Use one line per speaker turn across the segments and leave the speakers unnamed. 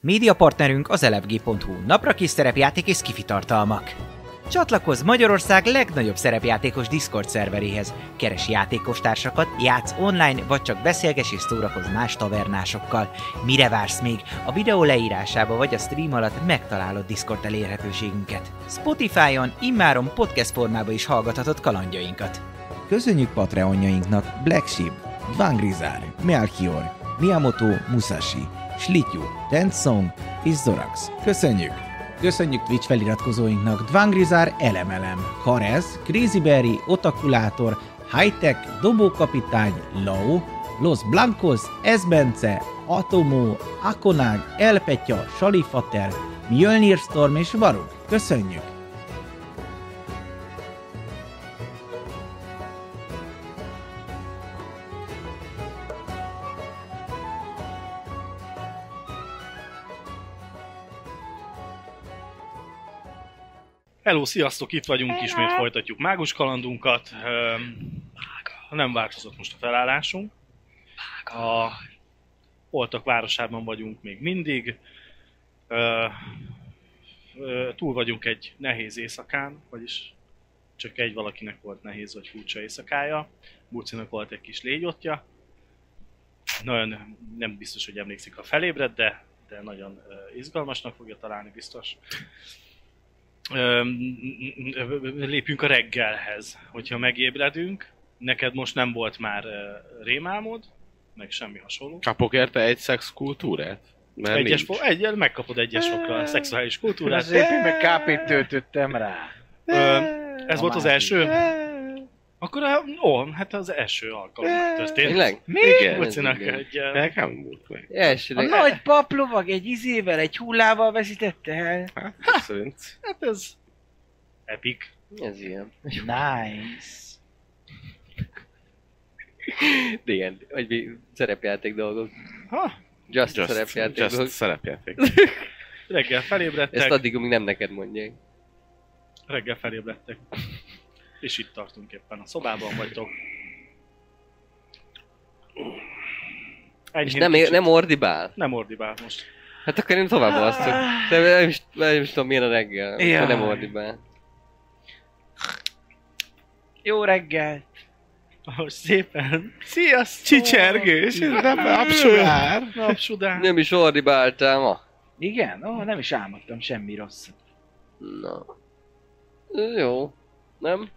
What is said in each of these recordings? Média partnerünk az elefg.hu, napra kis szerepjáték és kifitartalmak. Csatlakozz Magyarország legnagyobb szerepjátékos Discord szerveréhez. Keres játékostársakat, játsz online, vagy csak beszélges és szórakozz más tavernásokkal. Mire vársz még? A videó leírásába vagy a stream alatt megtalálod Discord elérhetőségünket. Spotify-on immáron podcast formában is hallgathatod kalandjainkat.
Köszönjük Patreonjainknak Black Sheep, Dvangrizár, Melchior, Miyamoto Musashi, Slityu, Tensong és Zorax. Köszönjük! Köszönjük Twitch feliratkozóinknak Dvangrizár Elemelem, Karez, Crazy Berry, Otakulátor, Hightech, Dobókapitány, Lao, Los Blancos, Esbence, Atomó, Akonág, Elpetya, Salifater, Mjölnir Storm és Varug. Köszönjük!
Hello, sziasztok, itt vagyunk, ismét folytatjuk mágus kalandunkat. Öm, Nem változott most a felállásunk. A Oltak városában vagyunk még mindig. Ö, ö, Túl vagyunk egy nehéz éjszakán, vagyis csak egy valakinek volt nehéz vagy furcsa éjszakája. Burcinak volt egy kis légyottja. Nagyon nem biztos, hogy emlékszik, ha felébred, de, de nagyon ö, izgalmasnak fogja találni biztos. Öm, lépjünk a reggelhez, hogyha megébredünk. Neked most nem volt már ö, rémálmod, meg semmi hasonló.
Kapok érte egy szex kultúrát? Mert
Egyes
egyes nincs.
fo- egyel megkapod egyes fokra a szexuális kultúrát.
Azért én meg kápét töltöttem rá.
Ö, ez volt az első? Akkor a, ó, hát az első alkalom történt.
Tényleg?
Mi?
Igen, ez
Bocinak
igen.
egy... ö,
Nekem volt meg.
A
Elsőleg.
nagy paplovag egy izével, egy hullával veszítette el.
Hát, ha. szerint.
Hát ez... Epic.
Ez ilyen.
Nice.
Igen, vagy mi szerepjáték dolgok.
Ha,
Just,
Just,
szerepjáték
just
dolgok.
szerepjáték.
reggel felébredtek.
Ezt addig, amíg nem neked mondják.
reggel felébredtek. És itt tartunk éppen a szobában vagytok.
És
Enyhén
nem, ér,
kicsit-
nem ordibál.
nem ordibál most.
Hát akkor én tovább
Ah.
alszok. De nem is, nem is tudom milyen a reggel. Ja.
Jaj.
Nem ordibál.
Jó reggel.
Ahogy szépen
Sziasztok! Csicsergés, nem absulár.
napsudán.
Nem is ordibáltál ma.
Igen? Ó, nem is álmodtam semmi rosszat.
Na. Jó. Nem?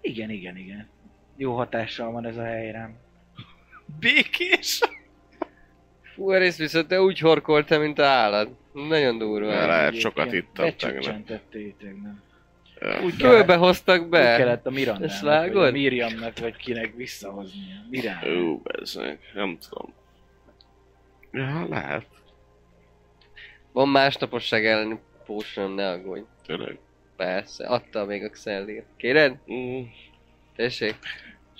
Igen, igen, igen. Jó hatással van ez a hely rám.
Békés.
Fú, Erész, viszont te úgy horkoltál, mint a állat. Nagyon durva.
Rá-
Egyébként
sokat ittam
Becsüccsentette tegnap. Úgy kellett,
Kőbe hoztak
úgy
be.
kellett a Mirandának,
Ezt
vagy
vágod?
a Miriamnak, vagy kinek visszahoznia. Mirám.
Ó, bezzeg. Nem tudom. Ja, lehet.
Van másnaposság elleni potion, ne aggódj.
Tényleg.
Persze, adta még a Xellért. Kéred?
Mm.
Tessék.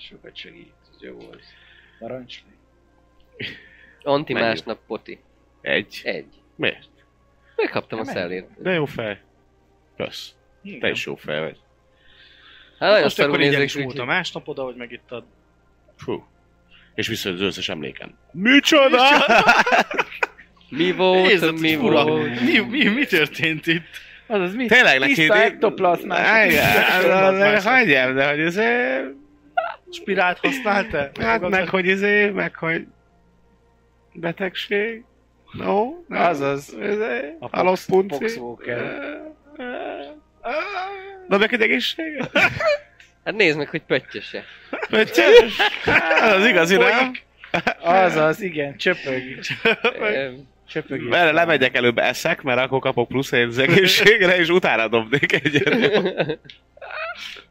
Sokat segít. Jó volt. Parancs meg.
Anti
Menjünk.
másnap poti.
Egy.
Egy.
Miért?
Megkaptam a
Nem,
szellét.
De jó fej. Kösz. Te is jó fej vagy.
Hát nagyon
Most
szarul
akkor így el
nézek
is
ki.
múlt a másnapod, ahogy megittad.
Fú. És viszont az összes emléken. Micsoda?
Mi
hát
volt, hát mi volt?
mi, mi, mi történt itt?
Azaz mi?
Tényleg neki...
Tiszta ektoplazmás.
Hagyjam, de hogy ez...
Spirált használtál?
Hát meg hogy izé, meg hogy... Betegség? No? nem.
Azaz.
Izé,
A pox-
alappunci.
poxwalker.
Ö, ö, ö. Na neked egészség?
Hát nézd meg, hogy pöttyöse.
Pöttyös? Hát az igazi, nem?
Azaz, igen, csöpög.
Öm,
Csöpög.
Mert lemegyek előbb eszek, mert akkor kapok plusz egy az egészségre, és utána dobnék egyet.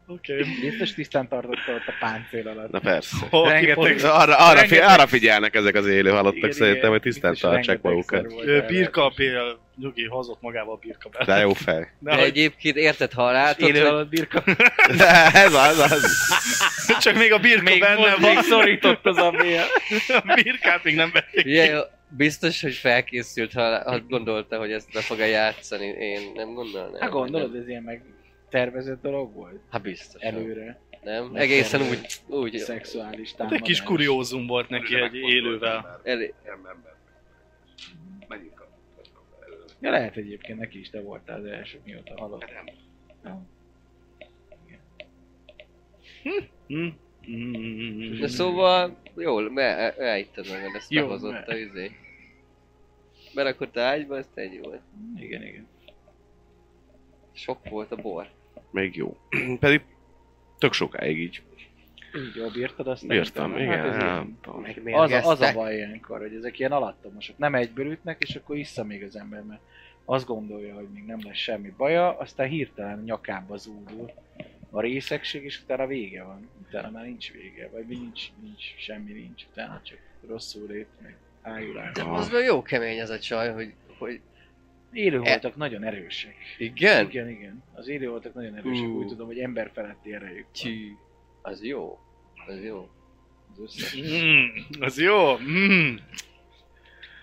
Oké.
Biztos tisztán tartotta ott a páncél alatt.
Na persze.
Hol
Rengeteg,
kipont-
arra, arra, fi,
rengeteg-
arra figyelnek ezek az élő halottak
Igen,
igen, szerintem,
igen.
hogy tisztán
Biztos
tartsák
rengetegszer
magukat.
volt
Ö,
erre.
Birka pél, nyugi, hozott magával a birka bele.
De jó fej.
De
De
hogy
egyébként érted, ha látod,
Élő
ha-
alatt birka.
De ez az, az.
csak még a birka benne van.
szorított az a mél.
A birkát még nem vették.
Ugye, biztos, hogy felkészült, ha, ha gondolta, hogy ezt be fogja játszani. Én nem gondolnám.
Hát gondolod, ez ilyen meg tervezett dolog volt?
Hát biztos.
Előre.
Nem?
Meg
Egészen
tervezett.
úgy, úgy,
Szexuális
Hát Egy
támadás.
kis kuriózum volt neki egy élővel.
elé,
Nem ember. Menjünk a
Ja, lehet egyébként neki is te voltál az első, mióta halott.
Hm? Mm.
De szóval, jól, me, elhitted magad, ezt
Jó,
behozott
mert-
a izé. Berakodt ágyba, ezt egy volt.
Igen, igen.
Sok volt a bor.
Még jó. Pedig tök sokáig így
Így jól bírtad azt? hát
bírtam. Igen,
ez ilyen.
nem tudom.
az, a- az a
Megmérgeztek.
baj ilyenkor, hogy ezek ilyen alattomosok. Nem egyből ütnek, és akkor issza még az ember, mert azt gondolja, hogy még nem lesz semmi baja, aztán hirtelen nyakába zúdul a részegség, és utána vége van. Utána már nincs vége, vagy nincs, nincs semmi nincs, utána csak rosszul lét, meg ájulás.
De az meg jó kemény az a csaj, hogy, hogy
Élő voltak nagyon erősek.
E- igen?
Igen, igen. Az élő voltak nagyon erősek,
Ú.
úgy tudom, hogy ember feletti erejük. van.
Tű. Az jó. Az jó.
Az összes.
Mm, az jó. Mm.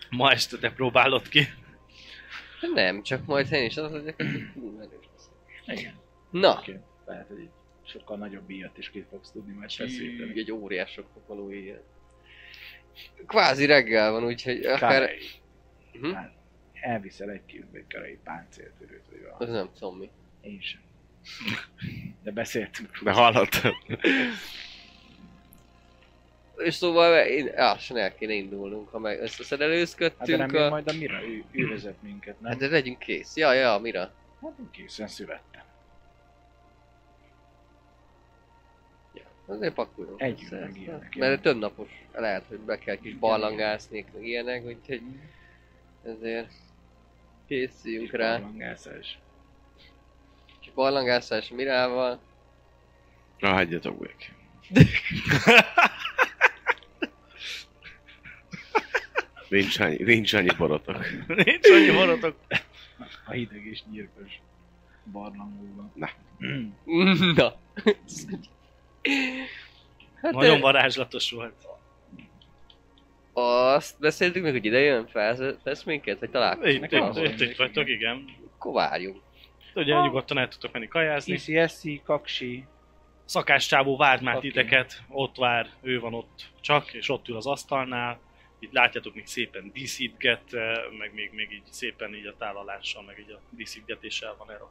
Ma este te próbálod ki.
Nem, csak majd én is az vagyok, hogy kurva erős leszek.
Igen.
Na,
Oké. Lehet, hogy egy sokkal nagyobb díjat is ki fogsz tudni majd
tű,
feszíteni.
egy óriás való ilyen. Kvázi reggel van, úgyhogy akár...
Karai.
Hm?
Hát, Elviszel egy kívül egy karai páncéltörőt, vagy valami.
Az nem tudom mi.
Én sem. De beszéltünk.
De hallottam.
És szóval én lassan el kéne indulnunk, ha meg
Hát de
összeszerelőzködtünk
remélem
a...
majd a Mira ő, ő vezet minket, nem?
Hát
Hát,
de legyünk kész. Ja, ja, mira?
én készen születtem.
Azért pakuljunk.
Együnk
össze.
meg ilyenek,
Mert
ilyenek.
több napos lehet, hogy be kell kis barlangásznék, meg ilyenek, úgyhogy ezért készüljünk rá.
Langászás.
Kis barlangászás mirával.
Na, hagyjatok meg. Nincs annyi, nincs annyi borotok.
Nincs annyi maradok.
A hideg és nyírkos barlangúban.
Na. Hát
Nagyon
Nagyon
varázslatos volt.
azt beszéltük még, hogy ide jön fel, lesz minket, vagy találkozunk.
Itt,
Hát, Nekem
itt,
az
itt,
olyan
itt vagytok, igen.
Akkor várjunk.
Ugye nyugodtan el tudtok menni kajázni.
ICSC, kaksi.
Szakáscsávó vár már
Oké.
titeket, ott vár, ő van ott csak, és ott ül az asztalnál. Itt látjátok, még szépen díszítget, eh, meg még, még így szépen így a tálalással, meg így a díszítgetéssel van erre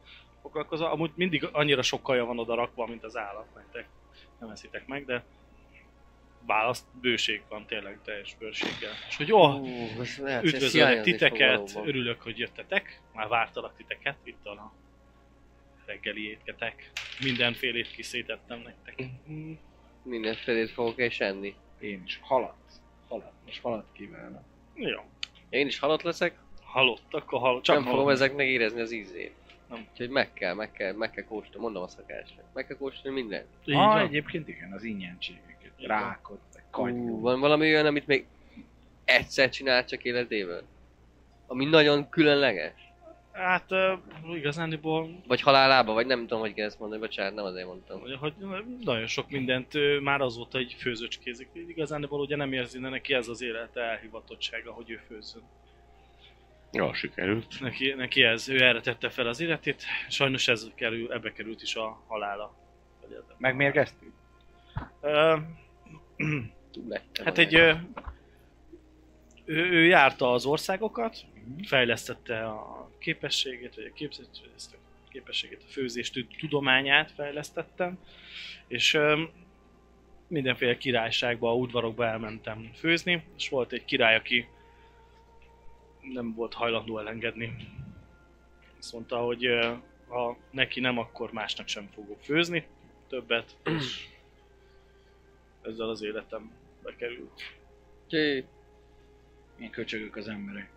foglalkozva. Amúgy mindig annyira sok kaja van oda rakva, mint az állat nektek. Nem eszitek meg, de választ bőség van tényleg teljes bőrséggel. És hogy jó,
Ú, ez lehet, Hát, ez
Üdvözöllek
hiányozni fog
titeket,
valóban.
örülök, hogy jöttetek, már vártalak titeket, itt van a reggeli étketek. Mindenfélét kiszétettem nektek.
Mhm. Mindenfelét fogok el is enni.
Én is. Halat. Halat. Most halat kívánok.
Jó,
Én is halott leszek,
halott, akkor halott.
Csak
Csak
nem fogom
halott.
ezeknek érezni az ízét.
Nem.
Úgyhogy meg kell, meg kell, meg kell kóstolni, mondom a szakásnak. Meg kell kóstolni mindent.
Így
ah,
van.
egyébként igen, az ingyenségeket.
Igen.
Rákot, meg
Ú,
kagylót.
van valami olyan, amit még egyszer csinált csak életében? Ami nagyon különleges?
Hát uh, igazániból,
Vagy halálába, vagy nem tudom, hogy kell ezt mondani, bocsánat, nem azért mondtam.
ugye, hogy nagyon sok mindent ö, már azóta egy főzőcskézik. Így Igazániból ugye nem érzi ne neki ez az élete elhivatottsága, hogy ő főzön.
Jól sikerült.
Neki, neki ez, ő erre tette fel az életét. Sajnos ez kerül, ebbe került is a halála. Vagy ez a-
Megmérgeztük?
Ö,
Túl lettem
Hát
a
egy... ö, Ő, ő járta az országokat, fejlesztette a képességét, vagy a képzett- ezt a képességét, a főzés tud- tudományát fejlesztettem, és ö, mindenféle királyságba, udvarokba elmentem főzni, és volt egy király, aki nem volt hajlandó elengedni. Azt mondta, hogy ö, ha neki nem, akkor másnak sem fogok főzni többet, és ezzel az életem bekerült.
Tű,
Én köcsögök az emberek.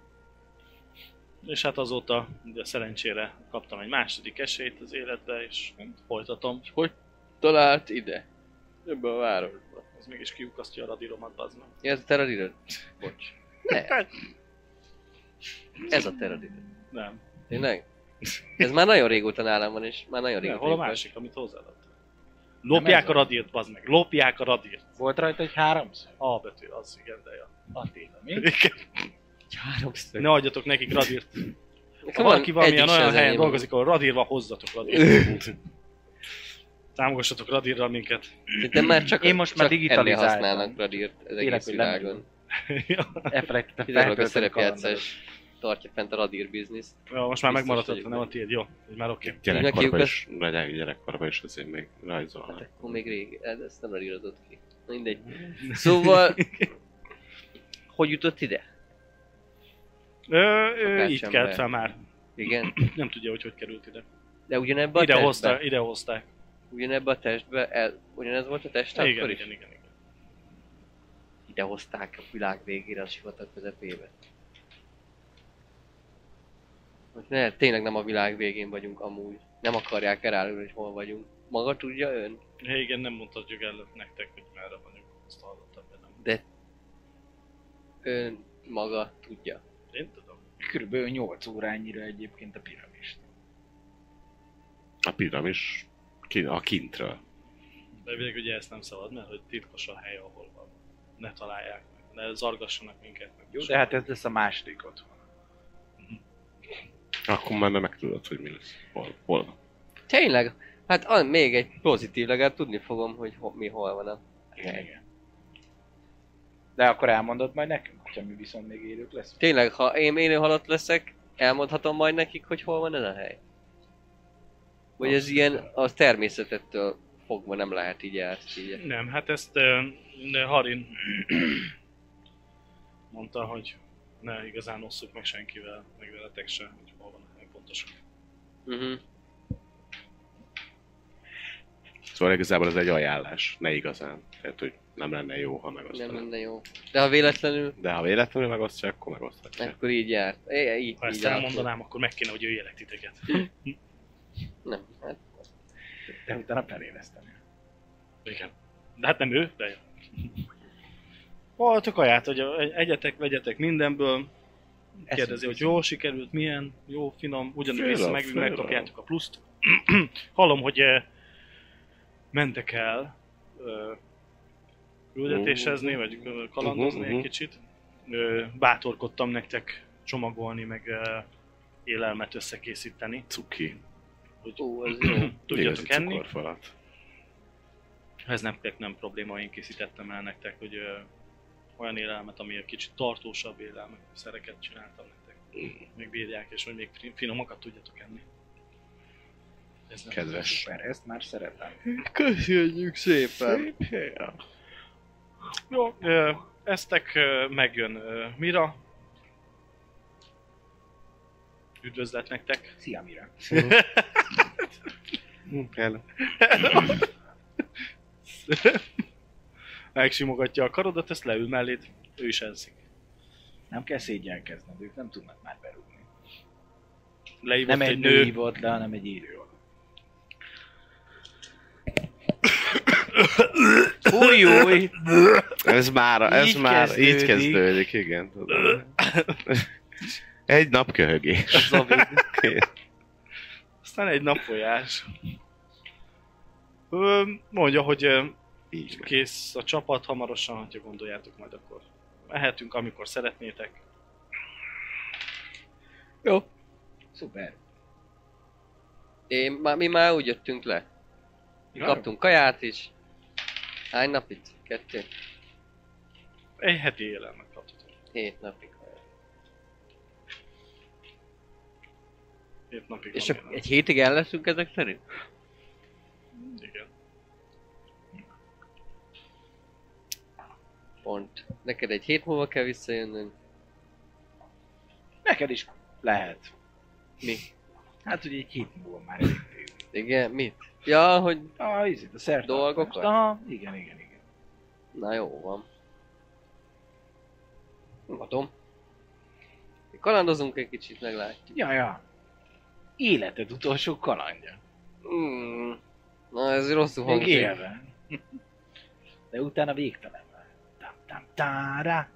És hát azóta ugye szerencsére kaptam egy második esélyt az életbe, és folytatom.
Talált ide. Ebben a városban.
Ez mégis kiukasztja a radíromat, bazd meg.
Ja, ez a teradírod? Bocs. Ne. Ez a teradírod.
Nem.
Hát
Tényleg? Ez már nagyon régóta nálam van, és már nagyon
Nem,
régóta.
hol a
itt van.
másik, amit hozzáadott?
Nem ez
Lopják a
van.
radírt, bazd meg. Lopják a radírt.
Volt rajta egy háromszor?
A betű, az igen, de ja.
Attila, mi?
Háromszög.
Ne adjatok nekik radírt. Ha
Nekem
valaki
van
valamilyen
egyik se
olyan
az
helyen
enyém.
dolgozik, ahol radír van, hozzatok radírt. Támogassatok radírral minket.
De már csak,
Én most már
csak ennél
digitalizáltam.
használnak radírt az egész
Tényleg, hogy nem
világon.
Elfelejtettem
Kizárólag a
feltölteni a kalandodat.
szerepjátszás tartja fent a radír bizniszt.
Ja, most már
Biztos
megmaradt,
vagyok
ötlet, nem a
benne.
tiéd, jó? Így már oké.
Kiugrik
Gyerekkorban
a-
is, legyen gyerekkorban is azért még
Hát
rajzolnak.
akkor még rég, ez- ezt nem radírozott ki. Mindegy. Szóval... hogy jutott ide?
Ö, ö, így
Akárcsember.
kelt fel már.
Igen.
Nem tudja, hogy hogy került ide.
De ugyanebbe a
ide,
testbe?
hozták, ide hozták.
Ugyanebbe a testbe? El, ugyanez volt a test
Igen, igen,
akkor is?
igen, igen, igen.
Ide hozták a világ végére, a sivatag közepébe. Most ne, tényleg nem a világ végén vagyunk amúgy. Nem akarják elárulni, hogy hol vagyunk. Maga tudja ön?
Ja, igen, nem mondhatjuk el nektek, hogy merre vagyunk. Azt hallottam, de nem.
Ön maga tudja.
Én tudom.
Körülbelül 8 órányira egyébként a piramist.
A piramis ki- a kintről.
De végül ugye ezt nem szabad, mert hogy titkos a hely, ahol van. Ne találják meg, ne zargassanak minket meg.
Jó, de hát ez lesz a második otthon.
Akkor már meg tudod, hogy mi lesz. Hol, hol van.
Tényleg? Hát an, még egy pozitív, legalább tudni fogom, hogy ho, mi hol van a hely.
Igen. De akkor elmondod majd nekünk, hogyha mi viszont még élők leszünk.
Tényleg, ha én élő halott leszek, elmondhatom majd nekik, hogy hol van ez a hely? Vagy ez ilyen a természetettől fogva nem lehet így ezt így
Nem, hát ezt ö, de Harin mondta, hogy ne igazán osszuk meg senkivel, meg veletek se, hogy hol van a hely pontosan.
Uh-huh.
Szóval igazából ez egy ajánlás, ne igazán. Tehát, hogy nem lenne jó, ha megosztanak.
Nem lenne jó. De ha véletlenül,
De ha véletlenül megosztja, akkor megoszthatja.
akkor így járt. É, így,
Ha ezt
így állt.
elmondanám, akkor meg kéne, hogy jöjjelek titeket.
Nem, hát
De utána feléleszteni.
Igen. De hát nem ő, de jó. Voltak aját, hogy a- egyetek, vegyetek mindenből. Kérdezi, hogy jól sikerült, milyen, jó, finom, ugyanúgy
Főra,
vissza meg,
főra.
megkapjátok a pluszt. Hallom, hogy eh, mentek el eh, küldetésezni, vagy eh, kalandozni
Mhm,
egy
mhm.
kicsit. Ö, bátorkodtam nektek csomagolni, meg eh, élelmet összekészíteni,
Cuki.
hogy
ó, ez jó.
tudjatok
Igazi
enni.
cukorfalat.
Ha Ez nem, nem probléma, én készítettem el nektek, hogy ö, olyan élelmet, ami egy kicsit tartósabb élelmek, szereket csináltam nektek. Még bírják, és hogy még fi- finomakat tudjatok enni. Ez nem
Kedves.
Szuper, ezt már szeretem.
Köszönjük szépen!
Ja.
Jó, ö, eztek, ö, megjön ö, Mira. Üdvözlet nektek.
Szia, Mira.
Hello.
Megsimogatja a karodat, ezt leül melléd, ő is elszik.
Nem kell szégyenkezned, ők nem tudnak már berúgni.
Leívott
Nem
egy,
egy nő
nő.
hívott le, hanem egy élő volt.
Új, új!
Ez már, ez
Így
így már kezdődik. így
kezdődik.
kezdődik, igen. tudom. Egy nap köhögés.
Aztán egy napfolyás. Ö, Mondja, hogy ö,
Így meg.
Kész a csapat, hamarosan, ha gondoljátok, majd akkor mehetünk, amikor szeretnétek.
Jó.
Szuper.
Én, már, mi már úgy jöttünk le. Mi
Ja.
kaptunk kaját is. Hány napit? Kettő?
Egy heti élelmet kaptatok.
Hét napig. kaját.
Hét napig
És
van
akkor
élelem.
egy hétig el leszünk ezek szerint?
Igen.
Pont. Neked egy hét múlva kell visszajönnünk.
Neked is lehet.
Mi?
Hát, hogy egy hét múlva már elég.
Igen, mit? Ja, hogy...
Ah, ízít, a szert.
Dolgokat?
Aha, igen, igen, igen.
Na jó van. Adom. Kalandozunk egy kicsit, meglátjuk.
Ja, ja. Életed utolsó kalandja.
Mm. Na ez rosszul
Még
hangzik.
élve. De utána végtelen. Tam tam tára.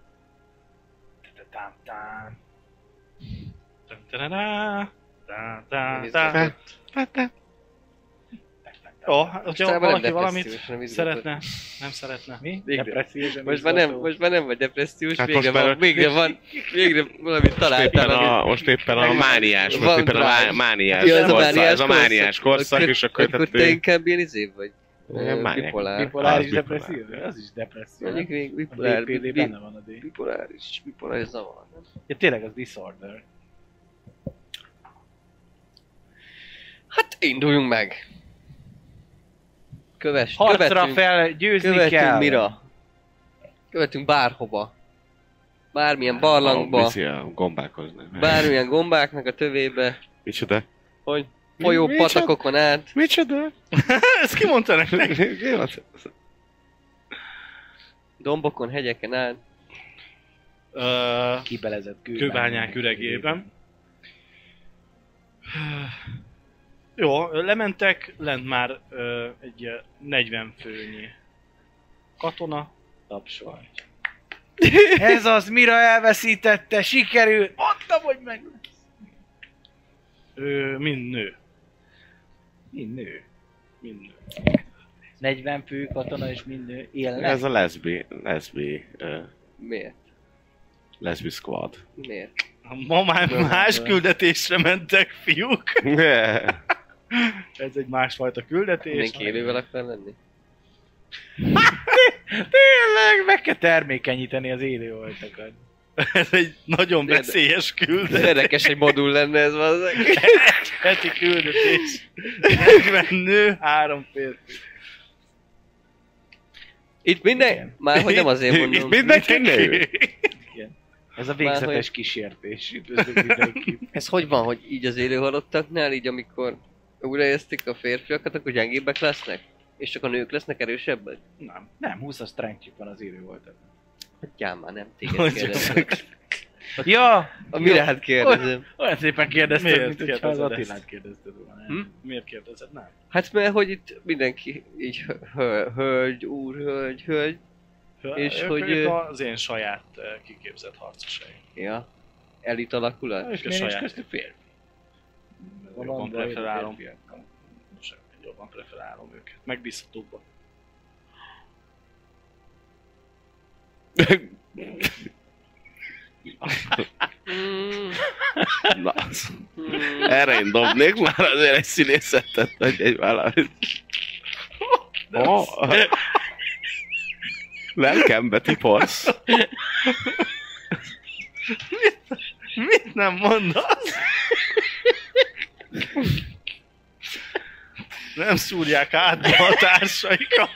Tam tam.
Tan, tarará, tá, tá, tá.
Izgatott.
Jó, hát, hogyha
Aztán már nem
valaki valamit
depressziós, nem izgatott.
szeretne, nem szeretne.
Mi?
Végre.
Depressziós, nem
Most már nem, most már nem vagy depressziós,
Hát
végre,
most már
van,
a-
végre van, végre valamit találtál,
Éppen a,
amit...
most éppen a mániás, most
Van
éppen a
drive.
má- mániás
Ja,
ja, korszak, ez a mániás korszak,
Akkor-
és akkor,
Akkor
tehát
te
ő
inkább ilyen izé vagy.
Ilyen
Ö,
mániák.
Bipolár.
Bipoláris
Az bipolár.
depresszió? Az is depresszió.
Mondjuk még
A
bipolár,
BPD
bi-
benne van a D.
bipoláris, bipoláris zavar. nem?
Ja, tényleg az disorder.
Hát induljunk meg. Köves,
Harcra
követünk,
fel, győzni
követünk
kell.
mira. Követünk bárhova. Bármilyen
A,
barlangba,
viszi a gombákhoz, nem?
bármilyen gombáknak a tövébe,
Micsoda?
hogy folyó
Mi- micsoda?
patakokon át.
Micsoda?
Ezt kimondta nektek?
Mi az?
dombokon, hegyeken át.
Ö,
Kibelezett kőbányák,
kőbányák üregében. Jó, lementek, lent már ö, egy ilyen 40 főnyi katona.
Tapsol. Ez az, mira elveszítette, sikerül. Mondtam, hogy meg...
Ő mind nő,
Mi nő?
mind nő.
40 fő katona és mind nő élnek.
Ez a leszbi, leszbi, uh,
Miért?
leszbi squad.
Miért?
Ma már más küldetésre mentek, fiúk. Ez egy másfajta küldetés.
Mindenki élővel akar lenni?
Tényleg, meg kell termékenyíteni az élő oltakat.
Ez egy nagyon
Érde-
veszélyes
Ez
küldetés.
Érdekes egy modul lenne ez valószínűleg.
Heti küldetés. 40 nő, három férfi.
Itt minden? Már hogy nem azért mondom.
Itt mindenki nő?
Ez a
Már
végzetes
hogy-
kísértés. Üdvözlök mindenkit.
Ez hogy van, hogy így az élő halottaknál, így amikor újraérezték a férfiakat, akkor gyengébbek lesznek? És csak a nők lesznek erősebbek?
Nem.
Nem, 20 as strengthjük van az élő oltaknak.
Hagyjál már, Hát nem téged kérdezem.
Ja,
A mire hát kérdezem?
olyan szépen kérdezted,
Miért
mint hogyha az
kérdezed
Attilát
ezt?
kérdezted volna.
Hm?
Miért kérdezed? Nem.
Hát mert hogy itt mindenki így hö- hölgy, úr, hölgy, hölgy. És
És ők,
hogy,
hogy ők
ö,
az én saját eh, kiképzett harcosaim.
Ja. Elit alakulat.
És
És miért nincs
saját.
köztük férfi?
Jobban
Hollandai
preferálom.
férfiak.
Sem, Jobban preferálom őket. Megbízhatóbbak.
Mm,
Na, az-
mm.
erre én dobnék már azért egy színészetet, vagy egy valamit. Ó. Lelkembe tiporsz.
Mit nem mondasz? Nem szúrják átba a társaikat.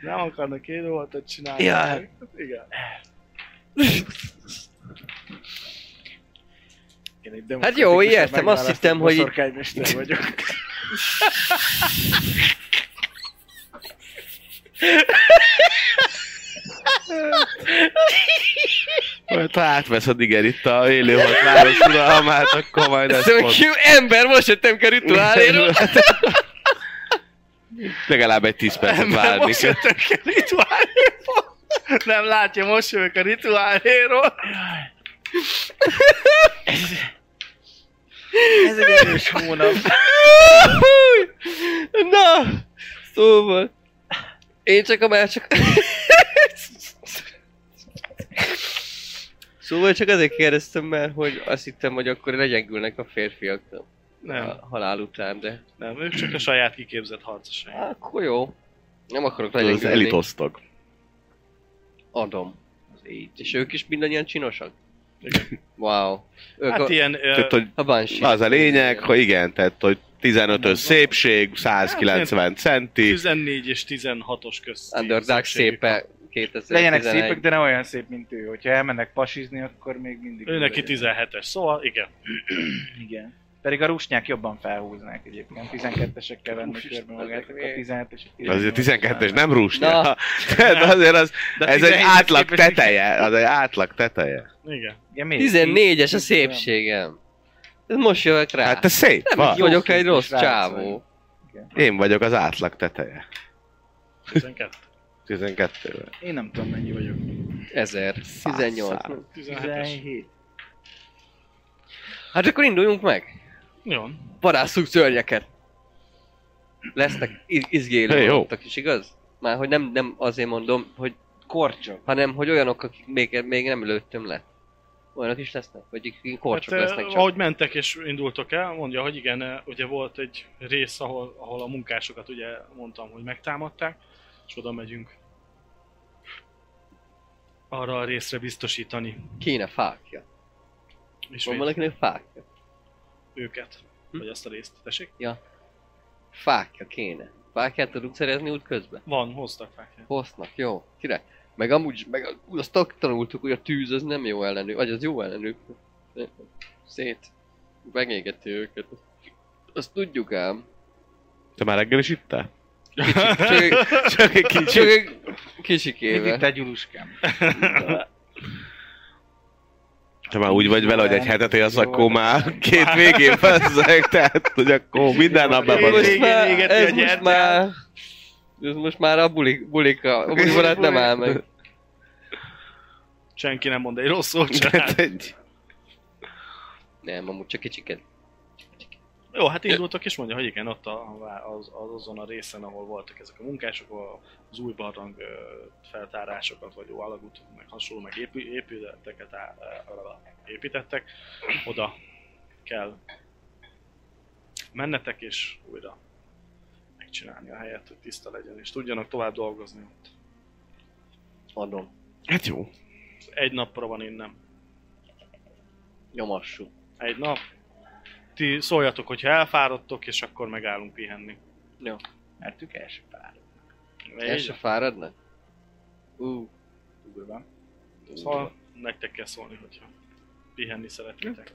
Nem akarnak élőhatot csinálni.
Ja.
Igen.
Én egy
Hát jó,
demokratikusan
értem, azt hittem, hogy-
boszorkánymester vagyok.
Majd ha átveszed igen itt a élőhat város uralmát, akkor majd
Ez
ezt
szóval
mond.
ki ember, most jöttem ki a rituáléről.
Legalább egy 10 percet várni
Most
kell.
jöttök ki a rituáléról. Nem látja, most jövök a rituáléról.
Ez egy erős hónap.
Na, szóval. Én csak a már csak... Szóval csak azért kérdeztem, mert hogy azt hittem, hogy akkor legyengülnek a férfiak
Nem,
a halál után, de
nem, ők csak a saját kiképzett harcosaim.
Á, akkor jó. Nem akarok
Az
legyengülni.
elitosztag.
Adom. És ők is mindannyian csinosak?
Igen.
Wow. Ők
Hát
a,
ilyen... ö,
Tehát, hogy
a Banshee.
az a lényeg, hogy igen, tehát, hogy 15-ös szépség, 190
Hát,
centi,
14 és 16-os közt.
Underdark szépe 2011.
Legyenek szépek, de nem olyan szép, mint ő. Hogyha elmennek pasizni, akkor még mindig...
Ő neki
legyen.
17-es, szóval igen.
Igen. Pedig a rusnyák jobban felhúznák egyébként. 12-esekkel venni
Úristen,
körbe magát, akkor
ezek
17-esek.
azért 12-es
18-esek.
nem
Na.
rúsnya. Tehát azért az,
De
ez egy
17-es
átlag
képest-
teteje, az egy átlag teteje.
Igen.
Igen, miért?
14-es a szépségem. Ez most jövök rá.
Hát te szép
nem
vagy.
így vagyok egy rossz
srác
csávó.
Én vagyok az átlag teteje.
12.
12-vel.
Én nem tudom, mennyi vagyok.
1000. 18.
szám.
17-es.
17.
Hát akkor induljunk meg.
Jó.
Parásszuk szörnyeket. Lesznek iz-
Hey,
izgélő
jó.
halottak is, igaz? Már hogy nem, nem azért mondom, hogy,
Korcsok.
hanem hogy olyanok, akik még, még nem lőttem le. Olyanok is lesznek, vagy akik korcsok
hát,
lesznek
lesznek
csak.
Ahogy mentek és indultok el, mondja, hogy igen, eh, ugye volt egy rész, ahol, ahol a munkásokat ugye mondtam, hogy megtámadták, és oda megyünk arra a részre biztosítani.
Kéne fákja.
És
Van
véd-
valakinek fákja?
őket.
Hm?
Vagy azt a részt, tessék?
Fákja kéne. Fákját tudunk szerezni út közben?
Van, hoztak fákját.
Hoznak, jó, király. Meg amúgy, meg a- azt tak- tanultuk, hogy a tűz az nem jó ellenő, vagy az jó ellenő. Szét. Megégeti őket. Azt tudjuk ám.
Te már reggel is ittál?
Csak,
Csak egy
csak
kicsit.
egy
Mit itt
kicsikével.
a gyuluskám?
Te már úgy vagy vele, hogy egy
Igen.
hetet élsz,
Jó.
akkor már két végén feszek, tehát hogy akkor minden nap
Jó,
bebazol.
régen égeti a
ez most
gyertyát.
már... Ez most már a bulik, bulika, a bulivorát nem áll meg.
Senki nem mond egy rossz szót se.
Tehát egy-
Nem, amúgy csak kicsiket.
Jó, hát indultak és mondja, hogy igen, ott a, az, az, azon a részen, ahol voltak ezek a munkások, ahol az új barlang ö, feltárásokat, vagy jó alagút, meg hasonló, meg épü, épületeket á, ö, építettek, oda kell mennetek és újra megcsinálni a helyet, hogy tiszta legyen, és tudjanak tovább dolgozni ott.
Adom.
Hát jó.
Egy napra van innen.
Nyomassuk.
Egy nap. Ti szóljatok, hogyha elfáradtok, és akkor megállunk pihenni.
Mertük el se pár.
El se fáradnak? Ú,
Durva.
Szóval nektek kell szólni, hogyha pihenni szeretnétek.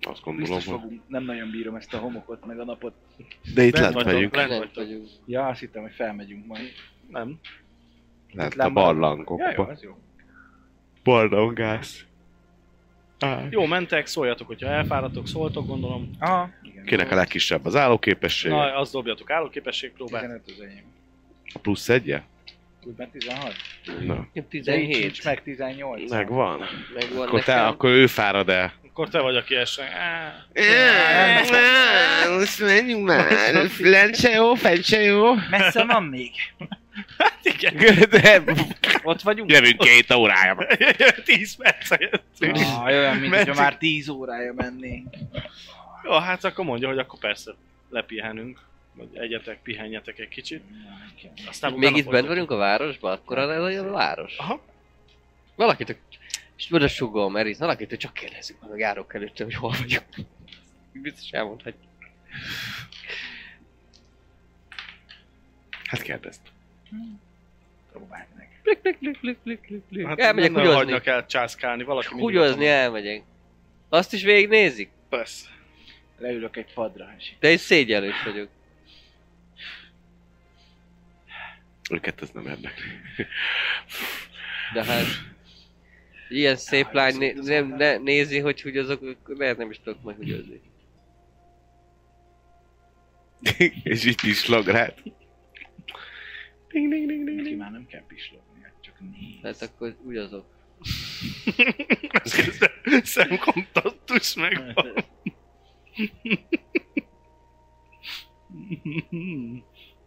Azt gondolom,
Biztos
hogy...
fogunk, nem nagyon bírom ezt a homokot, meg a napot.
De itt lent
vagytok,
vagyunk.
Lent
nem
vagytok.
vagyunk.
Ja, azt hittem, hogy felmegyünk majd.
Nem.
Lent a
lámpa- Ja, jó,
barlangokba.
az jó.
Barlangász. Á.
Jó, mentek, szóljatok, hogyha elfáradtok, szóltok, gondolom.
Aha, igen.
Kinek a legkisebb az állóképessége?
Na, azt dobjatok állóképességpróbát.
15 az enyém.
A plusz egye?
Úgy már 16?
Na,
Nekem
De így nincs
17.
meg 18.
megvan.
Megvan
Akkor, te,
nekem.
akkor ő fárad el.
Akkor te vagy, aki esen. Á,
Most menjünk már. Lent se jó, fent se jó.
Messze van még?
Igen,
De
Ott vagyunk?
jövünk két órája.
10 perc jött.
Ah, olyan, mint
Mert-
hogyha már 10 órája mennénk.
Jó, hát akkor mondja, hogy akkor persze lepihenünk. Vagy egyetek, pihenjetek egy kicsit. Aztán
Még
utána
itt bent
folytatjuk.
vagyunk a városban? Akkor az az a város.
Aha.
Valakit, és oda sugom, Eriz, valakit, csak kérdezzük meg a járok előtt, hogy hol vagyunk. Biztos elmondhatjuk.
Hát kérdezd.
Próbálj meg.
Plik, plik, plik, plik, plik, plik, plik.
Hát
elmegyek
nem
húgyozni.
hagynak el császkálni, valaki mindig
Húgyozni
ott
elmegyek. Azt is végignézik?
van. Persze.
Leülök egy padra, és
De én szégyenlős vagyok.
Őket ez nem érdekli.
De hát... Ilyen szép
Jaj,
lány
az-
né-
az-
nem, ne, nézi, hogy hogy azok, lehet nem is tudok majd húgyozni.
És így pislog rád. Ding, ding, ding, ding,
neki
ding.
már nem kell pislogni, hát csak néz.
Tehát akkor úgy azok.
Szemkontaktus
Hát,
meg van.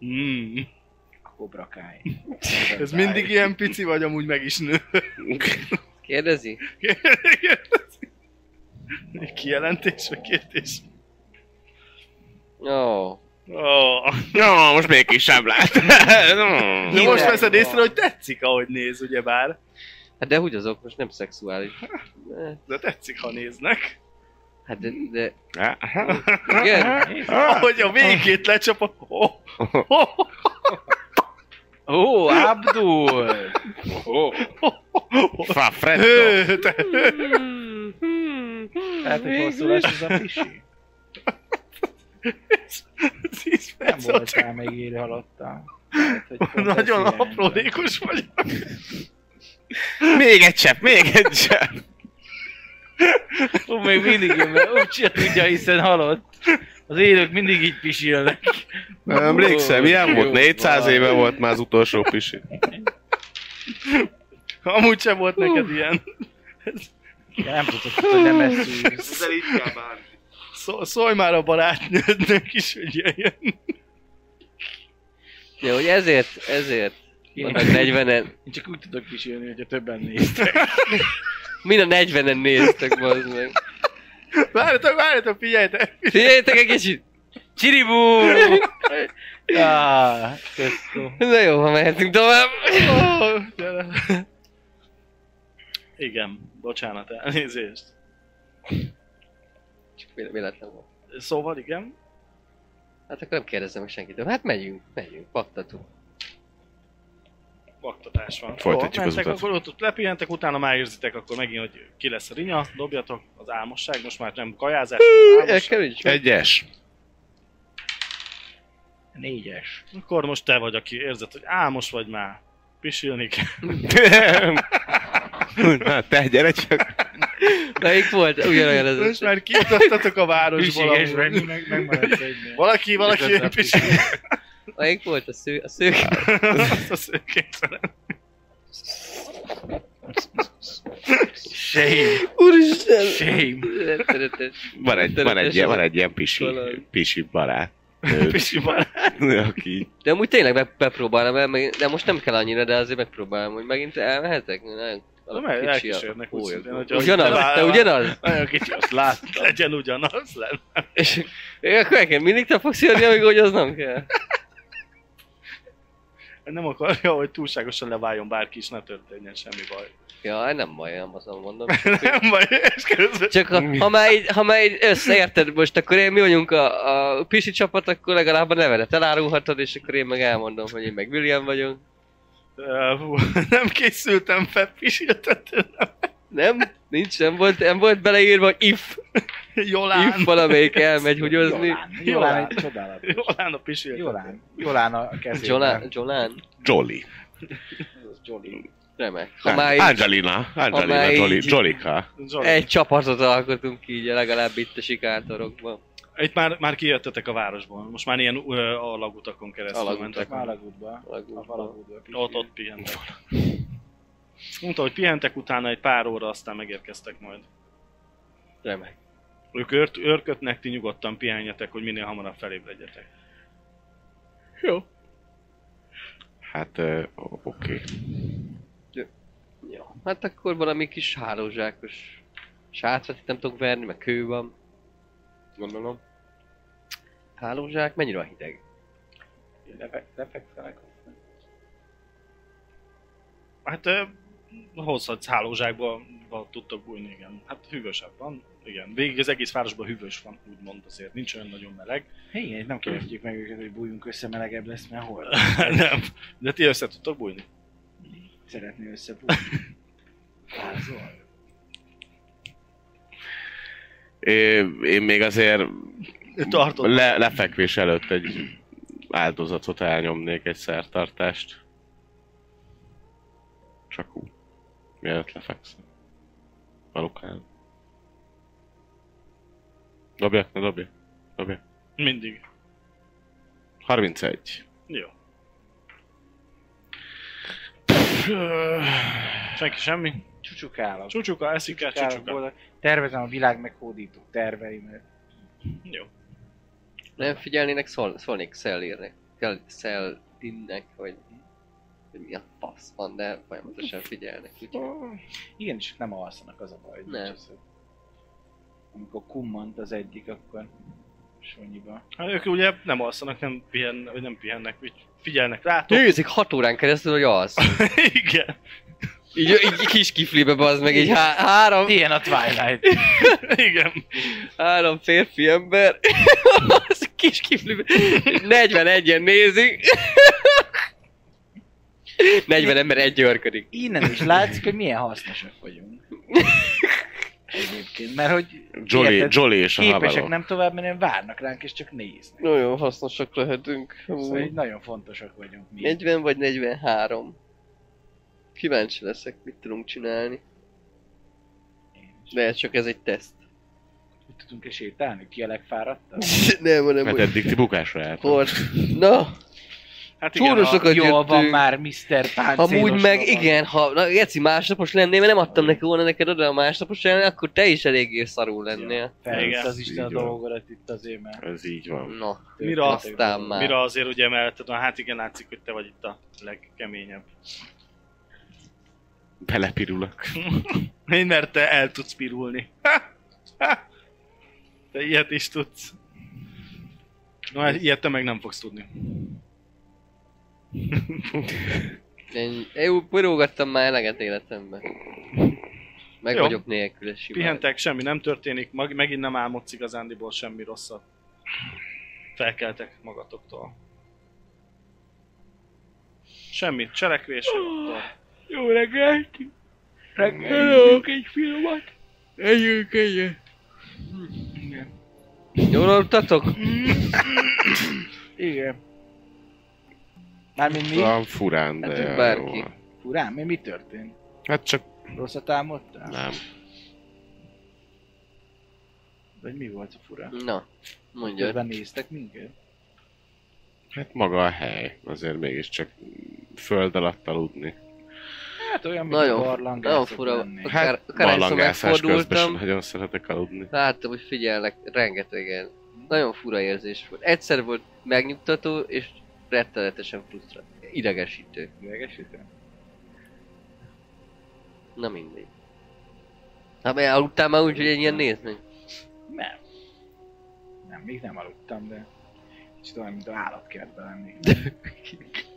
Mm.
A Cobra Kai.
Ez mindig ilyen pici vagy, amúgy meg is nő.
Kérdezi?
Egy Kijelentés vagy kérdés?
Ó. Oh.
Oh.
Jó, most még kisebb lát. Jó.
De most
Hideg
veszed
van.
észre, hogy tetszik, ahogy néz, ugyebár.
Hát de hogy azok most nem szexuális. Eh,
De tetszik, ha néznek.
Hát de, de
Aha.
igen,
Ahogy a végét lecsap, a... Oh. Oh.
Ó, Abdul!
Oh. Fa freddo.
Hő, te-
Tehát, hogy hosszú lesz ez a pisi?
Tíz
Nem
perc alatt
voltál még így halottam.
Nagyon aprólékos vagy.
Még egy csepp, még egy csepp.
Ó, még mindig jön, mert úgy se tudja, hiszen halott. Az élők mindig így pisilnek.
Nem emlékszem, ilyen
Jó,
volt? 400
van.
éve volt már az utolsó pisi.
Amúgy sem volt neked ilyen.
Ja, nem tudod, hogy nem ezt szűz.
Szó- Szólj már a barátnődnek is, hogy jöjjön.
de hogy ezért, ezért vannak 40-en,
Én csak úgy tudok pisilni, hogyha többen néztek.
mind a 40-en néztek bazd meg.
Várjatok, várjatok, figyeljetek!
Figyeljetek egy kicsit! Csiribú!
Ah, Tesco.
Na jó, ha mehetünk tovább.
Ó, gyere. Igen, bocsánat, elnézést.
Csak vé- véletlen volt.
Szóval igen.
Hát akkor nem kérdezem meg senkit. Hát megyünk, megyünk, pattatunk.
Vaktatás van.
Folytatjuk
Jó,
az
mentek,
utat.
Akkor ott, ott lepihentek, utána már érzitek akkor megint, hogy ki lesz a rinya, dobjatok az álmosság, most már nem kajázás, hanem álmosság.
Elkerüljük.
Egyes.
Négyes.
Akkor most te vagy, aki érzed, hogy álmos vagy már, pisilni kell.
Na, te gyere csak.
Melyik volt? Ugyanolyan ez.
Most már kiutattatok a városból.
Hűséges
ahol-
vagy, meg, megmaradsz egynél.
Valaki, valaki
Igazán
pisil.
Melyik volt a sző? A szők?
Azt a szőkénytelen.
Shame,
Úristen!
shame.
Van egy, van egy, ilyen- van egy ilyen pisi,
Valami.
pisi barát.
Pisi van.
Aki
De amúgy tényleg be, bepróbálom, el, meg- de most nem kell annyira, de azért megpróbálom, hogy megint elmehetek. Nagyon
Na, mert
kicsi a
elkísérnek úgy
hólyom.
szintén, hogyha-
Ugyanaz, te ugyanaz?
Nagyon kicsi, azt láttam. Legyen ugyanaz, lenne.
És és akkor nekem mindig te fogsz jönni, amíg hogy az nem kell.
Nem akarja, hogy túlságosan leváljon bárki is, ne történjen semmi baj.
Ja, hát nem baj, nem azon mondom.
Nem baj, és közben...
Csak ha, ha, már így, ha már így összeérted most, akkor én mi vagyunk a, a pisi csapat, akkor legalább a nevedet elárulhatod, és akkor én meg elmondom, hogy én meg William vagyok.
Ö, hú, nem készültem fel, pisiltető.
Nem? Nincs, nem volt, nem volt beleírva, hogy if,
Jolán.
if valamelyik elmegy húgyozni.
Jolán, Jolán egy csodálatos.
Jolán a pisiltető.
Jolán, Jolán a kezében.
Jolán, Jolán,
Jolly.
Jolly.
remek. Ha már így-
Angelina. Angelina
így-
Jolly. Jolika.
Jolán.
Egy csapatot alkotunk így, legalább itt a sikátorokban.
Itt már, már kijöttetek a városból. Most már ilyen ö, alagutakon keresztül
Alagutak.
mentek.
Malagudba. A
Alakul.
Malagudba.
Ott, ott pihentek. Mondta, hogy pihentek utána egy pár óra, aztán megérkeztek majd.
Remek.
Ők ört, őrködnek, ti nyugodtan pihenjetek, hogy minél hamarabb felébredjetek.
Hát, ö, oké.
Ja. Hát akkor valami kis hálózsákos sátrat itt nem tudok verni, meg kő van. Gondolom. Hálózsák, mennyire van hideg?
Lefekszelek.
Hát ö, hozhatsz hálózsákba, ha tudtok bújni, igen. Hát hűvösebb van, igen. Végig az egész városban hűvös van, úgymond azért. Nincs olyan nagyon meleg.
Igen, nem kérdezzük meg őket, hogy bújjunk össze, melegebb lesz, mert hol?
Nem. De ti össze tudtok bújni?
Szeretné összebújni. Házol.
É, én még azért
Tartod.
le, lefekvés előtt egy áldozatot elnyomnék, egy szertartást. Csak úgy. Mielőtt lefekszem. Alukán. Dobjak, ne dobjak. Dobjak.
Mindig.
31.
Jó. Senki semmi.
Csucsukálok.
Csúcsuka, eszik el,
Csucsukálok
csúcsuka.
oda. Tervezem a világ meghódító terveimet.
Jó.
Nem figyelnének, szól, szólnék Szellírnek. Kell Szellinnek, vagy hogy mi a fasz van, de folyamatosan figyelnek. Úgyhogy
Igen, csak nem alszanak, az a baj. hogy
Nem.
nincs az, hogy- Amikor kummant az egyik, akkor sonyiba.
Hát ők ugye nem alszanak, nem, pihen, vagy nem pihennek, vagy figyelnek rátok.
Nézzük hat órán keresztül, hogy alsz.
Igen.
Így, így kis kiflibe bazd meg, így há- három,
Ilyen a Twilight.
Igen.
három férfi ember, az a kis kiflibe, 41-en nézik, 40 ember egy örködik.
Innen is látszik, hogy milyen hasznosak vagyunk. Egyébként, mert hogy
Jolly,
érted,
Jolly és a
képesek
haverok.
nem tovább menni, hanem várnak ránk és csak néznek.
Nagyon hasznosak lehetünk.
Szóval így nagyon fontosak vagyunk mi.
40 vagy 43. Kíváncsi leszek, mit tudunk csinálni. Lehet csak ez egy teszt.
Hogy tudunk-e sétálni? Ki a legfáradtabb?
nem, hanem
Mert
hogy...
Hát eddig ti bukásra jártok.
Hort. Na,
Hát igen,
csúrosokat
a-
Jól
jöttünk.
van már, Mr. Páncélos.
Amúgy meg
lovag.
igen, ha na, Geci másnapos lennél, mert nem adtam neki volna neked oda a másnapos lenni, akkor te is eléggé szarul lennél.
Felhúzta
Igen.
az Isten a
Így van.
dolgodat itt azért, mert...
Ez így van.
Na,
Mira,
aztán már.
Mire azért ugye melletted van, hát igen, látszik, hogy te vagy itt a legkeményebb.
Belepirulok.
Én, mert te el tudsz pirulni. Ha! Ha! Te ilyet is tudsz. Na, hát ilyet te meg nem fogsz tudni.
Én, én úgy pirógattam már eleget életemben. Meg
Jó.
vagyok nélküle simán.
Pihentek, semmi nem történik, mag- megint nem álmodsz igazándiból semmi rosszat. Felkeltek magatoktól. Semmit, cselekvés. akkor
Jó reggelt! Reggelök egy filmet! Együnk egyet! Jól aludtatok?
Igen. Mármint mi?
Van furán, de
Hát,
jó.
bárki.
Furán, mi, mi történt?
Hát csak
Rosszat álmodtál?
nem.
Vagy mi volt a fura?
Na, mondja.
Közben néztek minket?
Hát maga a hely. Azért mégiscsak föld alatt aludni.
Hát olyan, mint
Nagyon-
barlangászok
Nagyon fura.
lennénk.
Hát,
Akár- akár hányszor
Ballangászás közben sem
megfordultam,
nagyon szeretek aludni.
láttam, hogy figyelnek rengetegen. Nagyon fura érzés volt. Egyszer volt megnyugtató, és rettenetesen frusztrált. Idegesítő.
Idegesítő?
Na mindegy. Hát mert aludtál már úgy, hogy egy ilyen nézni.
Nem. Nem, még nem aludtam, de... Kicsit olyan, mint a állatkertben lenni.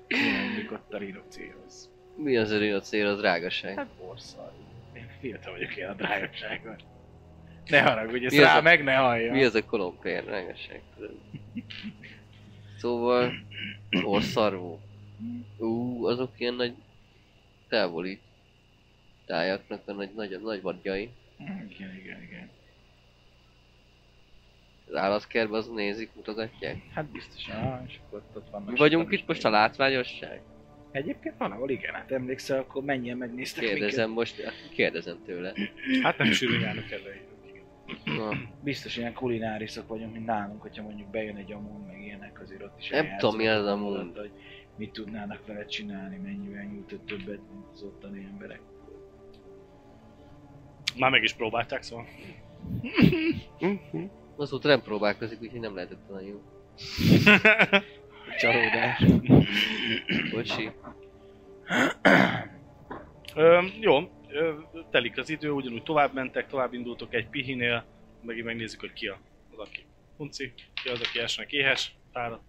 Ilyen, mikor a rinocérosz.
Mi az örül a cél, az drágaság.
Hát borszal. Én fiatal vagyok ilyen a drágaságon. Ne haragudj, ezt
Mi az
rá
a-
meg ne hallja.
Mi az a kolompér? Drágaság. Szóval... Orszarvó. Ú, azok ilyen nagy... távoli tájaknak a nagy, nagy, nagy vadjai.
Mm, Igen, igen, igen.
Az állatkertben az nézik, mutogatják.
Hát biztosan, ah, és akkor ott, ott vannak.
Mi vagyunk
sokan
itt
is
most a
még.
látványosság?
Egyébként valahol igen, hát emlékszel, akkor menjen megnéztek minket.
Kérdezem most, kérdezem tőle.
Hát nem sűrűjárnak elő.
Na,
Biztos ilyen kulináriszok vagyunk, mint nálunk, hogyha mondjuk bejön egy amon, meg ilyenek, azért ott is
Nem
eljátszunk
tudom, mi az
a
Amun.
dolgot, Hogy mit tudnának vele csinálni, mennyivel nyújtott többet, mint az ottani emberek.
Már meg is próbálták, szóval.
Mhm.
azóta nem próbálkozik, úgyhogy nem lehetett olyan jó.
Csalódás.
Bocsi.
Ö, jó, ö, telik az idő, ugyanúgy tovább mentek, tovább indultok egy pihinél, megint megnézzük, hogy ki a- az, aki unci, ki az, aki esnek éhes, fáradt.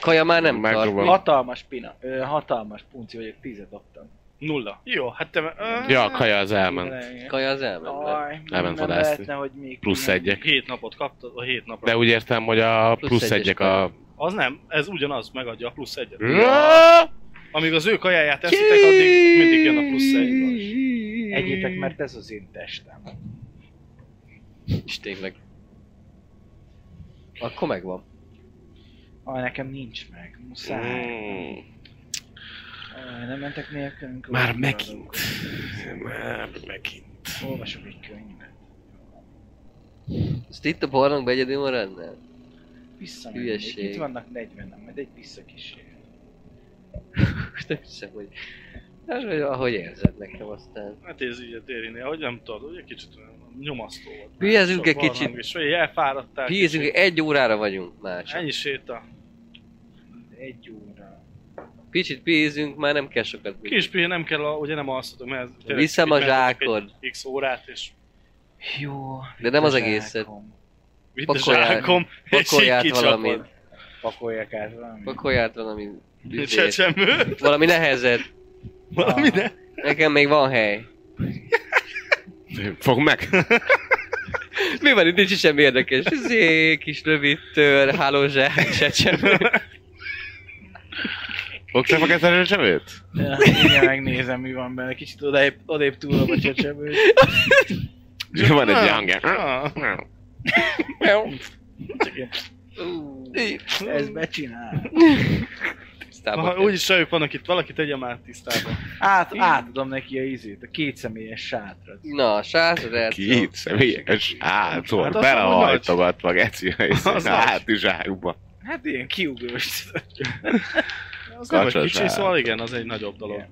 Kaja már nem
Megdobom.
tart.
Hatalmas pina, ö, hatalmas punci vagyok, tizet adtam.
Nulla. Jó, hát te... Ö,
Ja, a kaja az elment.
Kaja az elment.
Aj, nem
elment vadászni.
lehetne, hogy még
Plusz
pihenj.
egyek.
Hét napot kaptad, a hét napra.
De úgy értem, hogy a
Plusz
plusz
egyes
egyek a...
Az nem, ez ugyanaz, megadja a plusz egyet.
Ja.
Amíg az ő kajáját eszitek, addig mindig jön a plusz egy. vas.
Egyétek, mert ez az én testem.
És tényleg. Akkor megvan.
Aj, nekem nincs meg, muszáj.
Mm.
Aj, nem mentek nélkülünk.
Már
úgy
megint. Már megint.
maradok. Olvasok egy könyvet.
Ezt itt a barlangban egyedül maradnál?
Visszamennék.
Hülyeség.
Itt vannak 40-en, majd egy visszakísér.
Nem hiszem, hogy... Hát, hogy ahogy érzed nekem aztán.
Hát ez így a térinél, hogy nem tudod, ugye kicsit olyan nyomasztó volt.
Hülyezünk
Sok
egy kicsit.
barlang, És hogy elfáradtál.
Hízünk, egy órára vagyunk már csak.
Ennyi séta.
Egy óra.
Picit pízünk, már nem kell sokat
Ki is pihen, nem kell, a, ugye nem alszatok, mert ez tényleg
Viszem a
itt mentetek
zsákod.
egy X órát, és
Jó.
De nem az
vitte
egészet.
zsákom.
vitt a
Pakolják-
zsákom, és így
Pakolját
kicsapod.
valamit.
Pakolják át valamit.
Pakolját valami... büdzsét.
Csecsemő.
Valami nehezet.
Valami ne.
Nekem még van hely.
Fog meg!
Mi van itt? Nincs semmi érdekes. Zé, kis rövid tör, hálózsák, csecsemő.
Fogsz meg ezzel a zsebét?
Ja, hát, mindjárt megnézem, mi van benne. Kicsit odébb, odébb túlom a csecsemőt.
Van egy hangja.
Csak én- Ez becsinál.
Tisztában
Ha
kell.
úgyis rajok vannak itt, valaki tegye már tisztába.
Át, átadom neki a izét, a kétszemélyes sátrat.
Na, sázad
Két személyes hátor,
Hát
hát
az
belehajtogatva geci
Az
a
nagy.
hátizsákba.
Hát ilyen kiugrós.
Az nem egy
Kacsa
kicsi,
zsák.
szóval igen, az egy nagyobb dolog.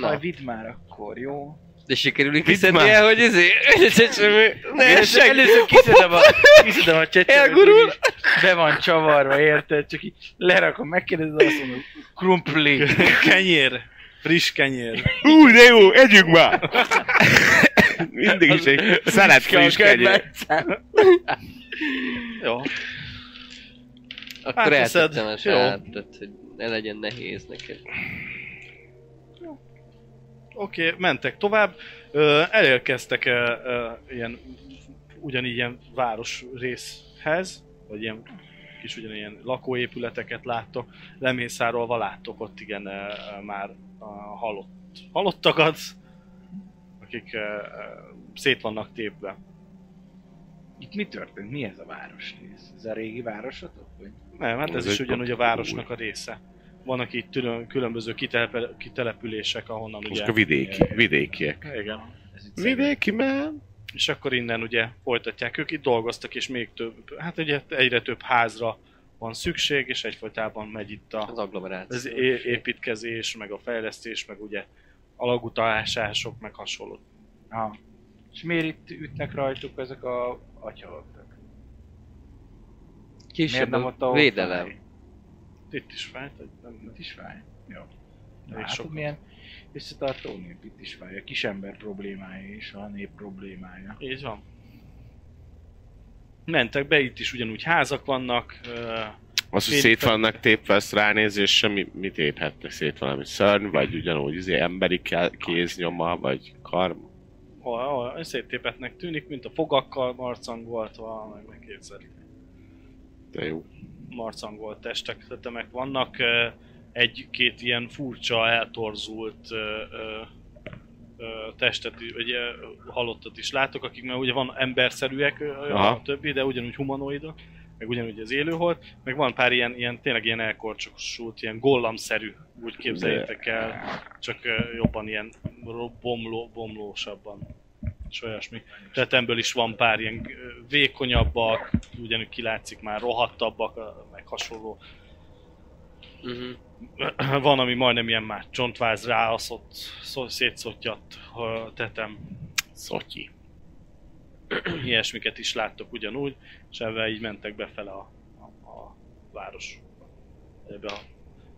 Na,
Majd vidd már akkor, jó?
de sikerülik
Vidd
kiszedni
már.
el, hogy izé, a csecsemő, ne esek.
Először kiszedem a, kiszedem a csecsemőt,
Elgurul.
úgyis Be van csavarva, érted? Csak így lerakom, megkérdezed, azt mondom, krumpli.
Kenyér. Friss kenyér.
Hú, de jó, együnk már! Mindig is egy szelet friss kenyér.
Hát
Jó.
Akkor
Áteszed.
eltettem a
Jó.
sátrat, hogy ne legyen nehéz neked.
Oké, okay, mentek tovább. Ö, elérkeztek ö, ö, ilyen, ugyanígy ilyen város részhez, vagy ilyen kis ugyanilyen lakóépületeket láttok. Lemészárolva láttok ott igen ö, ö, már a halott, halottakat, akik ö, ö, szét vannak tépve.
Itt mi történt? Mi ez a városrész? Ez a régi városotok? Vagy?
Nem, hát ez,
Ez
ez is
egy
ugyanúgy a
pont-
városnak a része. Vannak itt tülön- különböző kitelepel- kitelepülések, ahonnan ugye...
Most a vidéki, vidékiek.
Igen.
Ez itt
Vidéki, man!
És akkor innen ugye folytatják. Ők itt dolgoztak, és még több, hát ugye egyre több házra van szükség, és egyfolytában megy itt a,
Az agglomeráció.
az é- építkezés, meg a fejlesztés, meg ugye alagutalásások, meg hasonló.
Ha. És miért itt ütnek rajtuk ezek a atyalottak? Miért
Kisebb
nem
a
ott, ahol
védelem.
fáj?
Itt is fájt, hogy nem,
Itt is fáj. Jó. Na,
elég sok.
Látod, milyen összetartó nép itt is fáj. A kisember problémája és a nép problémája.
Így van. Mentek be, itt is ugyanúgy házak vannak, ö,
Az, hogy szét vannak tépve, azt ránéz, és semmi, mit éphetnek szét valami szörny, vagy ugyanúgy izé, emberi ke- kéznyoma, vagy karma.
hol, hol széttépetnek tűnik, mint a fogakkal marcangoltva, meg, meg kétszer
De jó.
marcangolt testek, tetemek vannak. Ö, Egy-két ilyen furcsa, eltorzult ö, ö, ö, testet, i- vagy ö, halottat is látok, akik már ugye van emberszerűek, ö,
Aha.
a többi, de ugyanúgy humanoidok, meg ugyanúgy az élőhold, meg van pár ilyen, ilyen tényleg ilyen elkorcsosult, ilyen gollamszerű, úgy képzeljétek el, csak ö, jobban ilyen ro- bomló, bomlósabban és olyasmi. Tehát ebből is van pár ilyen ö, vékonyabbak, ugyanúgy kilátszik már rohadtabbak, ö, meg hasonló.
Mhm.
Van, ami majdnem ilyen már csontváz ráaszott, szó- szétszottyat ö, tetem.
Szotyi.
Ilyesmiket is láttok ugyanúgy, és ebben így mentek befele a, a, a város. Ebbe a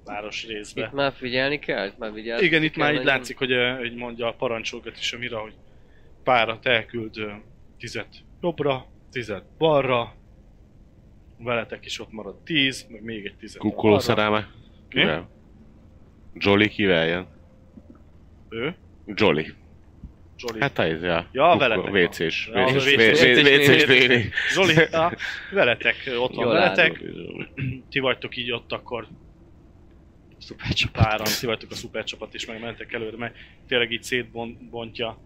város részbe.
Itt már figyelni kell? Itt már vigyázni
Igen, itt
kell
már így
nagyon.
látszik, hogy, ö, hogy mondja a parancsolgat is, amire, hogy párat elküld ö, tizet jobbra, tizet balra, veletek is ott marad tíz, meg még egy tizet
Kukkoló
balra.
szerelme?
Mi?
Kivel? Jolly kivel jön?
Ő?
Jolly.
Zsoli.
Hát a izé a...
Ja,
kukkoló-
veletek van.
WC-s.
Ja,
WC-s.
a WC-s.
WC-s néni.
Zsoli, na, veletek, ö, ott van
Jól
veletek, ti vagytok így ott akkor páran, ti vagytok a szupercsapat és megmentek előre, mert tényleg így szétbontja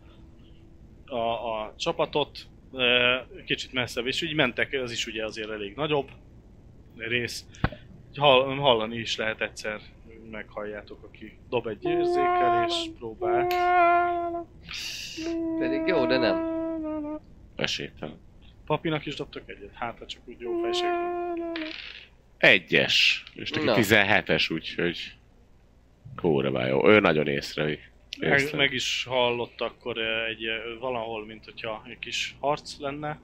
a, a csapatot, Ö, kicsit messzebb, és úgy mentek, ez is ugye azért elég nagyobb rész. Hall, hallani is lehet egyszer, meghalljátok, aki dob egy érzékelés, próbál.
Pedig jó, de nem.
Esélytelen.
Papinak is dobtak egyet, hát ha csak úgy jó fejség. van.
Egyes. És neki
Na.
17-es, úgyhogy... Kóra már jó. Ő nagyon észrevi.
Meg,
Észre.
meg is hallott akkor ö, egy ö, valahol, mint hogyha egy kis harc lenne,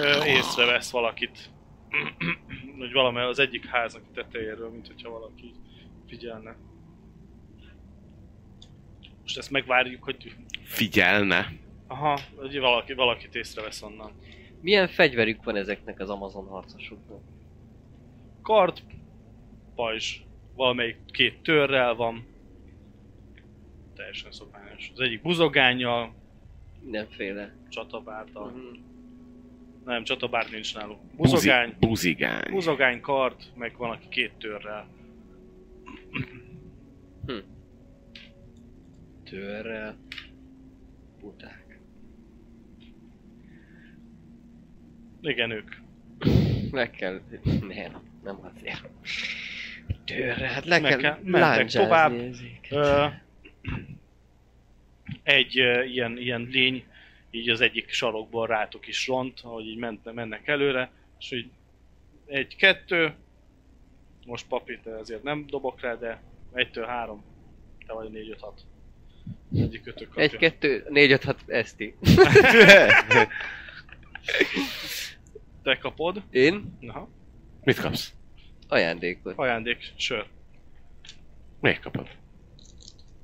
Ö, észrevesz valakit, hogy valami az egyik háznak a tetejéről, mint hogyha valaki így figyelne. Most ezt megvárjuk, hogy
Figyelne.
aha, hogy valaki, valakit észrevesz onnan.
Milyen fegyverük van ezeknek az Amazon harcosoknak?
Kard, pajzs, valamelyik két törrel van, teljesen szokványos. Az egyik buzogányjal,
Mindenféle.
csatabártal,
Mhm.
nem, csatabár nincs náluk.
Buzi-
Buzogány,
Buzigány.
buzogány kard, meg van, aki két törrel.
Törrel. Buták.
Igen, ők.
Meg kell... Nem, nem azért. Törrel, hát le
Meg
kell,
kell-
kell
mentek tovább. Ö,
Ö...
egy ö, ilyen, ilyen lény, így az egyik sarokból rátok is ront, ahogy így ment, mennek előre, és így egy-kettő, most papírt azért nem dobok rá, de egytől három, te vagy négy, öt, hat. Egyik ötök kapja.
Egy, kettő, négy, öt, hat, eszti.
Te kapod,
Én?
Aha.
Mit kapsz?
Ajándékot.
ajándék, sör.
Miért kapod?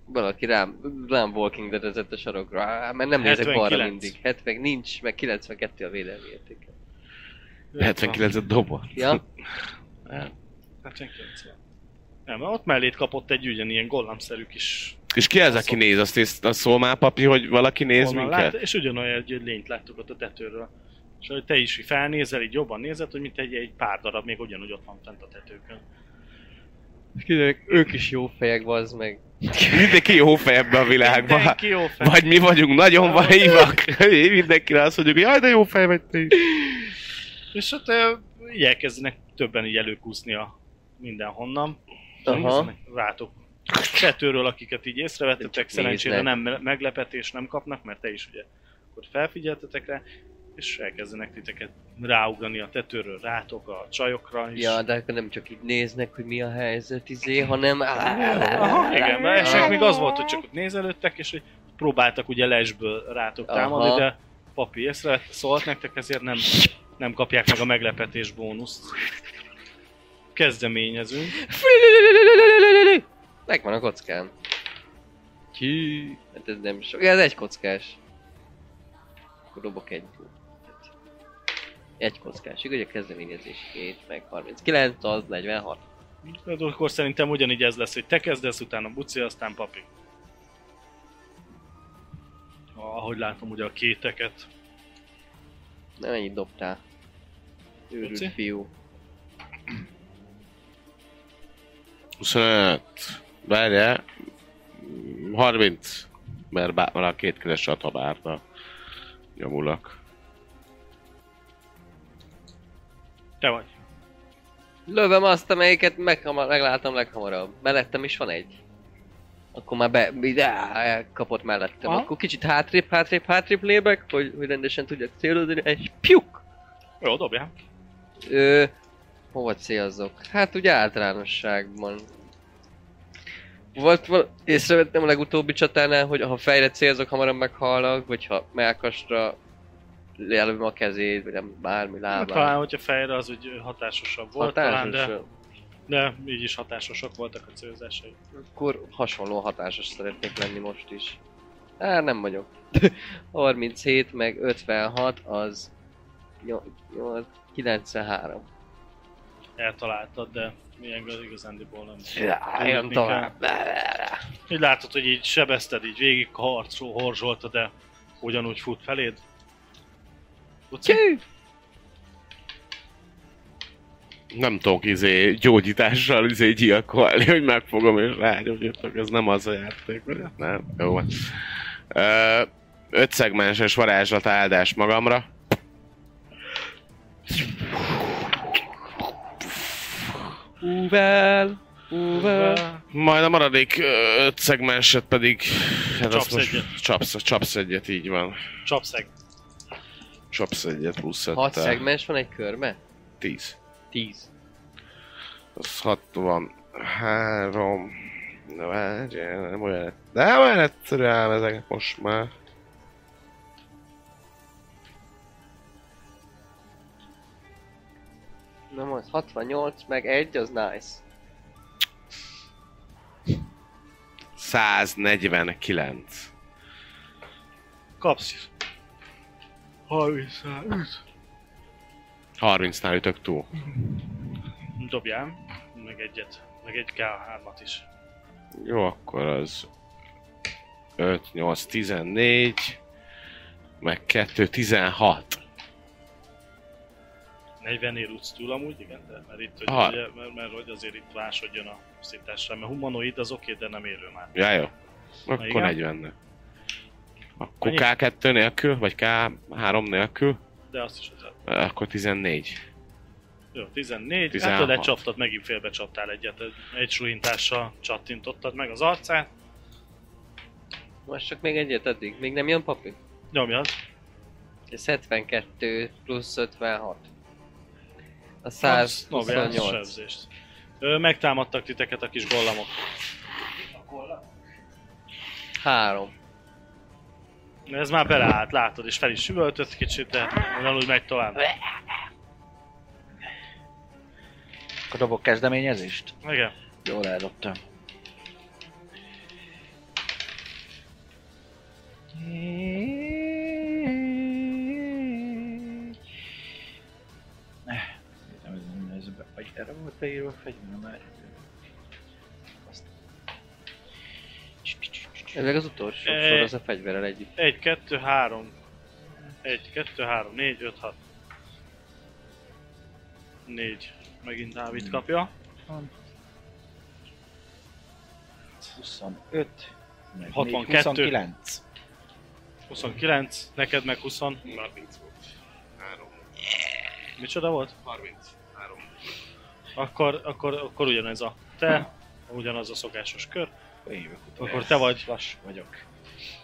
Valaki rám, rám Walking Dead ezett a sarokra, Á, mert nem nézek balra
79.
mindig. 70 nincs, meg 92 a védelmi értéke.
79-et dobol.
Ja?
Hát 79 van. Nem, mert ott mellét kapott egy ugyanilyen gollamszerű kis
És ki az, aki néz? Azt, néz, azt szól már papi, hogy valaki néz
Honnan
minket?
lát, és ugyanolyan egy lényt láttuk ott a tetőről. És ahogy te is hogy felnézel, így jobban nézed, hogy mint egy, egy pár darab még ugyanúgy ott van fent a tetőkön.
Kiderül, ők is jó fejek, bazd meg.
Mindenki jó fej ebben a világban.
Mindenki jó fel.
Vagy mi vagyunk nagyon vaivak. Mindenkire azt mondjuk, hogy jaj, de jó fej vagy te is.
És ott ö, így elkezdenek többen így előkúszni a mindenhonnan.
Aha.
Aha. Rátok. Tetőről, akiket így észrevettetek,
Csak
szerencsére
néznek.
nem me- meglepetés nem kapnak, mert te is ugye akkor felfigyeltetek rá, és elkezdenek titeket ráugrani a tetőről, rátok a csajokra is.
Ja, de akkor nem csak így néznek, hogy mi a helyzet, izé, hanem...
Aha, igen, mert esetleg még az volt, hogy csak ott nézelődtek, és hogy próbáltak ugye lesből rátok
Aha.
támadni, de papi észre szólt nektek, ezért nem, nem kapják meg a meglepetés bónuszt. Kezdeményezünk.
Megvan a kockám. Ki? Hát ez nem sok. Ez egy kockás. Akkor dobok egy. Hát, Egy kockás. Igaz, a kezdeményezés 7, meg 39, az 46.
De akkor szerintem ugyanígy ez lesz, hogy te kezdesz, utána Buci, aztán papi. Ahogy látom ugye a kéteket.
Nem ennyit dobtál. Őrült
Luci?
fiú.
25. Várjál. Mm, 30. Mert bá- már a két keres csatabárta nyomulak.
Te vagy.
Lövöm azt, amelyiket meghamar, megláttam leghamarabb. Mellettem is van egy. Akkor már be, ide, elkapott mellettem.
Aha.
Akkor kicsit hátrébb, hátrébb, hátrébb lébek, hogy, hogy rendesen tudjak célozni. Egy piuk!
Jó, dobjál.
Ö, hova célzok? Hát ugye általánosságban. Volt val- észrevettem a legutóbbi csatánál, hogy ha fejre célzok, hamarabb meghalok, vagy ha melkasra lelövöm a kezét, vagy nem bármi
Hát,
lábát.
talán, hogyha fejre, az úgy hatásosabb volt talán, de, de így is hatásosak voltak a célzásai.
Akkor hasonló hatásos szeretnék lenni most is. Á, nem vagyok. 37 meg 56 az... 8, 93.
eltaláltad, de ilyenkor igazándiból nem.
Jön
Tudni
tovább.
kell. Így látod, hogy így sebezted, így végig harcol, horzsoltad, de ugyanúgy fut feléd. Uci?
Cső!
Nem tudok izé gyógyítással izé gyilkolni, hogy megfogom és rágyógyítok. Ez nem az a játék, vagy? hát Nem? Jó van. Ö, öt szegmenses varázslat áldás magamra.
Uvel! Uvel!
Majd a maradék ö, öt szegmenset pedig... Hát
Csapsz
azt most-
egyet.
Csapsz, csapsz egyet, így van.
Csapszeg.
Csapsz egyet plusz
6
öttel.
szegmens van egy körbe?
10.
10.
Az 63... Na várjál, nem olyan... De nem olyan egyszerű ám ezek most már.
Na most 68 meg 1 az nice.
149.
Kapsz. 35.
30-nál ütök túl.
Dobjál. Meg egyet. Meg egy K3-at is.
Jó, akkor az... 5, 8, 14... Meg 2, 16.
40 ér utc túl amúgy, igen, de mert itt, hogy,
Aha.
ugye, mert, mert, hogy azért itt máshogy jön a szításra, mert humanoid az oké, de nem érő már.
Ja, jó.
igen.
Akkor 40 Akkor
Annyi?
K2 nélkül, vagy K3 nélkül,
De azt is hozzá.
eh, akkor 14.
Jó, 14, 16.
16.
hát oda csaptad, megint félbe csaptál egyet, egy- egy sulintással csattintottad meg az arcát,
Most csak még egyet addig. Még nem jön papi?
nyomjad,
Ez 72 plusz 56. A
kapsz novell
128.
sebzést. Ö, megtámadtak titeket a kis gollamok.
3.
Ez már beleállt, látod, és fel is süvöltött kicsit, de ugyanúgy megy tovább.
Akkor dobok kezdeményezést?
Igen,
Jól eldobtam. Nem, ez nem ez be, vagy erre volt beírva a fegyver, már. Azt.
Ez meg az utolsó
Ö,
sor, az a fegyverrel együtt.
1, 2, 3. 1, 2, 3, 4, 5, 6. 4. Megint Dávid kapja.
25, meg
62.
4, 29.
29, neked meg 20.
30 volt. 3.
Micsoda volt?
30. 3.
Akkor, akkor, akkor ugyanez a te, ugyanaz a szokásos kör.
Én jövök utol.
Akkor te vagy.
Lass vagyok.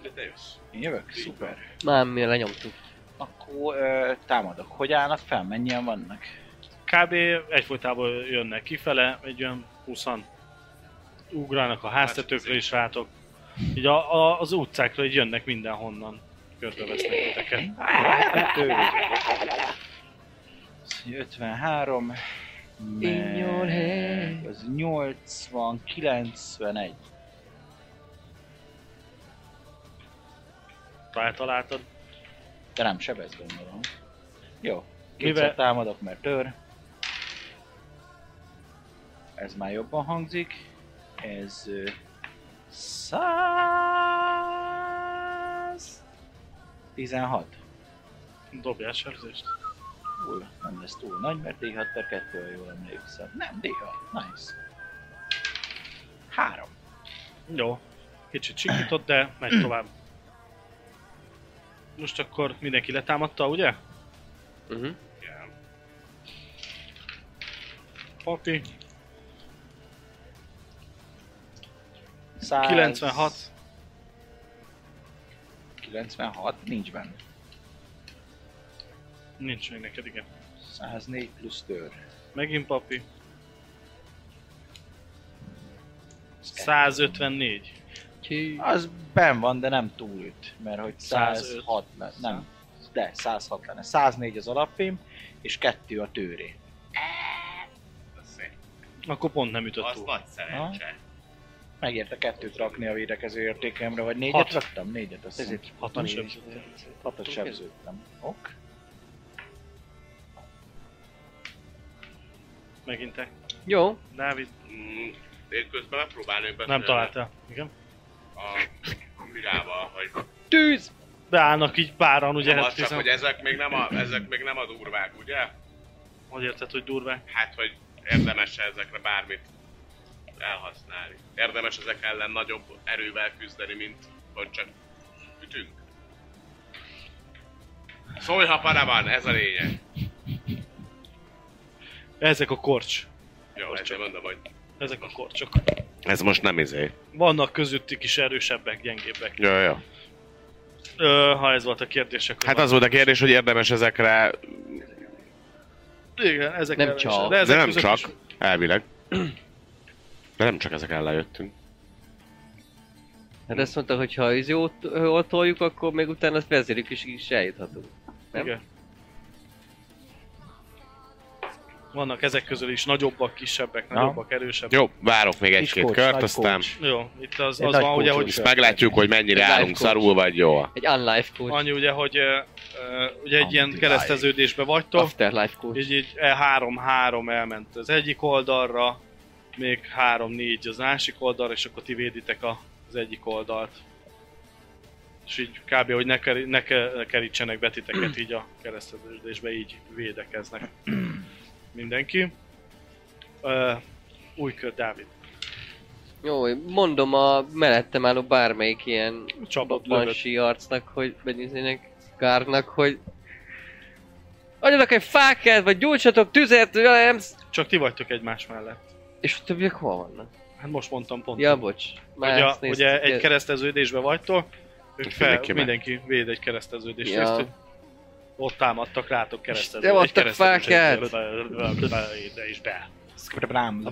De te jössz.
Én jövök? Szuper.
Már mi lenyomtuk.
Akkor ö, támadok. Hogy állnak fel? Mennyien vannak?
Kb. egyfolytában jönnek kifele, egy olyan 20 ugrálnak a háztetőkre is rátok. Így a, a, az utcákra így jönnek mindenhonnan. Körbevesznek titeket.
53,
In your
meg
head.
az 80, 91.
Rátaláltad.
De nem sebez gondolom. Jó.
Mivel-
Kétszer támadok, mert tör. Ez már jobban hangzik. Ez... ö, 100... 16.
Dobjál sebzést.
Túl, nem lesz túl nagy, mert D6 per 2 jól emlékszem. Nem, D6, nice. Három.
Jó. Kicsit sikított, de megy tovább. Most akkor mindenki letámadta, ugye? Mhm.
Uh-huh.
Papi.
100...
96.
96 nincs benne.
Nincs még neked, igen.
104 plusz tör.
Megint papi. 154.
Az ben van, de nem túl üt, mert hogy
105.
106 lenne, nem, de 106 lenne. 104 az alapfém, és 2 a tőré.
Akkor pont nem ütött
Az
túl.
nagy szerencse.
Megérte kettőt rakni a védekező értékemre, vagy négyet
Hat.
raktam? Négyet, azt hiszem.
Ezért
Hatan
Négy.
sebzett.
Hatot sebződtem. Ok.
Megint te.
Jó,
Dávid,
Mm, Én közben megpróbálnék beszélni.
nem találtál. Igen.
A mirával, hogy
tűz!
Beállnak így páran, ugye?
nem
Hát
az csak,
hiszem,
hogy ezek még nem a, ezek még nem a durvák, ugye?
Hogy érted, hogy durvák?
Hát, hogy érdemes ezekre bármit elhasználni. Érdemes ezek ellen nagyobb erővel küzdeni, mint hogy csak ütünk. Szólj, ha para van, ez a lényeg.
Ezek a korcs.
Jó, ezért mondom, hogy...
Ezek a korcsok.
Ez most nem izé.
Vannak közöttük is erősebbek, gyengébbek.
Jó, jó.
Ö, ha ez volt a kérdés, akkor...
Hát az volt a kérdés, hogy érdemes ezekre,
Igen, ezek
Nem
ellen is-
csak.
de
ezek
nem
között
csak,
Is...
elvileg. De nem csak ezek ellen jöttünk.
Mhm.
Hát azt mondta, hogy ha izjót ott toljuk, akkor még utána azt vezérjük is, is eljuthatunk. Nem?
Igen. Vannak ezek közül is nagyobbak, kisebbek, nagyobbak, erősebbek.
Jó, várok még egy-két
Kis
kört,
nagy
aztán
kulcs.
Jó, itt az,
Egy
az
nagy
van, ugye,
kulcs
hogy
is.
ezt meglátjuk, hogy mennyire
Egy
állunk
life coach.
szarul vagy jól.
Egy unlife coach,
annyi ugye, hogy ö, ö, ugye egy ilyen kereszteződésbe vagytok,
afterlife coach.
így, így e 3-3 elment az egyik oldalra, még 3-4 az másik oldalra, és akkor ti véditek a, az egyik oldalt. És így kb. hogy ne, keri, ne, ke- ne kerítsenek be titeket így a kereszteződésbe, így védekeznek mindenki. Ö, új kör, Dávid.
Jó, mondom a mellettem álló bármelyik ilyen
Csapott lövött.
bansi arcnak, hogy benéznének gárnak, hogy adjanak egy fákát, vagy gyújtsatok tüzet, vagy nem... sz-
Csak ti vagytok egymás mellett.
És a többiek hol vannak?
Hát most mondtam pont.
Ja, bocs. Már
Ugye,
azt néztük,
ugye egy
ez-
kereszteződésbe vagytok, ők
És
fel,
mindenki meg.
mindenki véd egy kereszteződést.
Ja.
Ja. Ott támadtak rátok kereszteződést.
nem adtak hát?
De is be.
Skrbrám.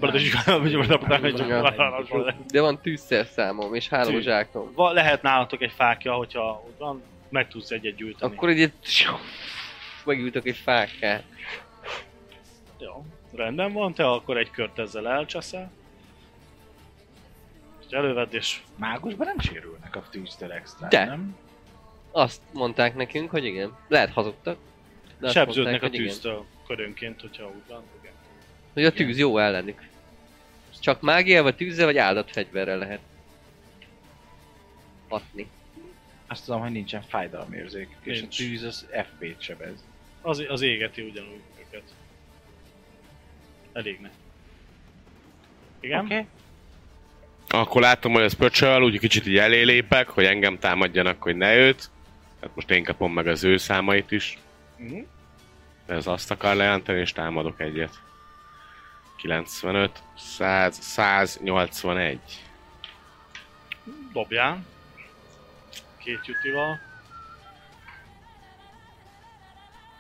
De van tűzszer számom, és három
Tű.
zsákom.
Va- Lehet nálatok egy fákja, hogyha ott van, meg tudsz egyet gyűjteni.
Akkor egy megültök egy fákát.
Jó, rendben van, te akkor egy kört ezzel elcseszel. És elővedd és
Mágusban nem sérülnek a tűztől extra,
De.
nem?
Azt mondták nekünk, hogy igen. Lehet hazudtak. de azt
sebződnek
mondták,
a
hogy igen.
tűztől körönként, hogyha úgy van. Igen.
Hogy a tűz jó ellenük. Csak mágiával, tűzzel vagy áldott fegyverrel lehet. hatni.
Azt tudom, hogy nincsen fájdalomérzékük, és a
Nincs.
tűz az FP-t sebez.
Az, az égeti ugyanúgy őket. Elég ne. Igen?
Oké?
Akkor láttam, hogy ez pöcsöl, úgy kicsit így elélépek, hogy engem támadjanak, hogy ne őt. Hát most én kapom meg az ő számait is.
Mhm.
Ez azt akar lejelenteni, és támadok egyet. 95, 100, 181.
Dobjál. Két jutival.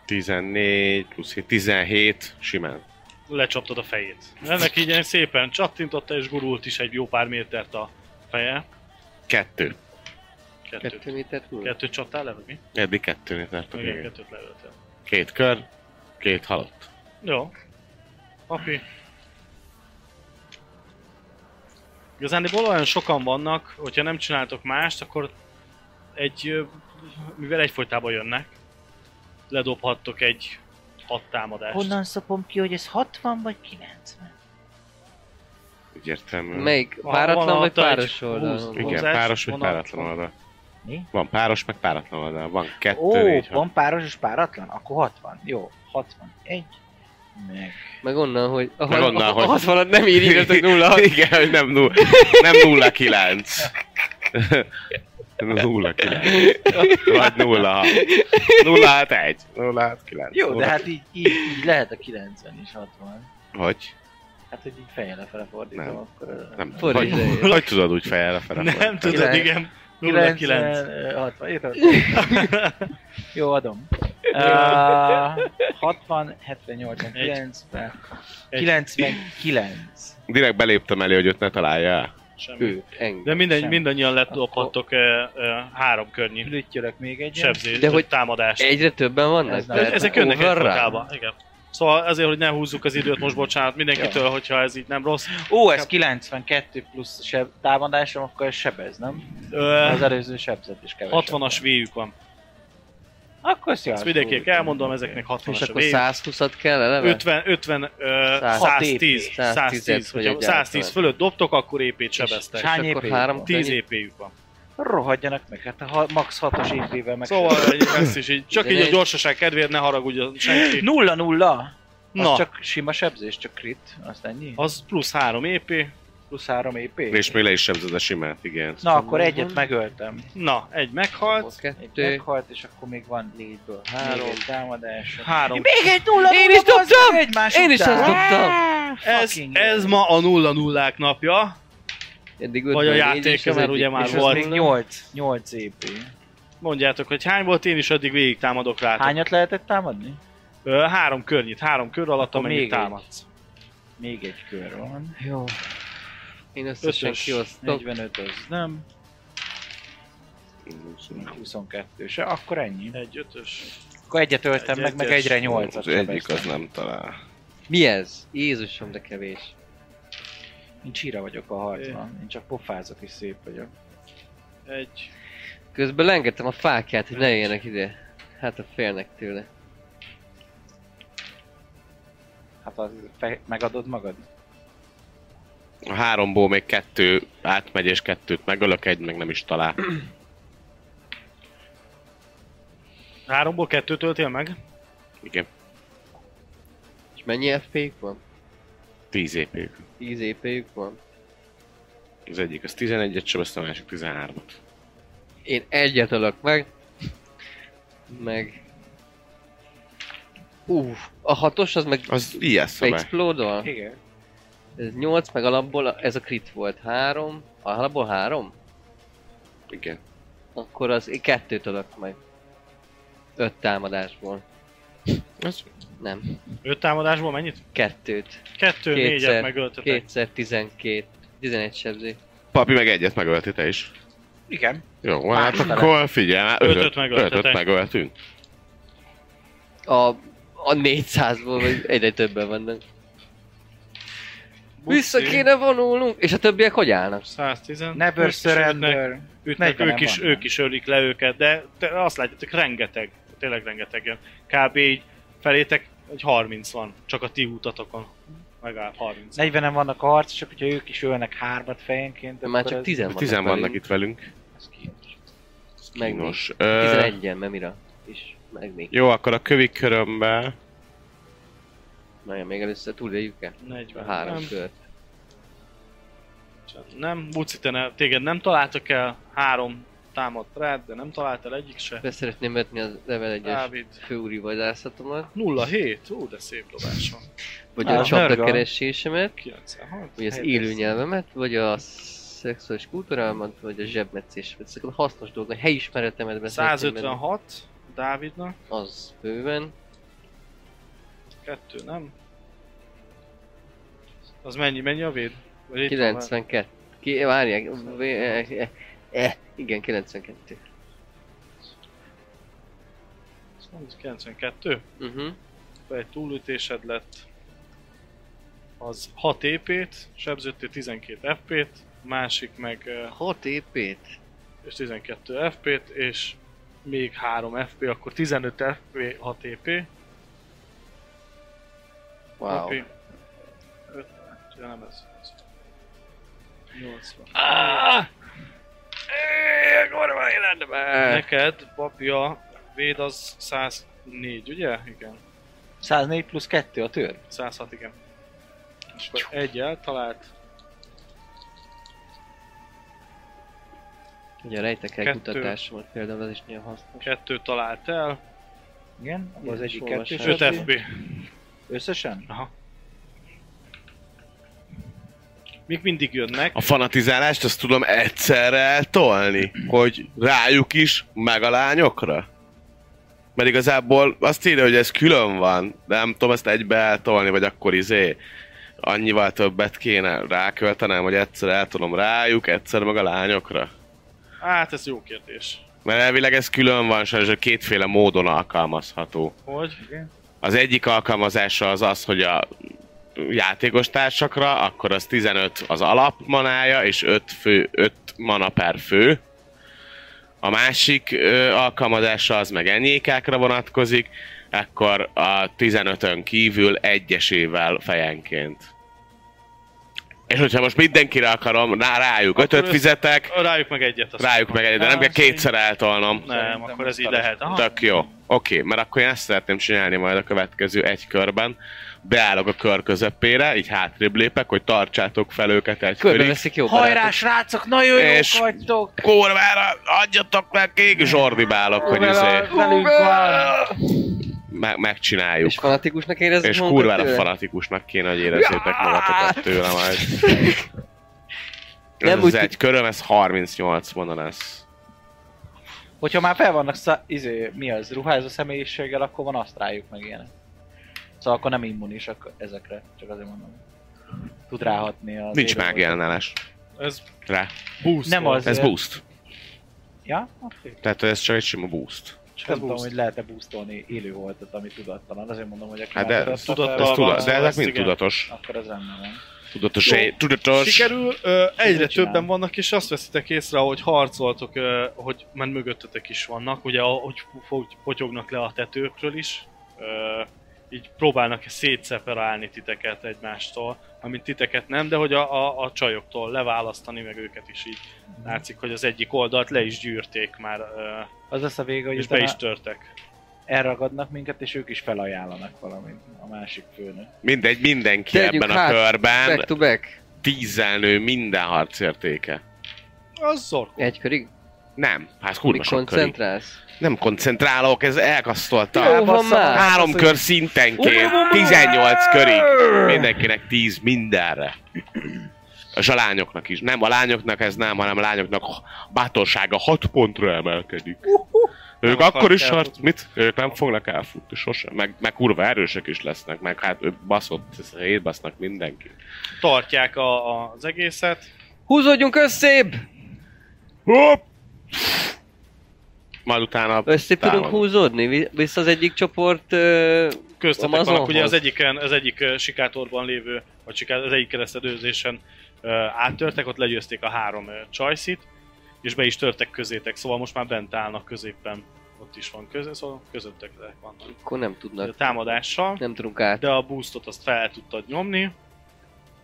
14, plusz 7, 17, simán.
lecsaptad a fejét. Ennek így ilyen szépen csattintotta, és gurult is egy jó pár métert a feje.
Kettő.
Kettőt.
Kettő
Kettő.
métert múlva.
Kettőt csaptál le, vagy mi?
Eddig kettőnél tartok.
Igen,
igen.
kettőt leöltél.
Két kör, két halott.
Jó. Papi. Igazándiból olyan sokan vannak, hogyha nem csináltok mást, akkor egy, ö, mivel egyfolytában jönnek, ledobhattok egy hat támadást.
Honnan szopom ki, hogy ez 60 vagy 90?
Úgy értem.
Melyik?
Van-
Páratlan
van
vagy
alatta egy
páros oldalon?
húsz.
Igen,
Vonzás,
páros vagy
vonal-
páratlan oldal.
Mi?
Van páros, meg páratlan oldal. Van kettő,
Ó,
négy, hat.
van páros és páratlan? Akkor 60. Jó, 61. Meg
Meg onnan, hogy a,
Meg
a-
onnan,
a,
hogy-
a 60 nem így írjatok 0
Igen, hogy nem, nu- nem 0-9. 0-9. Vagy 0-6. 0-6-1. 0-6-9.
Jó, de hát így, így, így lehet a 90 és 60.
Hogy?
Hát, hogy így fejjel lefele fordítom,
Nem.
akkor... ö,
Nem. Hogy,
Fordítsd el.
hogy tudod úgy fejjel fel?
Nem tudod,
Kilenc.
igen. 0 9.
90, ö, 60, érted? Jó, adom. Uh, 60, 78, 90,
Egy.
99.
Direkt beléptem elé, hogy őt ne találja el.
Semmi.
Ő, engem.
De minden,
Sem.
mindannyian ledobhattok ö, ö, három környi
Lüttyölök még egyet.
sebzés,
De
de
hogy-
hogy támadást.
Egyre többen vannak?
Ez nem-
Tehát
Ezek jönnek
overrun?
egyfolytában, igen. Szóval azért, hogy ne húzzuk az időt, most bocsánat mindenkitől, hogyha ez így nem rossz.
Ó, ez 92 plusz seb támadásom, akkor ez sebez, nem?
Ö,
Az előző sebzett is kevesebb.
60-as véjük van.
Akkor szia.
Ezt mindenképp elmondom, ezeknek
És
60-as a
akkor
véjük.
120-at kell eleve?
50, 50, ö,
Száz.
110,
110, vagy
110, hogyha
egyáltalán.
110 fölött dobtok, akkor épét
És
sebeztek.
hány
akkor
épéjük
három
van?
tíz.
10 épéjük van.
Rohadjanak meg, hát a ha- max 6-os épével meg
Szóval egy- ezt is így, csak így a
Tizenegy.
gyorsaság kedvéért ne haragudjon senki.
Nulla nulla.
Na,
Az csak sima sebzés, csak crit, azt ennyi.
az plusz 3 épé.
Plusz 3 EP.
És még le is sebzed a simát, igen.
Na, akkor
Mhm.
egyet megöltem.
Na, egy meghalt,
Akkor
Egy
Kettő.
meghalt, és akkor még van négyből három.
Három.
Még egy támadás.
három
Még egy nulla
Én
nulla,
is dobtam!
bazd meg, Egymás
Én is azt dobtam!
Ez,
Fucking
ez ma a nulla nullák napja.
Eddig
Vagy a
54
játék,
is, az
mert
egyik-
ugye már
és
és
ez
volt. Hát-
még 8, 8 EP.
Mondjátok, hogy hány volt, én is addig végig támadok rá.
Hányat lehetett támadni?
Ö, három környit, három kör alatt,
Akkor
amennyit
még
támad.
egy. Még egy kör van.
Jó. Én összesen
Ötös,
kiosztok.
45 az nem, 22 se, akkor ennyi.
Egy ötös.
Akkor egyet öltem
Egy
meg, meg
egyes.
egyre 8
Az egyik az nem talál.
Mi ez? Jézusom, de kevés.
Én csíra vagyok a harcban, én csak pofázok és szép vagyok.
Egy.
Közben lengettem a fákját, hogy ne jöjjenek ide. Hát a félnek tőle.
Hát az, fe, megadod magad?
A háromból még kettő átmegy, és kettőt megölök, egy meg nem is talál.
Háromból kettőt töltél meg?
Igen,
És mennyi fp van?
tíz épig.
10 ep van?
Az egyik az 11-et sebeztem, a másik 13-at.
Én egyet ölök meg. Meg... Uff, a hatos az meg
Az ijesztő be.
explodol.
Igen.
Ez 8, meg alapból a- ez a crit volt. 3, alapból 3?
Igen.
Akkor az én kettőt adok meg. 5 támadásból.
Az
Nem,
Öt támadásból mennyit?
kettőt.
Kettő,
Kétszer.
négyet megöltetek.
Kétszer 12. 11 sebzés.
Papi meg egyet megölti, te is.
Igen.
Jó,
Pár
hát
fele.
akkor figyelj, már
Ötöt
ötöt,
megöltetek.
ötöt megöltünk.
A, a 400-ból vagy egyre többen vannak. Vissza kéne vonulnunk, és a többiek hogy állnak?
110. Ők
Never
is ütnek-
surrender.
Ütnek,
40-en
ők is,
vannak.
ők is ölik le őket, de te azt látjátok, rengeteg, tényleg rengeteg jön. Kb. így felétek egy 30 van, csak a ti utatokon. Legalább 30.
40-en vannak a harcosok, hogyha ők is ölnek hármat fejenként,
De már
akkor
csak
ez-
10 vannak.
Tizen
velünk.
vannak itt velünk.
ez ki-
Meg még.
Kínos. Ö,
11-en, Memira. És meg még.
jó, akkor a kövi körömbe
Na ja, még először túléljük el?
40.
Három
nem.
kört.
Csak Nem, Buci, te ne, téged nem találtak el, három támadt rád, de nem találtál egyik se.
Beszeretném vetni az level 1-es
Dávid.
főúri vadászatomat,
07, ó, de szép dobás van.
vagy
Á,
a csapda
Merga.
keresésemet,
96.
vagy az
Helyes.
élő nyelvemet, vagy a szexuális kultúrámat, vagy a zsebmetszés. Ezek a hasznos dolgok, a helyismeretemet beszeretném venni.
156 Dávidnak,
Az bőven.
kettő nem. Az mennyi, mennyi a véd? Vagy itt van már?
92. Ki, várják. vé- eh, eh, eh, Igen, 92.
92?
Uh-huh.
Szóval Akkor egy túlütésed lett. Az 6 EP-t, sebződtél 12 FP-t, másik meg ö,
6 épét.
és 12 FP-t, és még 3 FP, akkor 15 FP, 6 EP.
Wow.
FP. Öt- ja, nem ez. ez. 80.
Ah!
Neked, papja, véd az 104, ugye? Igen.
104 plusz 2 a tör.
106, igen. És akkor egy eltalált,
Ugye a rejtek el
Kettő.
kutatásomat például az is nagyon hasznos.
kettő talált el,
Igen, az
Igen,
egyik
sorvas
kettő.
helyen.
5 FP.
Összesen?
Aha. Még mindig jönnek.
a fanatizálást azt tudom egyszerre eltolni, hogy rájuk is, meg a lányokra. Mert igazából azt írja, hogy ez külön van, de nem tudom ezt egybe eltolni, vagy akkor izé annyival többet kéne ráköltenem, hogy egyszer eltolom rájuk, egyszer meg a lányokra.
Hát ez jó kérdés.
Mert elvileg ez külön van, sajnos hogy kétféle módon alkalmazható.
Hogy?
Az egyik alkalmazása az az, hogy a játékos társakra, akkor az 15 az alapmanája, és 5, fő, 5 mana per fő. A másik ö, alkalmazása az meg enyékákra vonatkozik, akkor a 15-ön kívül egyesével fejenként. És hogyha most mindenkire akarom, rá, rájuk
Akkor
ötöt
össz-
fizetek,
Rájuk meg egyet. azt
rájuk
mondom.
meg egyet, de nem kell
Hát, szerintem-
kétszer eltolnom.
Nem, akkor ez így lehet. Aha.
Tök jó. Oké, okay, mert akkor én ezt szeretném csinálni majd a következő egy körben. Beállok a kör közepére, így hátrébb lépek, hogy tartsátok fel őket egy
Körbe
körig.
veszik jó
Hajrá,
barátok.
srácok, nagyon jók
És-
vagytok!
Kurvára, adjatok meg kék, és ordibálok, hogy izé,
Velünk van!
me- megcsináljuk.
És fanatikusnak érezzük
És
magunkat
kurvára
tőle?
fanatikusnak kéne, hogy érezzétek magatokat tőle majd.
Nem
Nem ez
úgy
egy köröm, ez 38 van lesz.
Hogyha már fel vannak szá- izé, mi az, ruházó személyiséggel, akkor van azt rájuk meg ilyenek. Szóval akkor nem immunisak ezekre, csak azért mondom. Tud ráhatni a...
Nincs mágiellenes
Ez
rá.
boost
Nem
volt.
az.
Ez boost.
Ja? Oké.
Tehát ez csak egy sima boost.
Csak nem tudom,
boost.
hogy lehet-e boostolni élőholtat, ami tudattalan. Azért mondom, hogy aki
Hát
már
de-
tudattal
tudattal
Ez
van,
tuda- de
szóval
ezek
ezt
mind
igen.
tudatos.
Akkor ez rendben van.
Tudatos,
Jó.
é- tudatos.
Sikerül, ö, egyre
Mit csinál?
többen vannak, és azt veszitek észre, hogy harcoltok, ö, hogy már mögöttetek is vannak, ugye, ahogy fo- potyognak le a tetőkről is, ö, így próbálnak szétszeparálni titeket egymástól, amint titeket nem, de hogy a, a, a csajoktól leválasztani, meg őket is így
Mhm.
látszik, hogy az egyik oldalt le is gyűrték már, ö,
Az lesz a vége, hogy
és be is
utána
törtek.
elragadnak minket, és ők is felajánlanak valamit a másik főnök.
Mindegy, mindenki
Tegyük
ebben a
hát, Back
körben
to back.
tízzel nő minden harcértéke.
Az zorkó.
Egy körig?
Nem, hát
Mi
kurva sok körig.
koncentrálsz?
Nem koncentrálok, ez elkasztolta.
Jó van már!
Három kör szintenként, 18 körig. Mindenkinek 10 mindenre. És a lányoknak is. Nem, a lányoknak ez nem, hanem a lányoknak bátorsága 6 pontra emelkedik. Ők
Nem
akkor is,
akarnak
hát mit? Ők nem fognak elfutni sosem. Meg, meg kurva erősek is lesznek, meg hát ők baszott, basznak mindenki.
Tartják a, a, az egészet,
Húzódjunk összébb!
Hopp! Majd utána...
Össze tudunk
támadunk.
húzódni? Vi- Vissza az egyik csoport... Ö...
köztetek
Amazonhoz.
vannak, ugye az egyiken, az egyik ö, sikátorban lévő, vagy sikát, az egyik keresztedőzésen ö, áttörtek, ott legyőzték a három ö, csajszit, és be is törtek közétek, szóval most már bent állnak középpen, ott is van közé, szóval közöttek vannak.
Akkor nem
A
tudnak.
támadással,
Nem tudunk át.
de a boostot azt fel tudtad nyomni,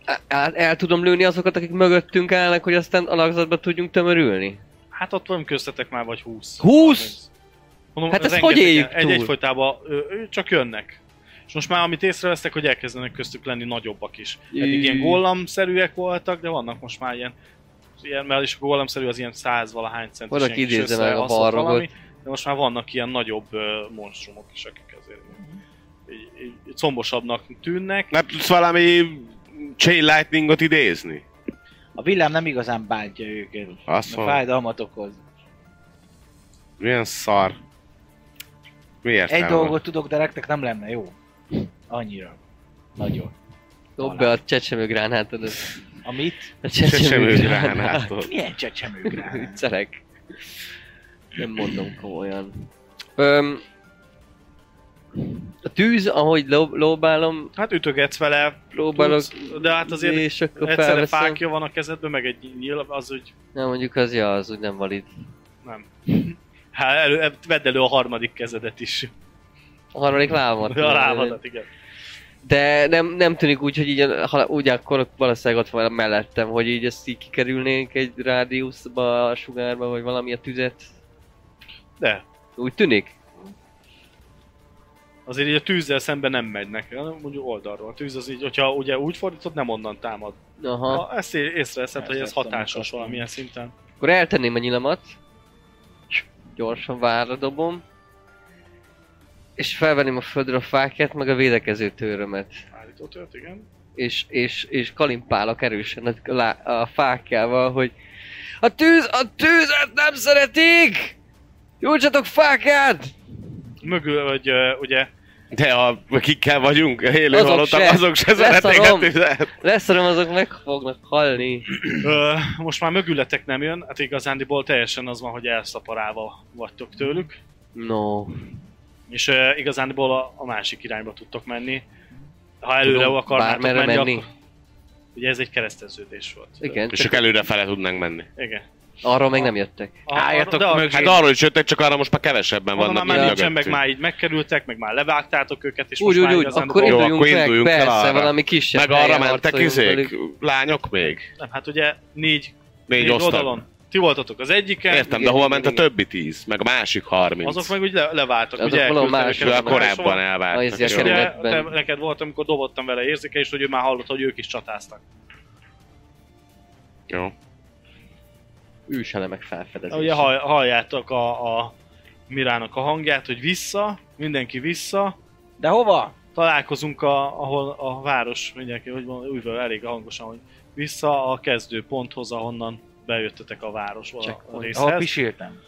Á- El, el tudom lőni azokat, akik mögöttünk állnak, hogy aztán alakzatba tudjunk tömörülni?
Hát ott van köztetek már vagy 20.
20?
Mondom,
Hát
ez
ezt hogy
rengetegen-
éljük túl?
egy, Egyfolytában ö, ö, csak jönnek. És most már amit észrevesztek, hogy elkezdenek köztük lenni nagyobbak is. Eddig ilyen gollamszerűek voltak, de vannak most már ilyen, ilyen mert is a gollamszerű az ilyen százvalahány centis.
Valaki
ilyen kis
idézze meg a
összehaszott
balrogot.
valami, De most már vannak ilyen nagyobb ö, monstrumok is, akik azért így, így, így combosabbnak tűnnek.
Nem tudsz valami Chain Lightningot idézni?
A villám nem igazán bántja őket.
Azt
Mert
mondom,
Fájdalmat okoz.
milyen szar. Miért
Egy dolgot tudok, de nektek nem lenne jó. Annyira. Nagyon.
Dob be a csecsemőgránátodat.
Amit?
A
Csecsemőgránátot.
Milyen csecsemők
Viccelek. Nem mondom komolyan. Öm, a tűz, ahogy ló, lóbálom,
Hát ütögetsz vele,
próbálok
tudsz, de hát azért
és akkor
egyszerre
felveszem.
fákja van a kezedben, meg egy nyíl, az úgy
Nem, mondjuk az, ja, az úgy nem valid.
nem. Hát elő, vedd elő a harmadik kezedet is.
A harmadik lábamat.
A lábadat, igen.
De nem, nem tűnik úgy, hogy így, ha, úgy akkor valószínűleg ott van mellettem, hogy így ezt így kikerülnénk egy rádiuszba, a sugárba, vagy valami a tüzet.
De.
Úgy tűnik?
Azért így a tűzzel szemben nem megy neki, hanem mondjuk oldalról. A tűz az így, hogyha ugye úgy fordítod, nem onnan támad.
Aha.
Ha ezt é- észreveszed, hogy ez
Persze, ezt
hatásos
tudom,
valamilyen szinten.
Akkor eltenném a nyilamat. Gyorsan várra dobom. És felvenném a földre a fákját, meg a védekező tőrömet.
Állító tört, igen.
És, és, és kalimpálok erősen a, lá- a fákjával, hogy A tűz, a tűzet nem szeretik! Gyújtsatok fákát!
Mögül, hogy ö, ugye
De a, akikkel vagyunk, élő
Azok
azok halottak,
se.
se. azok se
Leszarom.
szeretnék a tüzet.
Leszarom, azok meg fognak halni.
Ö, most már mögületek nem jön, hát igazándiból teljesen az van, hogy elszaparálva vagytok tőlük,
No.
és ö, igazándiból a, a másik irányba tudtok menni. Ha előre
Tudom,
akarnátok
bármerre
menni,
menni.
menni, akkor... Ugye ez egy kereszteződés volt.
Igen,
És csak
csak
előrefele tudnánk menni.
igen.
arra még nem jöttek.
A,
Álljatok
a-
mögé.
Hát arról is jöttek, csak arra most már kevesebben
Onnan
vannak.
már
mint
nincsen, meg
mögöttünk.
már így megkerültek, meg már levágtátok őket, és
Úgy,
most
úgy,
már
úgy, akkor
igazándiból...
Jó,
induljunk,
akkor induljunk
meg,
el
persze,
arra.
valami kisebb
Meg arra
helyen
mentek
harcoljunk
izék,
velük.
lányok még?
Nem, hát ugye négy, négy,
Négy,
négy
osztag.
oldalon. Ti voltatok az egyiken,
Értem, de
Igen,
hol
igen,
ment a
igen.
többi tíz? Meg a másik harminc.
azok meg úgy le, leváltak,
Azok
ugye
Hát valahol
elküldtem
más-
őket
Ja,
a máshova.
korábban
Na,
elváltak.
ez
És
jó.
ilyen
ugye
kerületben.
te, neked volt, amikor dobottam vele érzékelést, hogy ő már hallotta, hogy ők is csatáztak.
Jó.
Űrselemek felfedezése.
Ugye hall, halljátok a, a Mirának a hangját, hogy vissza, mindenki vissza,
De hova?
találkozunk, a, ahol a város, mindenki, hogy mondom, úgy van, elég hangosan, hogy vissza a kezdő ponthoz, ahonnan bejöttetek a városba a, a
Checkpoint. Ahol
részhez.
pisiltem.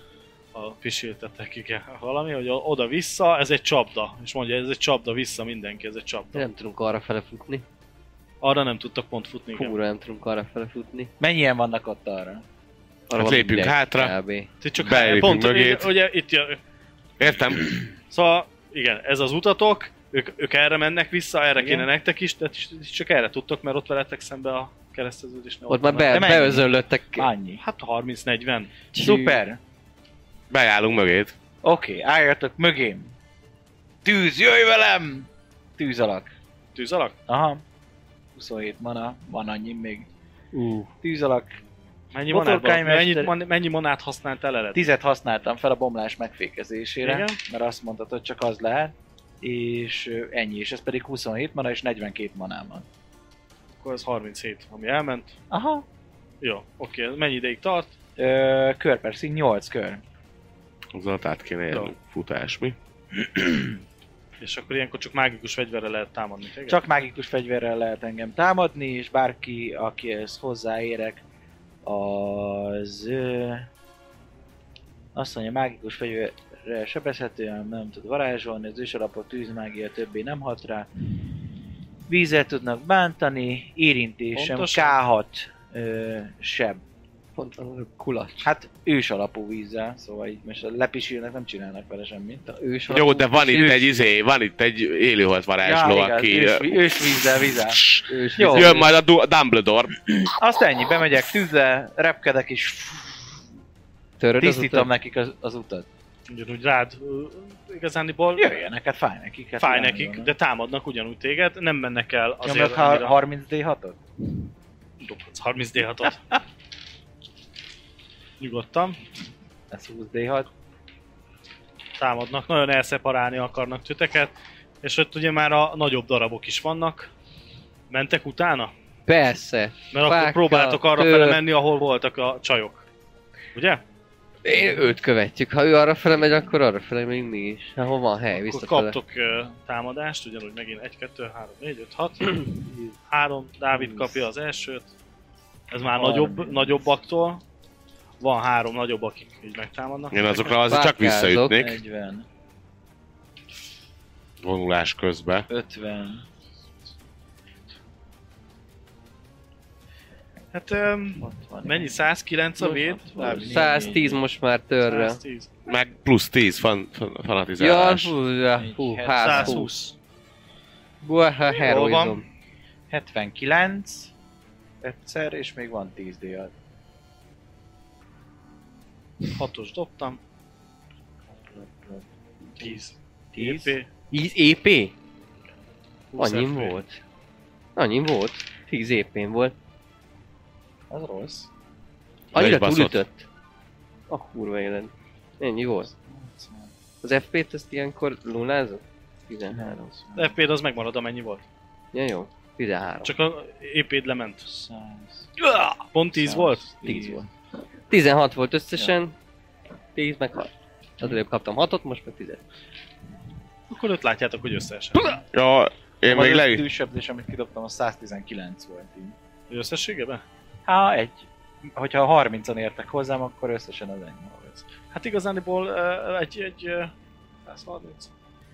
a pisiltetek, igen, valami, hogy o- oda-vissza, ez egy csapda. És mondja, ez egy csapda, vissza mindenki, ez egy
De
csapda.
nem tudunk arra fele futni.
Arra nem tudtak pont futni, igen.
Kúra nem tudunk arra fele futni.
Mennyien vannak ott arra?
Arra
Hát
van
lépjünk
mindegy,
hátra.
Kb.
Ti csak
Beérjük
pont,
mögé.
ugye, ugye itt jön.
Értem.
Szóval, igen, ez az utatok, ők, ők erre mennek vissza, erre kéne nektek is, de ti ti csak erre tudtok, mert ott veletek szembe a kereszteződésnél.
Ott már be,
De mennyi?
beözönlöttek.
Annyi.
Hát 30-40.
Csí.
Szuper.
Beállunk mögét.
Oké, okay, álljatok mögém. Tűz, jöjj velem! Tűz alak.
Tűz alak?
Aha. 27 mana, van annyi még.
Uh.
Tűz alak.
Mennyi
Motorkány
manát, mennyi,
mester-
man, mennyi manát használt elered?
Tizet használtam fel a bomlás megfékezésére,
Igen.
Igen? mert azt mondtad, hogy csak az lehet. És ö, ennyi, és ez pedig 27 mana és 42 manám van.
Akkor ez 37, ami elment.
Aha.
Jó, oké, okay. mennyi ideig tart?
Ö, kör per szín, 8 kör.
Azzal át kéne érnünk. Futás, mi?
És akkor ilyenkor csak mágikus fegyverre lehet támadni, igen?
Csak mágikus fegyverrel lehet engem támadni, és bárki, aki ezt hozzáérek, az... ö, Azt mondja, mágikus fegyverre sebezhetően nem tud varázsolni, az ősalapú tűzmágia többé nem hat rá. Vízzel tudnak bántani, érintésem
Pontosan.
K6 ö, seb.
Pont van a kulacs.
Hát ősalapú vízzel, szóval így most a lepisilnek nem csinálnak vele semmit.
Ős
Jó, de van itt egy izé, van itt egy élőholt varázsló,
Ja, igaz,
aki...
ős, ősvízzel vizet.
Ős
Jó.
Jön majd a Du- Dumbledore.
Azt ennyi, bemegyek tűzzel, repkedek és
Töröd az
tisztítom
utat.
nekik az, az utat.
ugyanúgy rád ö, igazániból
Jöjjenek, hát fáj nekik. Hát
fáj
nem
nekik,
jól.
de támadnak ugyanúgy téged, nem mennek el azért,
Nyomjak
ja, annyira...
ha
Ha...
30 d 6
Dobhatsz 30 d 6 Nyugodtan.
Ez 20 D6.
Támadnak, nagyon elszeparálni akarnak titeket. És ott ugye már a nagyobb darabok is vannak. Mentek utána?
Persze.
Mert Fáka, akkor
Fákkal,
próbáltok arra
tő-
fele menni, ahol voltak a csajok. Ugye?
Én őt követjük. Ha ő arra fele megy, akkor arra fele megyünk mi is. Ahol van hely,
Akkor
visszafele.
kaptok ö, támadást, ugyanúgy megint 1, 2, 3, 4, 5, 6. 3, Dávid kapja az elsőt. Ez már nagyobb, nagyobbaktól. Van három nagyobb, akik így megtámadnak.
Én azokra az csak
Vágkázok.
visszaütnék
40,
vonulás közben.
50,
Hát öm,
60.
mennyi? 109 a véd? Dávid?
110 most már törre.
110.
Meg plusz 10 fan, fan,
Ja,
fanatizálás.
hú, ja, hú,
Egy
hát, hú.
120.
Buha, heroizom.
van?
79, egyszer, és még van 10 D6.
6-os dobtam. 10.
10.
EP.
Íz EP?
20
Annyi
FP.
volt. Annyi volt. 10 épén volt.
Az rossz.
Annyira
baszott.
túlütött. A kurva élet. Ennyi volt. Az FP-t ezt ilyenkor lunázott? 13.
De FP-d E az megmarad, amennyi volt.
Ja, jó. 13.
Csak a EP-d lement.
100,
Pont 10 volt?
10 volt. 16 volt összesen. 10 meg 6. Az előbb kaptam 6-ot, most meg 10
Akkor öt látjátok, hogy összeesett.
Ja, én még
a
leüt.
tűsebb, és amit kidobtam, az 119 volt így.
Hogy Összességében?
Há, Hát, egy. Hogyha 30-an értek hozzám, akkor összesen az ennyi volt.
Hát igazániból uh, egy, egy uh, 130.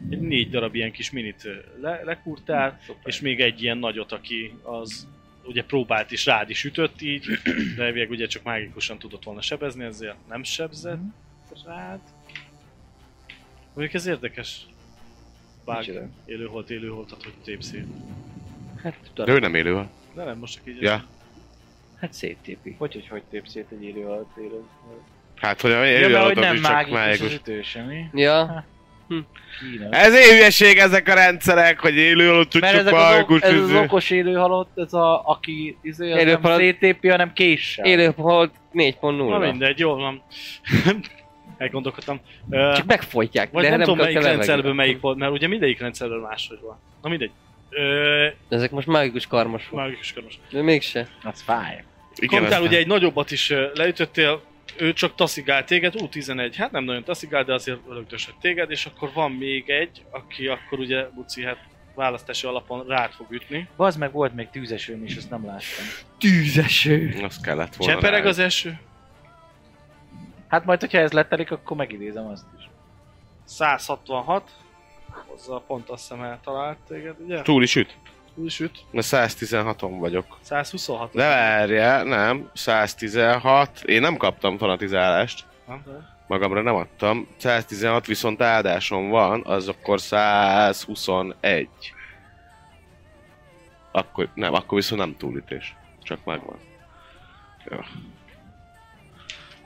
Egy négy darab ilyen kis minit ö, le, lekúrtál,
Szuper.
és még egy ilyen nagyot, aki az ugye próbált is rád is ütött így, de elvileg ugye csak mágikusan tudott volna sebezni, ezért nem sebzett rád. Mondjuk ez érdekes. Bár
Micsoda?
élőholt, élőholtat, hogy tépszi.
Hát,
De ő
tudom.
nem élő.
De nem, most csak így...
Ja.
Hát széttépi.
Hogy, hogy, hogy tépsz szét egy élő alatt élő?
Hát, hogy a
Ja,
élő
mert hogy
adatok
nem
is csak
mágikus az
mágikus.
ütő semmi.
Ja,
Kínos.
Ez én hülyeség ezek a rendszerek, hogy élő alatt
Mert
tudjuk
ezek az, ok-
mágikus.
ez az
izé.
okos élő halott, ez a, aki izé, az
Élő
nem
halott.
széttépi, hanem késsel.
élő volt
Na
4.0.
mindegy, jól van. Elgondolkodtam. Ö,
Csak megfojtják,
Vagy
de
nem,
nem,
tudom
kell
melyik
levegőt.
rendszerből melyik volt, mert ugye mindegyik rendszerből máshogy van. Na mindegy. Ö,
Ezek most mágikus karmos volt.
mágikus körös.
De mégse.
Az fáj.
Igen,
Kaptál
aztán.
ugye egy nagyobbat is ö, leütöttél, ő csak taszigált téged, ú11, hát nem nagyon taszigált, de azért ölögdösött téged, és akkor van még egy, aki akkor ugye, Buci, hát választási alapon rád fog ütni.
Bazd meg volt még tűzesőm is, azt nem láttam.
Tűzeső.
Azt kellett volna.
Csepereg
rá.
az eső,
Hát majd, hogyha ez letelik, akkor megidézem azt is.
166, hozzá pont azt hiszem eltalált téged, ugye?
Túl is üt.
Túl is üt,
Na 116-on vagyok.
126.
De várjál, nem, 116. Én nem kaptam fanatizálást.
Nem?
Magamra nem adtam. 116 viszont áldásom van, az akkor 121. Akkor nem, akkor viszont nem túlítés. Csak megvan. Jó.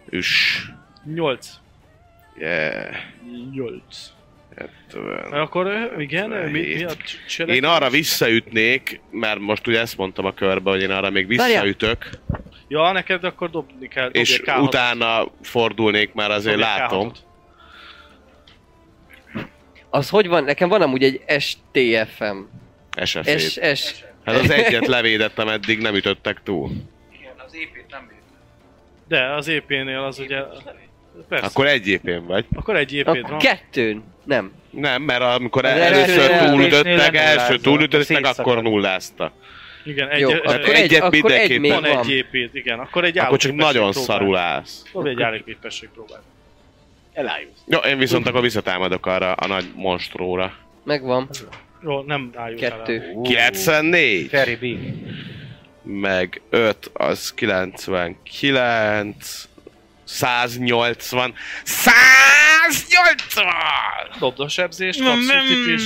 Üss.
8.
Yeah.
8.
Tudom.
Akkor ö, igen, ö, mi, mi a cselekvés?
Én arra visszaütnék, mert most ugye ezt mondtam a körbe, hogy én arra még
Várjál.
visszaütök,
Ja, neked akkor dobni kell. Dobja
és
K6-ot.
utána fordulnék, már azért
Dobja
látom.
K6-ot.
Az hogy van? Nekem van amúgy egy STFM.
SFT.
S, S,
Hát az egyet levédettem eddig, nem ütöttek túl.
Igen, az épít nem bírt.
De az EP-nél az ugye... Persze. Akkor,
Akkor egy épén vagy.
akkor egy ep van.
Akkor kettőn. Nem.
Nem, mert amikor
Az
először
első
túlütöttek,
lövésnél
első
lenullázza,
túlütöttek,
szétszakad.
akkor nullázta.
Igen, egy,
Jó,
ö,
akkor
Akkor
egy,
egyet
akkor
mindenképpen.
egy még
van
van.
egy ep igen. Akkor egy
Akkor csak
állóképesség
nagyon
próbál.
szarul állsz.
Dobj egy állóképesség próbál.
Elájulsz.
Jó, én viszont akkor visszatámadok arra a nagy monstróra.
Megvan.
Jó, nem álljunk el.
Kettő.
94,
Ferry B.
meg 5, az 99, 180, 180!
Dobd a sebzést, kapsz ütit is.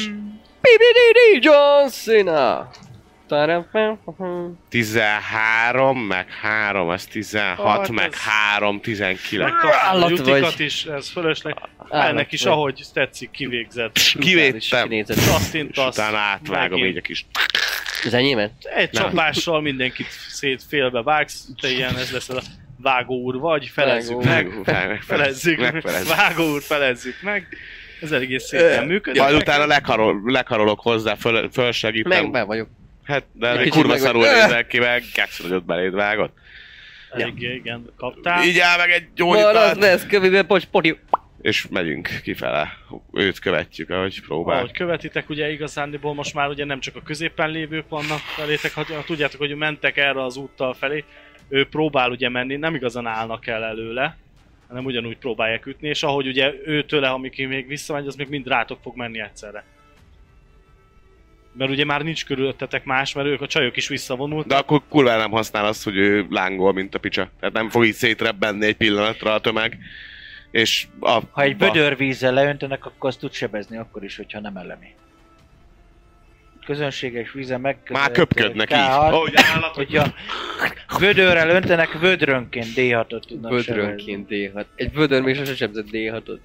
Pipididi John Cena. Tarapam.
13, meg 3, az 16,
Hát
meg
ez-
3, 19.
Megkapsz a
Állat
jutikat
vagy.
is, ez fölösleg. Ennek is,
vagy.
ahogy tetszik, kivégzett.
Kivétem,
Kinézett.
és
Kattint
utána átvágom így a kis...
Az enyémet?
Egy
Nem.
csapással mindenkit szét félbe vágsz, te ilyen ez lesz ez a vágó úr vagy, felezzük
Vágó úr.
meg.
Meg,
Felezzük meg.
Megfelezzük.
Vágó úr, felezzük meg. Ez egész szépen működik.
Majd utána lekarol, lekarolok hozzá, föl, fölsegítem.
Meg be vagyok.
Hát, de
Egy
egy
kicsit
kurva
meg-
szarul
Ö!
nézel ki, meg kettő nagyot beléd vágott.
Eléggé, igen, kaptál.
Így áll meg egy
Marad
gyógyítát,
lesz, kövébe, bocs, poti.
és megyünk kifele. Őt követjük, ahogy próbál.
Ahogy követitek, ugye igazándiból most már ugye nem csak a középen lévők vannak felétek, ha ha tudjátok, hogy mentek erre az úttal felé, ő próbál ugye menni, nem igazán állnak el előle, hanem ugyanúgy próbálják ütni, és ahogy ugye ő tőle, amíg még visszamegy, az még mind rátok fog menni egyszerre. Mert ugye már nincs körülöttetek más, mert ők a csajok is visszavonultak.
De akkor kurvára nem használ azt, hogy ő lángol, mint a picsa. Tehát nem fog így szétrebbenni egy pillanatra a tömeg. És a,
Ha egy
a-
vödör vízzel leöntenek, akkor azt tud sebezni akkor is, hogyha nem elemi. Közönséges vízen meg...
Már köpködnek így.
K6,
Ahogy állat, hogy
hogyha vödörrel öntenek, vödrönként D6-ot tudnak
Vödrönként D6. Egy vödör még sose sebzett D6-ot.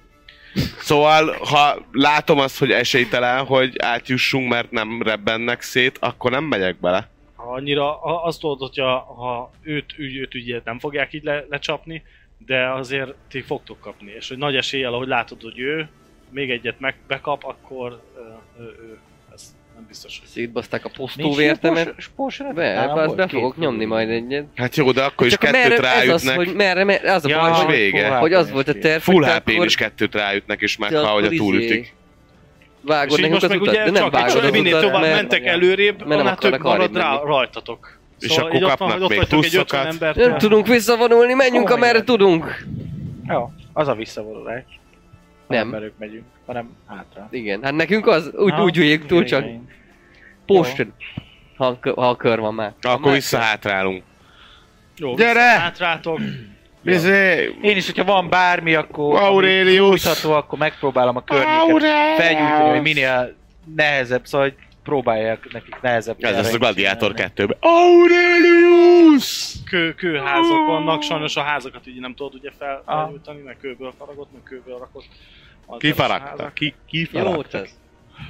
Szóval, ha látom azt, hogy esélytelen, hogy átjussunk, mert nem rebbennek szét, akkor nem megyek bele.
Ha annyira ha azt tudod, hogy ha őt, ügy, őt ügyet nem fogják így le, lecsapni, de azért ti fogtok kapni, és hogy nagy eséllyel, ahogy látod, hogy ő még egyet meg, bekap, akkor ö, ö, ő, ez nem biztos, hogy
Szétbaszták a posztó
Nincs jó
vértemet.
spós- spósra?
Be,
Nálam
azt
volt
be
két
fogok nyomni
vödör.
majd egyet.
Hát jó, de akkor is
a
kettőt
ez az,
ráütnek,
hogy merre, merre, az a
Ja,
baj,
és
hogy,
vége.
full
hogy az
HP-s
volt a
víz.
terv,
full
hogy te
hp n
akkor-
is kettőt ráütnek, és
te
megha, hogy a
akkor
túlütik.
izé, Vágod
És így
nekünk
most
az
meg
utat, de
ugye
nem
csak egy
vágod
sor,
az
minél
utat,
tovább
mert
mentek előrébb,
mert nem
annál
akarnak
több marad
arrébb
rá,
menni.
rajtatok.
És
Szóval
akkor
így ott van,
kapnak
hogy ott
még
vagytok egy 50
pluszokat.
embertől.
nem tudunk visszavonulni, menjünk
Oh,
amerre
igen.
tudunk.
Jó, az a visszavonulás. Ha
Nem.
nem velük megyünk, hanem hátra.
Igen, hát nekünk az, úgy, úgy üljék túl, csak post, ha, a kö- ha a kör van már. Ha
Akkor
már-
visszahátrálunk.
Jó,
Gyere!
vissza- Hátrátok.
Izé,
Én is, hogyha van bármi, akkor... ami
Aurelius!
Tudható, akkor megpróbálom a környéket felgyújtani, hogy
Aurelius!
minél nehezebb, szóval hogy próbálják nekik nehezebb.
Ez az
terre
a Gladiátor
csinálni.
2 Aurelius!
kő, kőházak vannak, sajnos a házakat így nem tudod ugye fel-
Ah.
Aha.
felgyújtani, mert kőből faragott, meg kőből rakott. Az
Kifaragta. Ki,
Jó,
kifaragta.
tesz.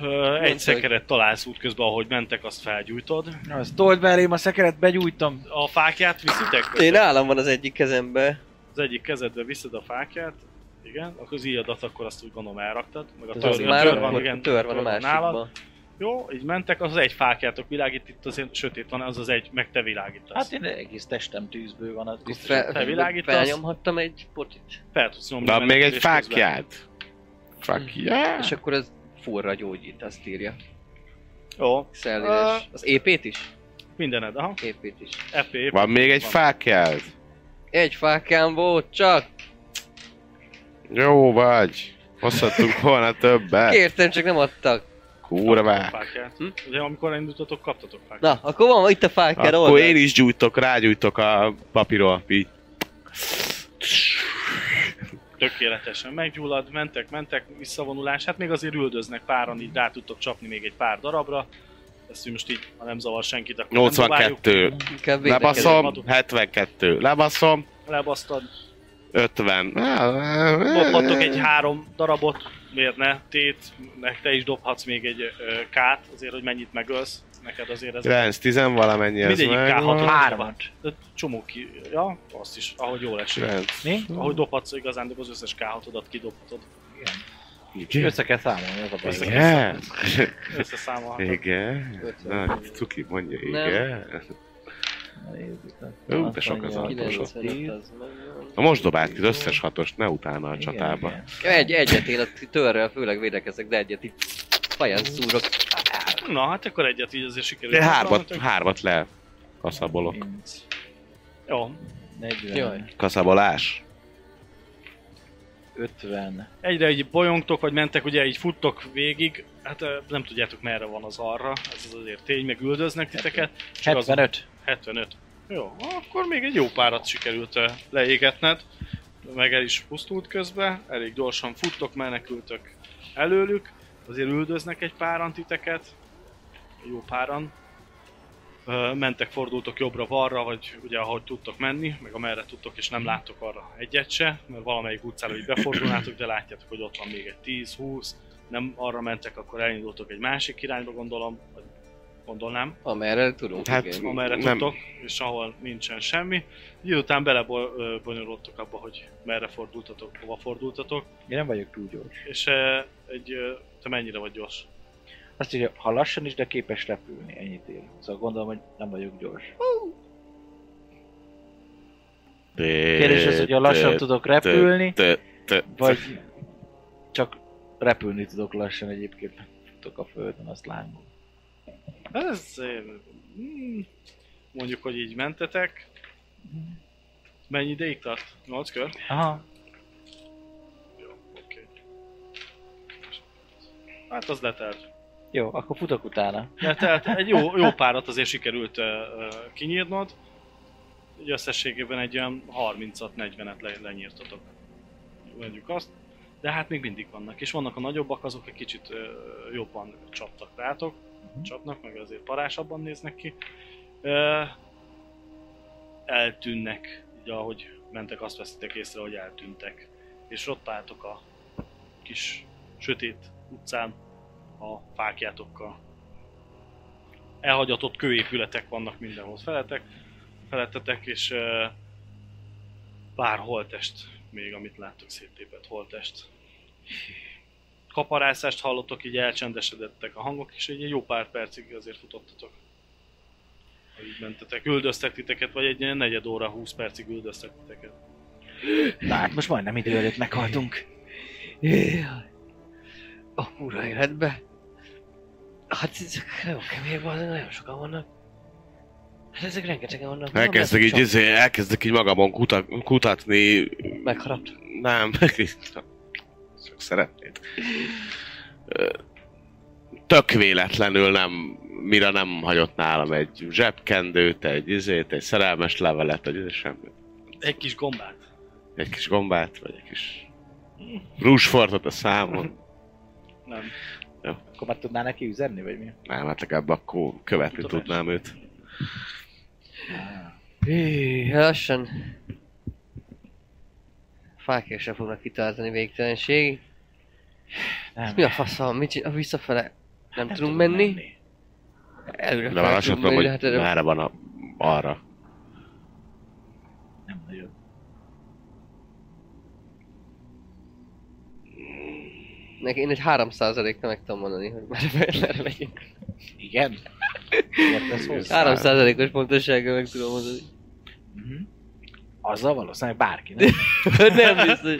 Ö, Egy
Mondta,
szekeret találsz útközben, ahogy mentek, azt felgyújtod.
Az told belém a szekeret, begyújtom.
A fákját viszitek?
Én állam van az egyik kezembe.
Az egyik kezedbe viszed a fákját, igen, akkor az íjadat akkor azt úgy gondolom elraktad, meg a
Az,
tör,
az
a
már
tör
van, igen, tör van a
nálad.
másikban.
Jó, így mentek, az egy fákjátok világít, itt azért sötét van, az az egy, meg te világítasz.
Hát én egész testem tűzből van, az biztos.
Fe,
felvilágítasz.
felnyomhattam egy potit.
fel tudsz nyomni.
Na, még egy
menetelés
fákját. Fákját.
És akkor az furra gyógyít, azt írja.
közben. Jó,
Szellés. Az épét is?
mindened, aha.
Épét is.
EP, EP.
Van még egy
Van.
fákjád?
Egy fákám volt csak!
Jó vagy. Hozhattunk volna többet.
Kértem, csak nem adtak.
Kurvák.
Fákját.
Hm?
Ugye amikor indultatok, kaptatok fákját.
Na, akkor van itt a fákjád
Akkor
oldalt.
én is gyújtok, rágyújtok a papírról. Így.
tökéletesen meggyullad, mentek, mentek, visszavonulás, hát még azért üldöznek páran, így rá tudtok csapni még egy pár darabra, ezt így most így, ha nem zavar senkit, akkor nem dobáljuk.
82.
Inkább védekezem.
Lebaszom. 72. Lebaszom.
Lebasztad,
50.
dobhattok egy három darabot, miért ne, tét, meg te is dobhatsz még egy ö, kát, azért, hogy mennyit megölsz, neked azért ez...
9, 10 valamennyi ez
Mindegyik K6-ot
meg.
hármat. Csomó ki, ja, azt is, ahogy jól esik.
9.
Mi?
Ahogy dobhatsz, igazán az összes K6-odat kidobhatod.
Össze kell számolni, az a baj.
Igen.
Összeszámolhatod.
Igen. Na, Cuki mondja,
Nem.
igen. Jó, de sok az autó, sok.
95 az megvan.
Na most dobált ki az összes hatost, ne utána a csatába.
Egy, egyet én a törrel főleg védekezek, de egyet itt fejjel szúrok.
Na, hát akkor egyet így azért sikerült.
De hármat,
Tök-
hármat le kaszabolok.
Jó,
40,
Jaj.
Kaszabolás.
50.
egyre így bolyongtok, vagy mentek, ugye így futtok végig, hát ö, nem tudjátok merre van az arra, ez az azért tény, meg üldöznek titeket. Csak az-
75.
75. Jó, akkor még egy jó párat sikerült ö, leégetned, meg el is pusztult közben, elég gyorsan futtok, menekültök előlük, azért üldöznek egy páran titeket, jó páran. Ö, mentek, fordultok jobbra-balra, vagy ugye ahogy tudtok menni, meg amerre tudtok, és nem láttok arra egyet se, mert valamelyik utcára így befordulnátok, de látjátok, hogy ott van még egy 10-20, nem arra mentek, akkor elindultok egy másik irányba, gondolom, vagy gondolnám,
Amerre tudunk,
Hát,
hát, igen.
amerre
Nem.
tudtok, és ahol nincsen semmi. Egy idő után belebonyolódtok abba, hogy merre fordultatok, hova fordultatok,
Én nem vagyok túl gyors.
és eh, egy, eh, te mennyire vagy gyors?
Azt írja, ha lassan is, de képes repülni, ennyit ér. Szóval gondolom, hogy nem vagyok gyors. Kérdés az, hogy ha lassan tudok repülni, vagy csak repülni tudok lassan egyébként. nem Tudok a földön, azt lángol.
Ez... eh, mm, Mondjuk, hogy így mentetek. Mennyi ideig tart? 8 kör?
Aha.
Jó, oké. Hát az letelt.
Jó, akkor futok utána.
Ja, tehát egy jó, jó párat azért sikerült uh, kinyírnod. Így összességében egy olyan 30-40-et le, lenyírtatok. Mondjuk azt. De hát még mindig vannak. És vannak a nagyobbak, azok egy kicsit uh, jobban csaptak rátok. Csapnak, meg azért parásabban néznek ki. Uh, eltűnnek. Így ahogy mentek, azt veszitek észre, hogy eltűntek. És ott álltok a kis sötét utcán a fákjátokkal elhagyatott kőépületek vannak mindenhol feletek, felettetek, és ö, pár holtest még, amit láttok széttépett holtest. Kaparászást hallottok, így elcsendesedettek a hangok, és egy jó pár percig azért futottatok. Ha Így mentetek, üldöztek titeket, vagy egy ilyen negyed óra, 20 percig üldöztek titeket.
Na hát most majdnem idő előtt meghaltunk.
Jaj. A kurva életbe. Hát ezek nagyon kemény van, nagyon sokan vannak. Hát ezek rengetegen vannak.
Elkezdek így,
Sok-
izé, elkezdek így magamon kuta, kutatni.
Megharapt.
Nem, csak szeretnéd. Ö, Tök véletlenül nem, mire nem hagyott nálam egy zsebkendőt, egy izét, egy szerelmes levelet, egy izé, semmit.
Egy kis gombát.
Egy kis gombát, vagy egy kis rúsfortot a számon.
Nem.
Akkor már tudná neki üzenni, vagy mi?
Nem, hát legalább akkor követni tudnám őt.
Hű, lassan. Fákja sem fognak kitartani végtelenség.
Nem.
Mi a fasz van? Mit csinál? Visszafele nem, tudunk menni. Előre
De
fel
már azt
tudunk
mondom,
menni,
hogy
de hát erre-
merre van a, arra.
Nem nagyon.
Neki én egy 3%-ra meg tudom mondani, hogy már merre megyünk.
Igen? Értesz hozzá?
3%-os pontossággal meg tudom mondani.
Mhm. Azzal valószínűleg bárki, nem?
nem biztos.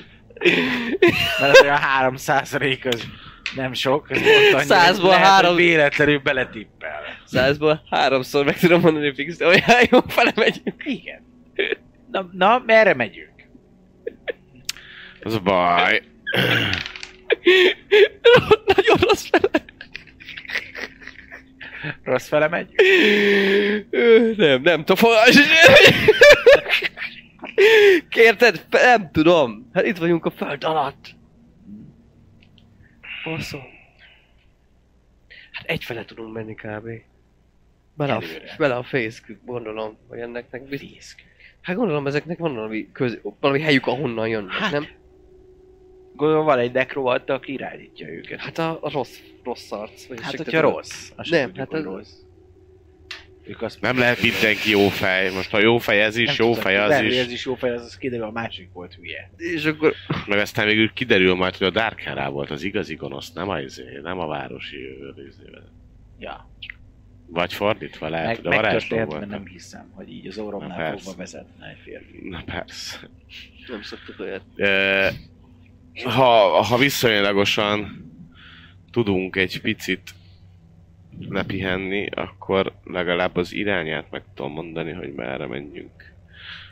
Mert az olyan 300 rék az nem sok, ez volt annyi,
Százból
lehet, hogy
három-
véletlenül beletippel.
Százból háromszor meg tudom mondani fix, de olyan jó fele megyünk.
Igen. Na, na merre megyünk?
Ez a baj.
Ott nagyon rossz fele.
Rossz fele megyünk?
Ö, Nem, nem tudom. fogalmam sincs. Kérted? Nem tudom. Hát itt vagyunk a föld alatt. Faszom. Hát egyfele tudunk menni kb. Bele a,
Előre.
bele a fészkük, gondolom, hogy enneknek biztos. Hát gondolom ezeknek van valami, köz, valami helyük, ahonnan jönnek,
Hát.
nem?
Gondolom van egy nekrovatta, aki irányítja őket.
Hát a, a rossz, rossz arc. Vagy
Hát,
csak
hogyha
te tudod.
rossz. azt
Nem,
tudjuk,
hát
hogy
az-
rossz. Ők azt
Nem lehet mindenki jó fej. Most ha jó fej ez
nem
is, jó
tudom,
fej az
lehet, hogy
is.
Ez is jó fej, az, az kiderül, a másik volt hülye.
És akkor
Meg aztán végül kiderül majd, hogy a Dark Hera volt az igazi gonosz, nem a, izé, nem a városi őrizével.
Ja,
Vagy fordítva lehet,
meg,
hogy Hát, a varázsló
megtörtént, mert
volt.
nem hiszem, hogy így az
Na,
orromnál
persze.
fogva vezetne egy férfi.
Na persze.
nem szoktuk olyat.
Ö, ha, ha viszonylagosan tudunk egy picit lepihenni, akkor legalább az irányát meg tudom mondani, hogy merre menjünk.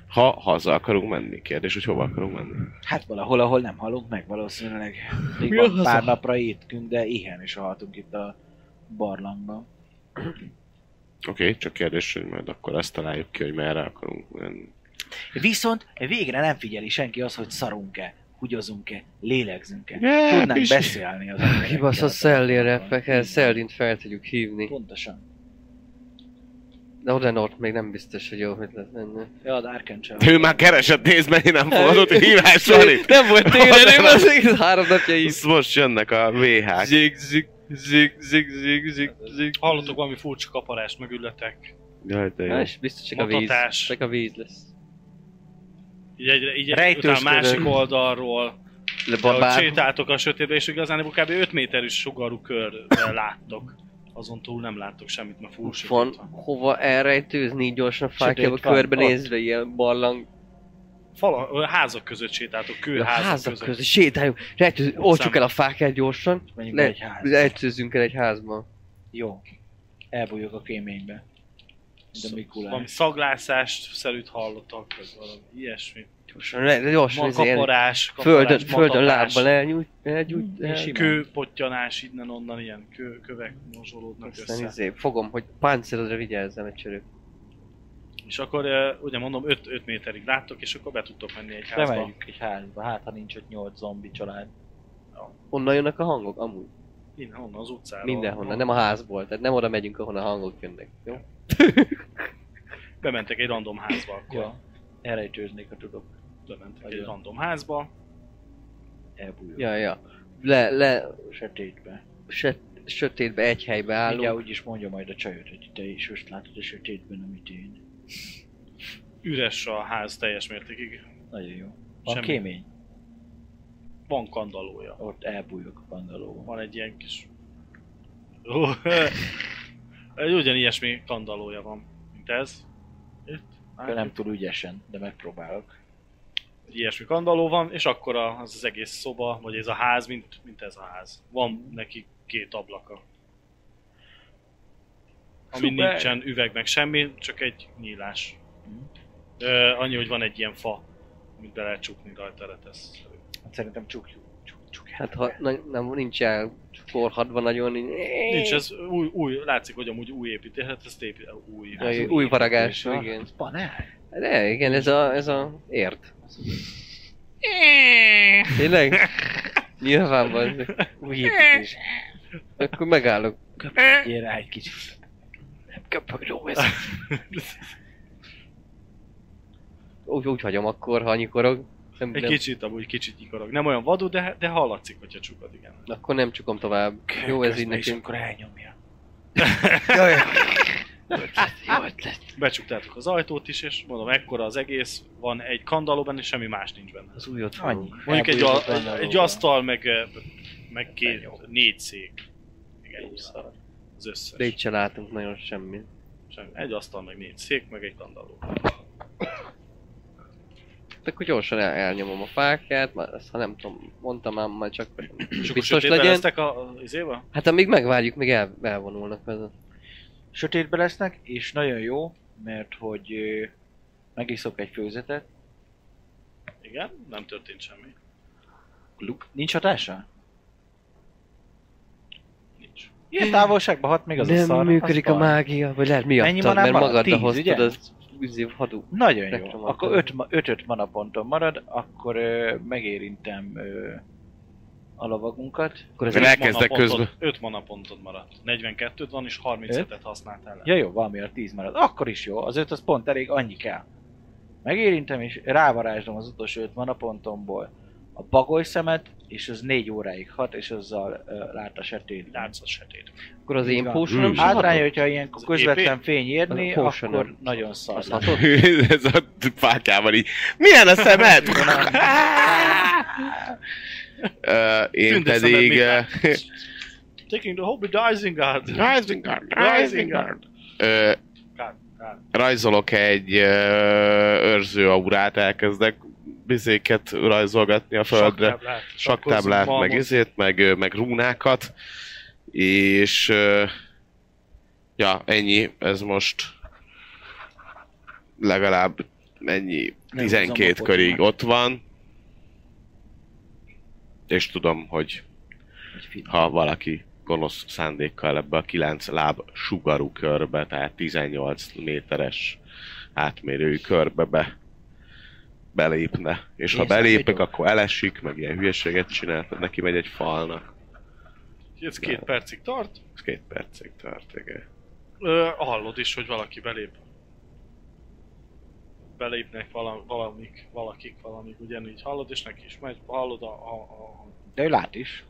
Ha haza akarunk menni, kérdés, hogy hova akarunk menni.
Hát valahol, ahol nem halunk meg valószínűleg. Még
Mi
van
az
pár
a-
napra étkünk, de éhen is haltunk itt a barlangban.
Oké, okay, csak kérdés, hogy majd akkor ezt találjuk ki, hogy merre akarunk menni.
Viszont végre nem figyeli senki az, hogy szarunk-e, húgyozunk-e, lélegzünk-e.
Ne,
Tudnánk
pisi.
beszélni az emberekkel.
Kibasz a szellére, fel kell, szellint fel tudjuk hívni.
Pontosan.
De Odenort még nem biztos, hogy jó ötlet lenne.
Ja, a Darken Csavar.
Ő már keresett, nézd, mennyi nem fogadott hívás van itt.
Nem volt télen,
Odenort.
nem az egész három napja is.
Ezt most jönnek a VH-k.
Zsig, zsig. Zig, zig, zig, zig, zig.
Hallottok valami furcsa kaparást, meg ülletek.
Jaj, de jó.
Na, és biztos csak a víz.
Mutatás.
Csak a víz lesz.
Így, egyre, így utána a
Rejtőzködök.
másik oldalról,
Le
ahogy
babám.
sétáltok a sötétbe, és igazán kb. 5 méteres sugarú körbe láttok. Azon túl nem láttok semmit, mert full
Van
sötét van.
hova elrejtőzni így gyorsan a fákjába
Sötét van,
körbenézve ilyen barlang.
Fala, ö, házak között sétáltok,
A
kőházak,
házak
között.
között sétáljunk. Rejtőz,
Utcán.
olcsuk el a fákját gyorsan.
Mondjuk
Le-
egy ház.
Rejtőzzünk el egy házba.
Jó. Elbújok a kéménybe. De
Valami
Mikulás.
szaglászást szerűt hallottak, vagy valami ilyesmi.
Gyorsan, le, gyorsan.
Ma
izé, ilyen
kaparás,
Földön,
kaparás,
földön
matatás, Mm,
lábbal elnyújt, elnyújt,
És
el,
simán.
kőpottyanás innen-onnan, ilyen kő, kövek mozsolódnak
aztán
össze.
izé, fogom, hogy páncélodra vigyázzam a csörő.
És akkor ö, ugye mondom, 5 méterig láttok, és akkor be tudtok menni egy házba.
Bemegyünk egy házba, hát ha nincs ott nyolc zombi család.
Onnan jönnek a hangok, amúgy.
Innen, onnan az utcáról.
Mindenhonnan, nem a házból. Tehát nem oda megyünk, ahonnan a hangok jönnek. Jó?
Bementek egy random házba, akkor ja.
Ja. Elrejtőznék, ha tudok.
bementek egy
Nagyon.
random házba.
Elbújok.
Ja, ja. Le, le,
Sötétbe.
söt, sötétbe egy helybe
Mindjárt
állunk.
úgy is mondja majd a csajod, hogy te is most látod a sötétben, amit én.
Üres a ház teljes mértékig.
Nagyon jó. Van
Semmi.
kémény?
Van kandallója.
Ott elbújok a pandalóba.
Van egy ilyen kis... Ó, egy ugyanilyesmi kandallója van, mint ez. Itt.
Akkor nem túl ügyesen, de megpróbálok.
Egy ilyesmi kandalló van, és akkor az, az egész szoba, vagy ez a ház, mint, mint ez a ház. Van neki két ablaka. Ami
Szuper.
nincsen üveg meg semmi, csak egy nyílás.
Mhm.
Ö, annyi, hogy van egy ilyen fa, amit be lehet csukni rajta, letesz.
Hát Szerintem csukjuk. Csuk, csuk
Hát ha na, nem, nincs el korhadva nagyon. Így...
Nincs, ez új, új, látszik, hogy amúgy új építés, hát ez tép, új.
Ja, jó. új varagás, igen.
Ez panel.
De igen, ez a, ez a ért. Tényleg? Nyilván van.
Új építés.
Akkor megállok.
Gyere rá egy kicsit. Nem köpög ló ez.
Úgy, úgy hagyom akkor, ha nyikorog. Nem,
Egy
nem,
kicsit, amúgy kicsit nyikorog. Nem olyan vadú, de, de hallatszik, hogyha csukod, igen.
akkor nem csukom tovább. Jó, ez így
Közben is,
nekünk.
Akkor elnyomja.
Jaj,
Jó ötlet.
Becsuktátok az ajtót is, és mondom, ekkora az egész, van egy kandalló benne, és semmi más nincs benne.
az új ott
Annyi.
van.
Mondjuk egy,
Elbújok
a,
a kandallóba.
egy asztal, meg, ö, meg két,
Benyom.
négy szék. Igen,
Jó szar.
az összes.
De itt se látunk nagyon semmit.
Semmi. Egy asztal, meg négy szék, meg egy kandalló.
Hát Akkor gyorsan el, elnyomom a fákját, már ezt ha nem tudom, mondtam ám, már csak
És akkor
biztos
sötétben
legyen.
lesztek a, az izébe?
Hát amíg megvárjuk, még el, elvonulnak vele.
Sötétbe lesznek, és nagyon jó, mert hogy ö, megiszok egy főzetet.
Igen, nem történt semmi.
Gluk. Nincs hatása?
Nincs.
Ilyen távolságban hat még az a
nem
szar.
működik
az
a
baj.
mágia, vagy lehet
Mennyi
miattad,
manám
mert
maradt?
magadra
Tíz, ugye?
hoztad az üzé hadú.
Nagyon jó.
Spektrum
Akkor
alkalom.
5 öt, öt, öt mana ponton marad, akkor ö, megérintem ö, a lovagunkat.
Akkor ez
Én
egy...
elkezdek közben.
5 mana pontod maradt. 42 van, és 37-et használtál el.
Ja jó, valami a 10 marad. Akkor is jó, az 5 az pont elég, annyi kell. Megérintem és rávarázslom az utolsó 5 mana pontomból a bagoly szemet, és az 4 óráig hat, és azzal uh, lát a sötét.
Látsz a sötét.
Akkor az én
Így van. Hm.
pósonom
Mm.
sem
Hátránya,
hatott?
hogyha ilyen
Az
közvetlen fény érni,
Az a potion
akkor
nem.
nagyon szar.
Az
lesz.
hatott?
Ez a fákjával így. Milyen a szemed? Ö, Én
Tünde szemed,
pedig...
mit
ö,
Taking the hobby Dicing Guard.
Rising Guard,
Rising
Rising
Guard.
Guard. Ö,
Kár, kár.
rajzolok egy ö, őrző aurát, elkezdek bizéket rajzolgatni a földre.
Saktáblát,
saktáblát,
sakkozunk,
meg
malmot.
izét, meg, ö, meg rúnákat, és ö, ja, ennyi, ez most legalább ennyi,
Nem húzom
12
a
körig
pocsimat.
ott van, és tudom, hogy
Egy film.
ha valaki gonosz szándékkal ebbe a 9 láb sugarú körbe, tehát 18 méteres átmérőjű körbe be, belépne. És ha
Nézd,
belépek,
vagyok.
akkor elesik, meg ilyen hülyeséget csinál, tehát neki megy egy falnak.
Ez két percig tart.
Ez két percig tart, igen.
Ö, hallod is, hogy valaki belép. Belépnek vala, valamik, valakik, valamik, ugyanígy hallod, és neki is megy, hallod a, a, a
De ő lát is.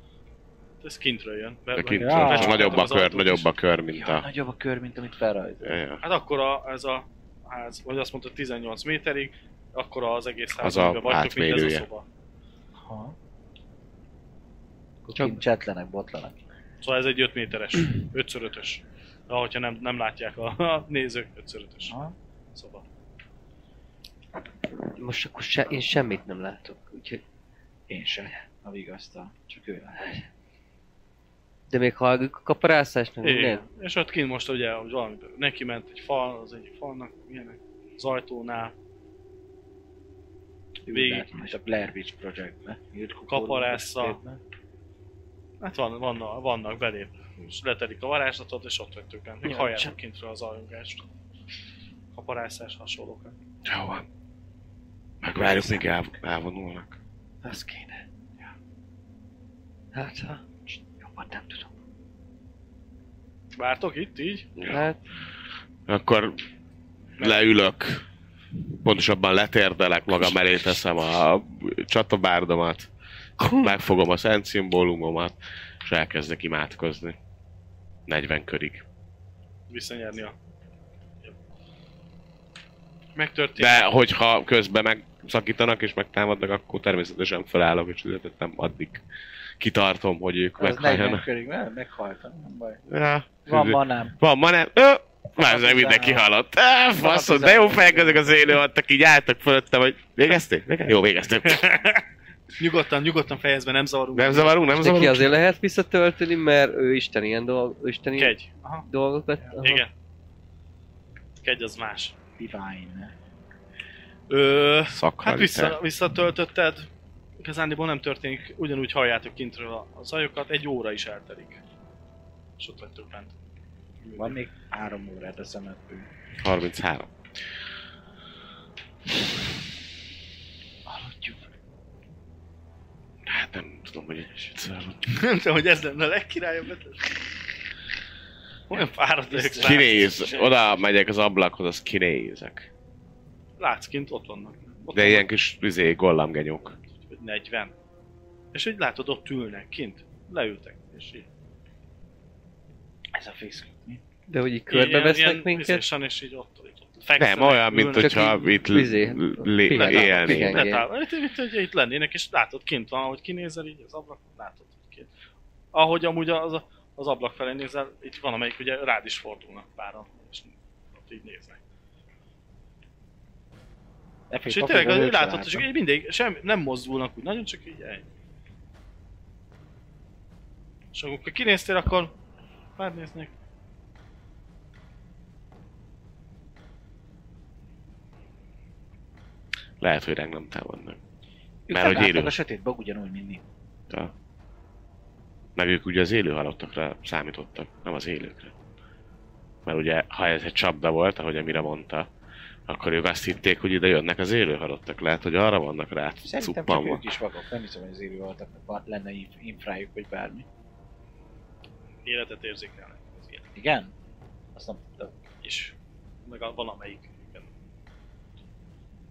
ez kintről jön. Be-
De
be-
kint
Ja.
és nagyobb a
az
kör,
autót is.
nagyobb a kör, mint
Ja,
a...
nagyobb a kör, mint amit felrajzol.
Ja, ja.
Hát akkor a, ez a ház, vagy azt mondta 18 méterig, akkor az egész ház,
Az a
amiben vagytok, mint ez a
átmérője.
szoba.
Aha. Akkor
Csak-
Csak... kint csetlenek, botlanak.
Szóval ez egy 5 méteres, 5x5-ös. Ahogyha nem, nem látják a, a nézők, 5x5-ös
Aha.
szoba.
Most akkor se, én semmit nem látok. Úgyhogy,
Én sem. A vigasztal. Csak ő lát.
de még halljuk a kaparászásnak,
Igen.
nem?
És ott kint most ugye hogy valami, neki ment egy fal, az egyik falnak, ilyenek, az ajtónál,
Ő
Végig.
lát, mint a Blair Witch Projectbe. Írt kukorú
Kaparásszal.
beszédbe.
hát van, vannak, vannak belép. És letelik a varázslatot, és ott vagytok bent. Még
Ja,
halljátok
csak-
kintről az aljongást. A parászás hasonlókat.
Jó van. Megvárjuk, míg el, elvonulnak.
Az kéne. Hát, ha... Jobban nem tudom.
Vártok itt így?
Ja.
Hát,
Akkor leülök, pontosabban letérdelek magam elé, teszem a csatabárdomat, megfogom a szent szimbólumomat, és elkezdek imádkozni. 40 körig.
visszanyerni a... Megtörténik.
De hogyha közben megszakítanak és megtámadnak, akkor természetesen felállok, és nem addig kitartom, hogy ők
Az 40
meghalljanak.
körig, nem? Meghaltam, nem baj.
Ja.
Van manám.
Van, ma nem. Ö, már nem mindenki halott. Á, Faszom, de jó fejek ezek az élő adtak, így álltak fölöttem, hogy végezték? Vége- Jó, végeztük.
Nyugodtan, nyugodtan fejezve, nem zavarunk.
Nem zavarunk, nem
de ki
zavarunk.
azért lehet visszatölteni, mert ő Isten ilyen dolg, Isten ilyen
Kegy. Aha.
dolgokat. Aha.
Igen. Kegy az más.
Divine.
Ö, hát
Szakralitás.
vissza, visszatöltötted. Igazándiból nem történik, ugyanúgy halljátok kintről a- a zajokat, egy óra is eltelik. És ott vagytok bent.
Van még három órád a szemedből.
33.
Aludjuk.
Hát nem tudom, hogy egyszer van.
Nem tudom, hogy ez lenne a legkirályabb ötlet. Olyan fáradt vagyok. srác.
Kinéz, oda megyek az ablakhoz, azt kinézek.
Látsz kint, ott vannak. Ott
De ilyen kis, izé, gollamgenyók.
vagy 40. És így látod, ott ülnek kint, leültek, és így.
Ez a Facebook, mi?
De hogy így
Ilyen-
körbevesznek
ilyen
minket?
vizésen, és így ott, ott, ott
Nem,
fekszenek,
olyan, mint
ülnek,
hogyha
így
itt
izé,
l- lé-
pihennek,
élnének.
pihennek.
letál- Mint, mint, hogy itt lennének, és látod, kint van, ahogy kinézel így az ablak, látod hogy kint. Ahogy amúgy az, az ablak felé nézel, itt van amelyik ugye rád is fordulnak páran, és ott így néznek.
Epic
És itt
papíron
tényleg az,
őt
látod,
találtam.
csak így mindig, sem, nem mozdulnak úgy nagyon, csak így ennyi. És amikor kinéztél, akkor már néznek.
Lehet, hogy ránk nem támadnak.
Ők
Mert
nem
hogy élő.
látnak a sötétbe ugyanúgy, mint mi.
Ja. Meg ők ugye az élő halottakra számítottak, nem az élőkre. Mert ugye, ha ez egy csapda volt, ahogy Amira mondta, akkor ők azt hitték, hogy ide jönnek az élő halottak. Lehet, hogy arra vannak rá
Szerintem csak
cuppanva.
ők is vakok, nem hiszem, hogy az élő voltak, van- lenne inf- infrájuk, vagy bármi.
életet érzékelnek az ilyen
Igen? Azt nem tudtam.
is. Meg a- van amelyik. igen.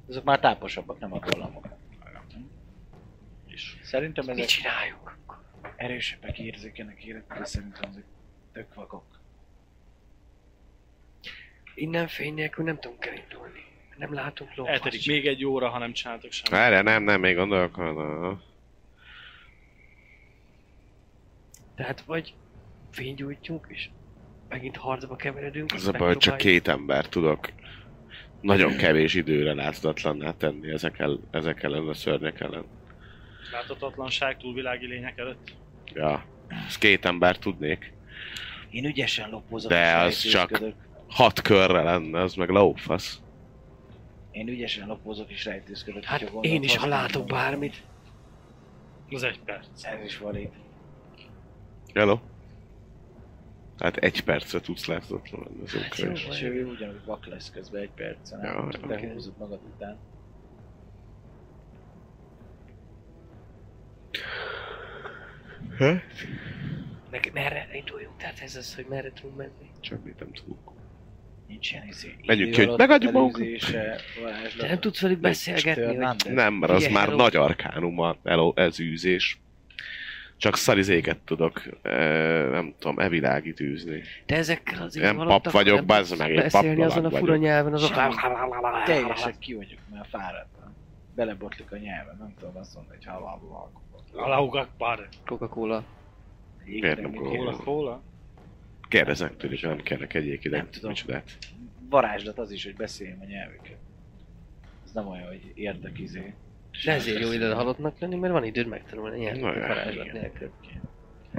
Azok már táposabbak, nem a hollamok.
Is.
Szerintem
Mit
ezek
csináljuk?
erősebbek érzékenek életet, de szerintem ezek tök vakok.
Innen fény nélkül nem tudunk elindulni. Nem látunk lófasz.
Eltelik még egy óra, ha nem csináltok semmit.
Várjál, nem, nem, még gondolkodom.
Tehát vagy fénygyújtjuk, és megint harcba keveredünk.
Az
és
a baj, hogy csak
megpróbáljuk-
két ember tudok nagyon kevés időre láthatatlanná tenni ezek, el, ezek ellen a szörnyek ellen.
Láthatatlanság túlvilági lények előtt.
Ja, ezt két ember tudnék.
Én ügyesen lopozom
De
és
az csak-
rejtőzködök.
Hat körre lenne, az meg lófasz.
Én ügyesen lopozok és rejtőzködök.
Hát
hogyha
én is, ha
gondolkozom,
látok
mondom,
bármit.
Az egy perc.
Ez is van itt.
Hello? Hát egy percre tudsz láthatatlan lenni az
Hát jó.
ukrán.
És ő ugyanúgy vak lesz közben egy percen.
Ja,
Ja,
oké.
Behúzod magad után.
Meg merre induljunk? Tehát ez az, hogy merre tudunk menni.
Semmit nem tudunk.
Hát
Nincs ilyen izé.
Megyünk
idő
ki, hogy megadjuk
alatt
magunkat.
előzése,
De
varázslat.
nem tudsz velük beszélgetni, hogy
Fernandez.
Nem, mert az
Figyelj,
már
hello.
nagy arkánum a, eló, ez űzés. Csak szarizéket tudok, ö, nem tudom, evilágit űzni.
De ezekkel az
Én
ivalottakkal
pap vagyok,
nem
bazd
tudsz
meg, én
Beszélni
paplalak
azon a fura
vagyok.
nyelven, az a...
Teljesen ki vagyok már fáradtan. Belebotlik a nyelvem, nem tudom azt mondani, hogy halálul
Alaugak pár.
Coca-Cola.
Miért nem
Kóla,
gondolom?
kóla.
Kérdezek tőlük, nem kellnek egyék ide.
Nem tudom.
Micsodát.
Varázslat az is, hogy beszéljem a nyelvüket. Ez nem olyan, hogy értek izé.
De ezért jó ide halottnak lenni, mert van időd megtanulni ilyen
Na, igen.
varázslat nélkül.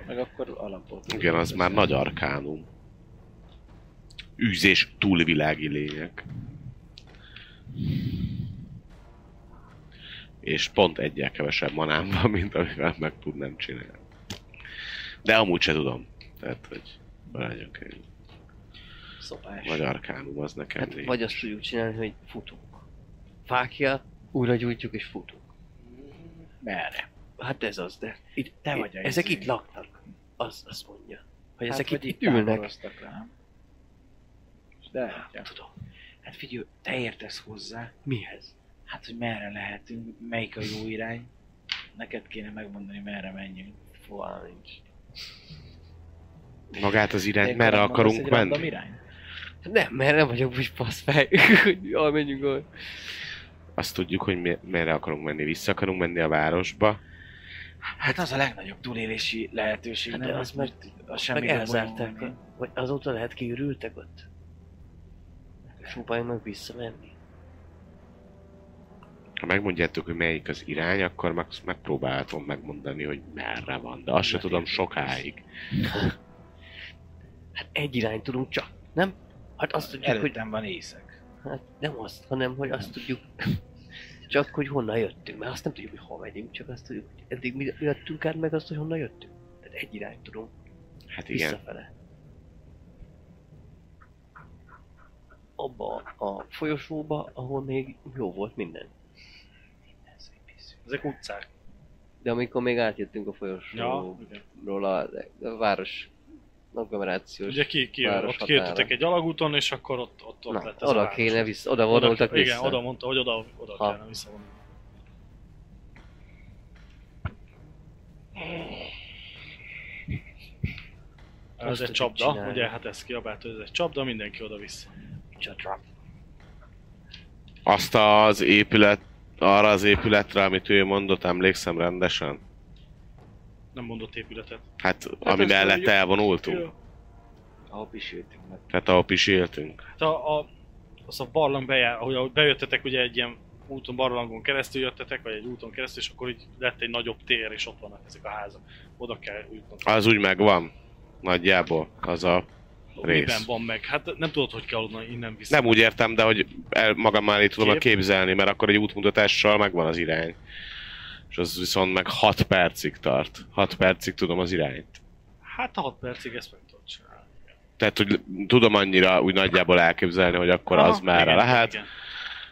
Meg akkor alapot.
Igen, az már nagy arkánum. Űzés túlvilági lények. És pont egyel kevesebb manám van, mint amivel meg tudnám csinálni. De amúgy se tudom. Tehát, hogy maradjunk egy
Szopás.
nagy arkánum az nekem
Hát
légy.
vagy azt tudjuk csinálni, hogy futunk. Fákja, újra gyújtjuk és futunk.
Merre?
Hát ez az, de itt,
Te
itt-
vagy a
ezek
izé.
itt laknak. Az, azt mondja. Hogy
Hát,
ezek
hogy
itt, itt ülnek.
táboroztak rám. És De,
Nem tudom.
hát figyelj, te értesz hozzá.
Mihez?
Hát, hogy merre lehetünk, melyik a jó irány. Neked kéne megmondani, merre menjünk.
Hát,
Fogalmam nincs.
Magát az irányt
Én
merre
korábban
akarunk
beszélj random
menni?
Irány.
Hát Nem, mert nem vagyok úgy passzfej, hogy jól menjünk oly.
Azt tudjuk, hogy mi- merre akarunk menni. Vissza akarunk menni a városba.
Hát az a legnagyobb túlélési lehetőség,
Hát
nem?
de
Az
azt
meg, az semmi
Meg elzárták. Vagy azóta lehet kiürültek ott? Próbáljunk meg visszamenni.
Ha megmondjátok, hogy melyik az irány, akkor meg, megpróbálhatom megmondani, hogy merre van. De azt se tudom sokáig.
Hát egy irányt tudunk csak, nem? Hát azt tudjuk, hogy
Előttem van éjszak.
Hát nem azt, hanem hogy azt tudjuk, csak hogy honnan jöttünk, mert azt nem tudjuk, hogy hol megyünk, csak azt tudjuk, hogy eddig mi mi jöttünk át, meg azt, hogy honnan jöttünk. Tehát egy irányt tudunk,
Hát igen.
visszafele. Abba a folyosóba, ahol még jó volt minden.
Ezek utcák.
De amikor még átjöttünk a
Ja,
folyosóról
igen.
a, a város agglomerációs,
Ugye ki, ki
város
ott kértetek
határa.
egy alagúton, és akkor ott, ott, ott
Na,
lett ez a
oda
város.
kéne vissza, oda vonultak
igen,
vissza.
oda mondta, hogy oda, oda
Ha.
kellene visszavonni. Ez
Azt
egy
tudjuk
csapda,
csinálni.
ugye hát ezt kiabált, hogy ez egy csapda, mindenki oda-vissza.
Csatra.
Azt az épület, arra az épületre, amit ő mondott, emlékszem rendesen?
Nem mondott épületet.
Hát, ami
azt
mellett
mondjuk-
elvonultunk.
Ahol pisültünk meg.
Tehát ahol piséltünk.
Hát a, a, az a barlang bejár, ahogy, ahogy bejöttetek, ugye egy ilyen úton, barlangon keresztül jöttetek, vagy egy úton keresztül, és akkor így lett egy nagyobb tér, és ott vannak ezek a házak. Oda kell jutnod.
Az úgy megvan. Nagyjából. Az a... rész.
Miben van meg? Hát nem tudod, hogy kell onnan innen vissza.
Nem úgy értem, de hogy el, magam elé tudom
Kép.
képzelni, mert akkor egy útmutatással megvan az irány. És az viszont meg 6 percig tart. 6 percig tudom az irányt.
Hát 6 percig ezt meg tudod csinálni.
Tehát, hogy tudom annyira úgy nagyjából elképzelni, hogy akkor
Aha,
az merre
igen,
lehet.
igen.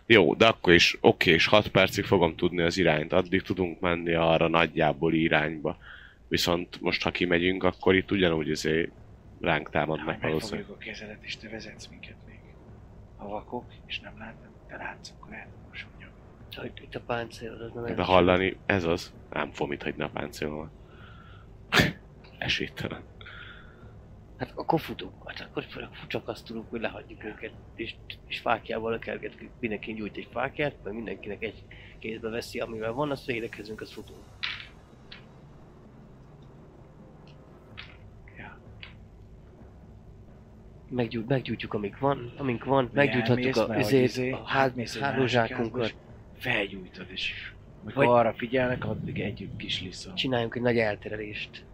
Jó, de akkor is oké, és 6 percig fogom tudni az irányt, addig tudunk menni arra nagyjából irányba. Viszont most, ha kimegyünk, akkor itt ugyanúgy azért ránk támadnak valószínűleg.
Megfogjuk a kezedet, és te vezetsz minket még. A vakok, és nem látnak, te látsz, akkor elmosodjak.
Hogy itt a páncél, az nem
De hallani, ez az. Nem fogom itt hagyni a páncélomat. Esélytelen.
Hát akkor futunk, hát akkor f- csak azt tudunk, hogy lehagyjuk őket, és, és fákjával lökergetjük, mindenki gyújt egy fákját, meg mindenkinek egy kézbe veszi, amivel van, azt védekezünk, azt futunk.
Ja.
Meggyú, meggyújtjuk, amik van, amink van,
elmész,
meggyújthatjuk a,
mert
izét,
izé,
a
átmész
hát,
egy
hálózsákunkat,
másik házba, és Felgyújtod, és amikor
Vagy-
arra figyelnek, addig együtt kis liszol.
csináljunk egy nagy elterelést.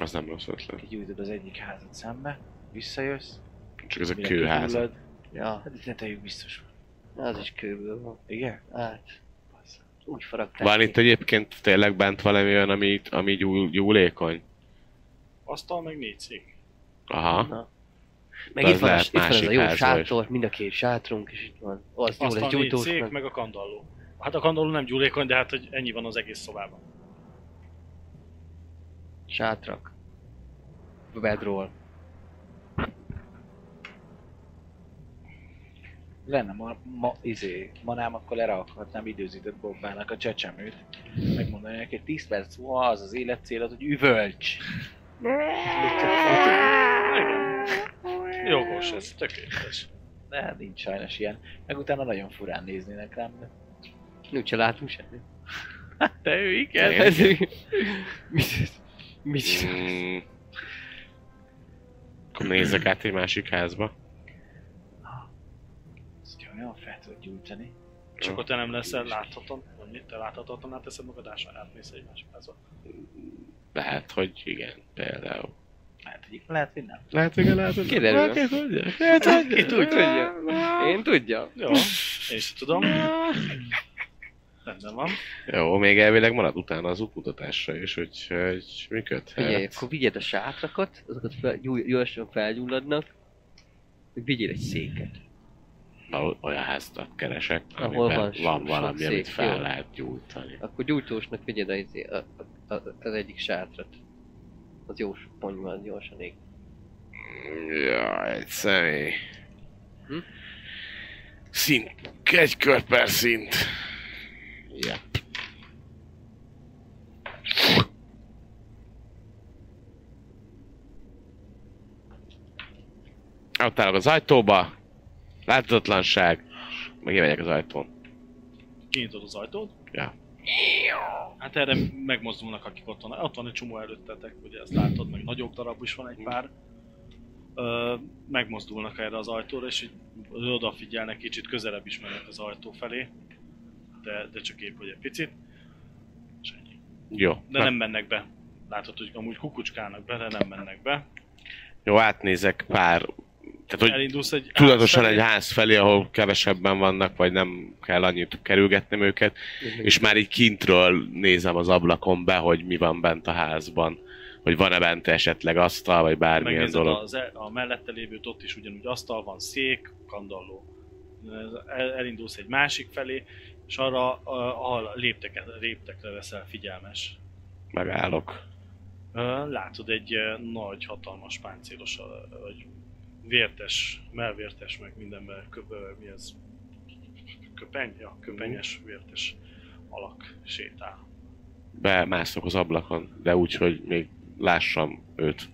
Az nem rossz ötlet.
Kigyújtod az egyik házat szembe, visszajössz,
Csak ez a
mire
kőház.
kihullad,
Ja,
Hát itt tetejük biztos van.
az is kőből van.
Igen?
Hát,
Bassza.
úgy faragták
Van
ki.
itt egyébként tényleg bent valami olyan, ami, itt- ami gyúl, gyúlékony?
Asztal meg négy szék.
Aha.
Na. Meg
Az
itt van, a,
lehet
itt van ez a
másik
jó
házba
sátor, mind a két sátrunk, és itt van. Az jó lesz
Asztal négy
gyújtós.
szék, meg a kandalló. Hát a kandalló nem gyúlékony, de hát hogy ennyi van az egész szobában.
Sátrak. Bedról.
lenne ma, ma izé, manám, akkor lerakhatnám időzített bombának a csecsemőt. Megmondani neki, hogy 10 perc múlva az az életcélod, hogy üvölts.
Jogos, ez tökéletes.
De hát nincs sajnos ilyen. Meg utána nagyon furán néznének rám. De,
Úgyse látunk semmit.
de ő igen.
Igen.
mit, mit csinál?
Mm. Akkor nézzek át egy másik házba.
Ezt olyan fel tudod gyújtani.
Csak ott te nem leszel láthatom, vagy mit, te láthatatlan, hát teszed magad ásra, átmész egy másik házba.
Lehet, hogy igen, például.
Hát egyik lehet, hogy nem.
Lehet, hogy igen, lehet, hogy
Kiderül.
Lehet, hogy tudja. Lehet, hogy
Ki tudja?
Hát,
Én tudja.
Jó, én is tudom. Rendben van.
Jó, még elvileg marad utána az útmutatásra is, úgyhogy működhet.
Figyelj, akkor vigyed a sátrakot, azokat fel, gyúj- gyorsan felgyulladnak, meg vigyél egy széket.
Val- Olyan házat keresek,
Ahol
amiben
van
van,
sok-
van
sok
valami,
szék,
amit fel
jó.
lehet gyújtani.
Akkor gyújtósnak vigyed az, a, a, a, az egyik sátrat. Az jó ponyva, az gyorsan ég.
Jaj, egy személy.
Hm?
Szint. Egy kör per szint. Ja. Ott állok az ajtóba. Láthatatlanság. Megjelenjek az ajtón.
Kinyitod az ajtót.
Ja.
Hát erre megmozdulnak, akik ott vannak. Ott van egy csomó előttetek, ugye ezt látod, meg nagyobb darab is van egy pár. Ö, megmozdulnak erre az ajtóra, és így odafigyelnek, kicsit közelebb is mennek az ajtó felé. De, de csak épp, hogy egy picit. És ennyi.
Jó.
De nem mennek be. Látod, hogy amúgy kukucskálnak be, de nem mennek be.
Jó, átnézek pár... Tehát, Hát, hogy
Elindulsz egy...
tudatosan
ház
egy
felé.
ház felé, ahol kevesebben vannak, vagy nem kell annyit kerülgetnem őket, és már így kintről nézem az ablakon be, hogy mi van bent a házban. Hogy van-e bent esetleg asztal, vagy bármilyen
Megnézed
dolog.
az, e- a mellette lévőt, ott is ugyanúgy asztal van, szék, kandalló. El, elindulsz egy másik felé, és arra, a- ahol lépteket, léptekre leszel figyelmes.
Megállok.
Ö, Látod egy ö, nagy, hatalmas páncélos, ö, vagy vértes, melvértes, meg mindenben kö, ö, mi ez? Köpeny? Ja,
Mhm.
köpenyes, vértes alak sétál.
Bemászok az ablakon, de úgy, hogy még lássam őt.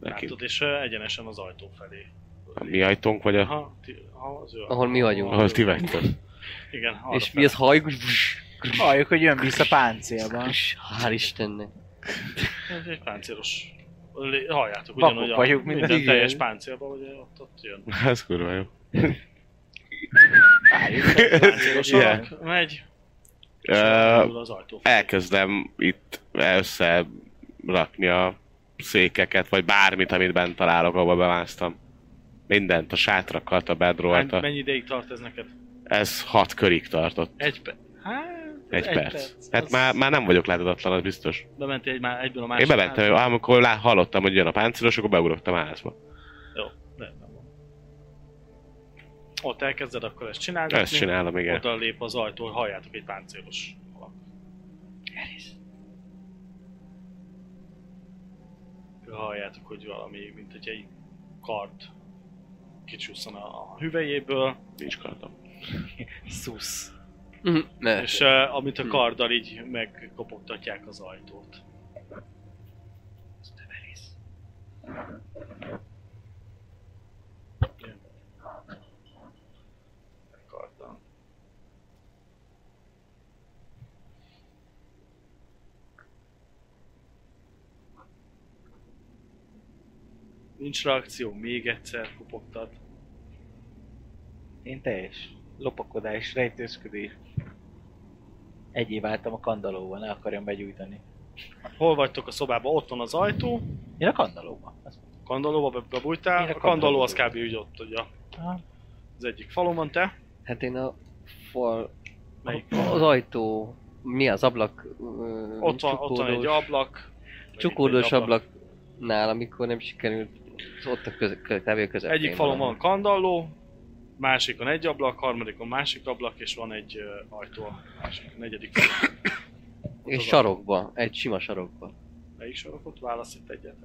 Neki.
Látod, és ö, egyenesen az ajtó felé.
A mi ajtónk, vagy a...
Aha, ti, aha, az ő,
Ahol mi vagyunk.
Ahol ti vagytok.
Igen, arra
És mi
felé.
az hajgus?
Halljuk, hogy jön vissza páncélban.
Hál' Istennek.
Ez egy páncélos. Lé- Halljátok,
Vakok
ugyanúgy a
vagyunk
minden
mindig.
teljes páncélban, hogy ott, ott jön.
Ez kurva jó.
Páncélos
Yeah.
alak, megy, és
Ö,
elindul az ajtó felé.
elkezdem itt össze rakni a székeket, vagy bármit, amit bent találok, ahova bemásztam. Mindent, a sátrakat, a
Hány-
bedrollt, a...
Mennyi ideig tart ez neked?
Ez hat körig tartott.
Egy, pe- hát,
Egy,
egy
perc. Hát
Az-
már, már nem vagyok láthatatlan, az biztos.
Bementél egy, már egyből a
Én
másik
bementem,
házba?
amikor lá- hallottam, hogy jön a páncélos, akkor beugrottam a házba.
Jó, rendben van. Ott elkezded akkor ezt csinálni.
Ezt csinálom, igen.
Oda lép az ajtó, halljátok egy páncélos alak. Halljátok, hogy valami, mint hogy egy kard kicsúszson a, a hüvelyéből,
Nincs kardom.
Szusz.
Mhm, Ne.
és uh, amit a karddal így megkopogtatják az ajtót. Jön. Karddal. Nincs reakció, még egyszer kopogtat.
Én teljes lopakodás, rejtőzködés. Egy év álltam a kandalóban, ne akarjam begyújtani.
Hol vagytok a szobában? Ott van az ajtó.
Én a kandalóban. Azt mondom.
Kandallóba be-
Én
bebújtál,
a
a kandalló az kb.
kandallóba.
úgy ott, ugye.
Aha.
Az egyik falon van te,
Hát én a fal...
melyik
a- Az ajtó... Mi az ablak? ö,
ott van, ott van egy
csukódós-
ablak. vagy
Csukódós
itt egy
ablaknál, amikor nem sikerült, az ott a köz, kö, kb. a közepén.
Egyik falon van kandalló, másikon egy ablak, harmadikon másik ablak, és van egy ö, ajtó a másik, negyedik falon.
És
az
sarokba, egy sima sarokba.
Melyik sarokot válasz itt egyet?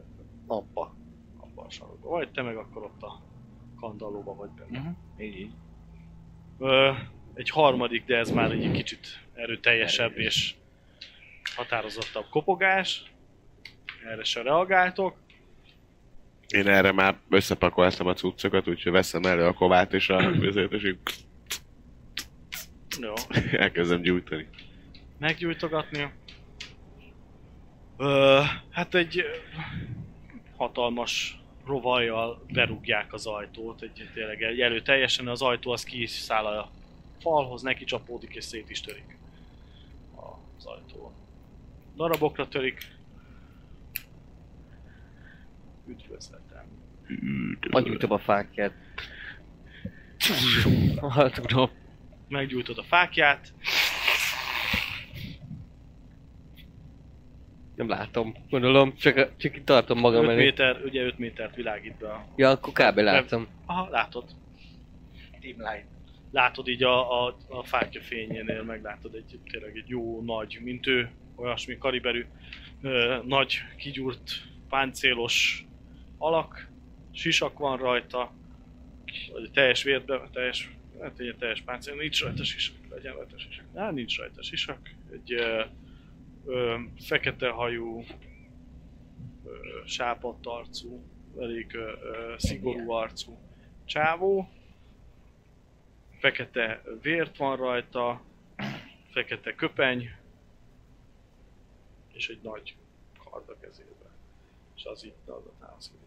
Abba.
Abban a sarokban. Vagy te meg akkor ott a kandallóba vagy benne.
Így, így.
Ö, egy harmadik, de ez már egy kicsit erőteljesebb és határozottabb kopogás. Erre se reagáltok.
Én erre már összepakoltam a cuccokat, úgyhogy veszem elő a kovát és a vizet, és így
Jó,
elkezdem gyújtani.
meggyújtogatni. Ö, hát egy ö, hatalmas rovajjal berúgják az ajtót, egy tényleg egy elő teljesen az ajtó az kiszáll a falhoz, neki csapódik és szét is törik az ajtó. Darabokra törik. Üdvözletem.
Adjuk a fákját. Ha tudom.
Meggyújtod a fákját,
Nem látom, gondolom, csak, csak itt tartom magam
5
elé.
méter, ugye 5 métert világít be a
Ja, akkor kb. látom.
Aha, látod.
Teamline.
Látod így a, a, a fákja fényénél, meglátod egy tényleg egy jó nagy, mint ő, olyasmi kaliberű, ö, nagy, kigyúrt, páncélos alak, sisak van rajta, vagy teljes vérbe, teljes, hát egy teljes páncél, nincs rajta sisak, legyen rajta sisak. Á, nincs rajta sisak. Egy ö, ö, fekete hajú, ö, sápadt arcú, elég ö, ö, szigorú arcú csávó. Fekete vért van rajta, fekete köpeny, és egy nagy kard a kezében. És az itt az a táncolik.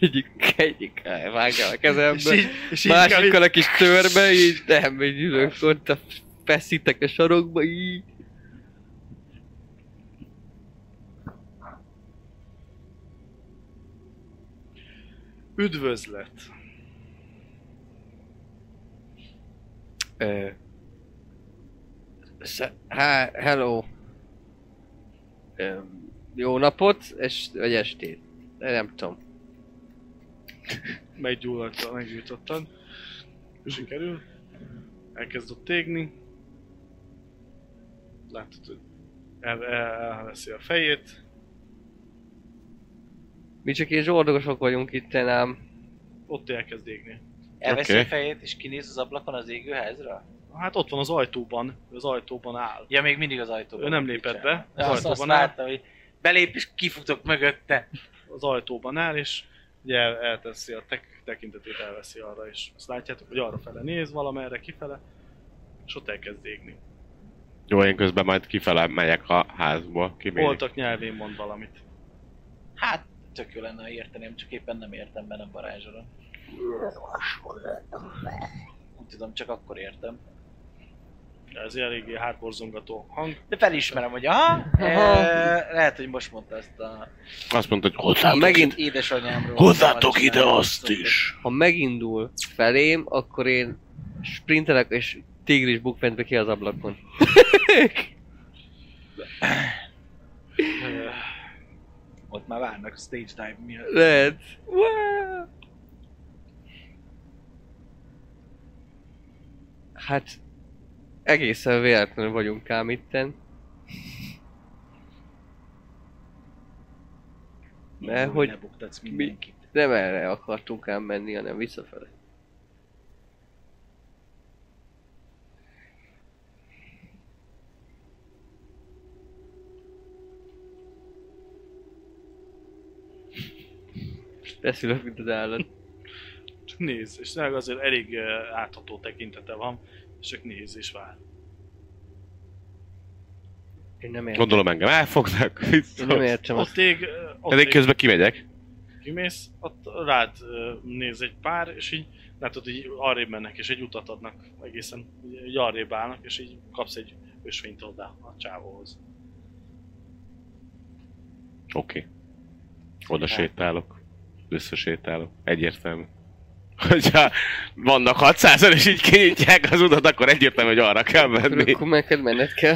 Egyik, egyik vágja
És
a
így,
kezembe.
és így
Másikkal a kis törbe, így nem, így ülök ott a feszítek a sarokba, így.
Üdvözlet!
Ö... Sze... Há, hello. Ö... Jó napot, és, vagy estét. De Nem tudom.
Meggyulladt, meggyújtottad. Sikerül. Elkezdott égni. Látod, hogy el, el, elveszi a fejét.
Mi csak ilyen zsordogosok vagyunk itt, ám.
Ott elkezd égni.
Elveszi
Oké.
a fejét és kinéz az ablakon az égőházra?
Hát ott van az ajtóban, az ajtóban áll.
Ja, még mindig az ajtóban.
Ő nem lépett be,
Az
az
azt, azt
ajtóban áll.
láttam, hogy belép és kifutok mögötte.
az ajtóban áll, és ugye el, elteszi a tek, tekintetét, elveszi arra, és azt látjátok, hogy arra fele néz valamerre, kifele, és ott elkezd égni.
Jó, én közben majd kifele megyek a házból. Kimegyek.
Voltak nyelvén mond valamit.
Hát, tök jó lenne, ha érteném, csak éppen nem értem, mert nem varázsolom. Úgy tudom, csak akkor értem.
Ez egy eléggé hátborzongató hang.
De felismerem, hogy aha,
Aha.
eh, lehet, hogy most mondta ezt a
Azt mondta, hogy
Ha
hozzátok,
megint,
édesanyámról.
Hát hozzátok ide azt
Szóval,
is.
ha megindul felém, akkor én sprintelek és tigris bukfentbe ki az ablakon.
Ö,
Ott már várnak a stage dive miatt.
Lehet. Wow. Hát, egészen véletlenül vagyunk ám itten. Ne,
Indulj,
hogy
Ne buktatsz mindenkit.
Nem erre akartunk ám menni, hanem visszafele. Beszülök, mint az állat.
Csak néz, és tényleg azért elég ö, átható tekintete van, és csak néz és vár.
Én nem értem.
Gondolom engem elfognak.
Én nem
Viszont.
értem azt.
Ott ég, ö, ott
Pedig
ég,
közben kimegyek.
kimész, ott rád ö, néz egy pár, és így látod, hogy arrébb mennek, és egy utat adnak egészen, így- így arrébb állnak, és így kapsz egy ösvényt oda a csávóhoz.
Oké. Okay. Oda sétálok. Összesétálok. Egyértelmű. Hogyha vannak 600-an és így kinyitják az utat, akkor egyértelmű, hogy arra kell menni.
Akkor neked menned kell.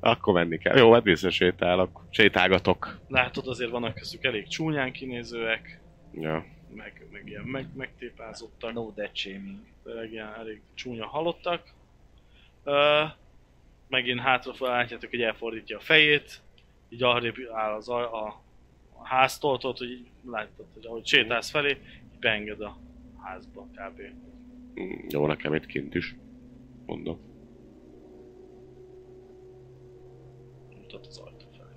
Akkor menni kell. Jó, hát visszasétálok. Sétálgatok.
Látod, azért vannak köztük elég csúnyán kinézőek,
Ja.
meg, meg ilyen meg, megtépázottak, no.
No dead shaming.
elég, ilyen, elég csúnya halottak. Ö, megint hátrafelé látjátok, hogy elfordítja a fejét, így arrébb áll az a, a, a háztól, tudod, hogy így látod, hogy ahogy sétálsz felé, beenged a házba kb.
Mm, Jó, nekem itt kint is. Mondom.
Mutat az ajtó felé.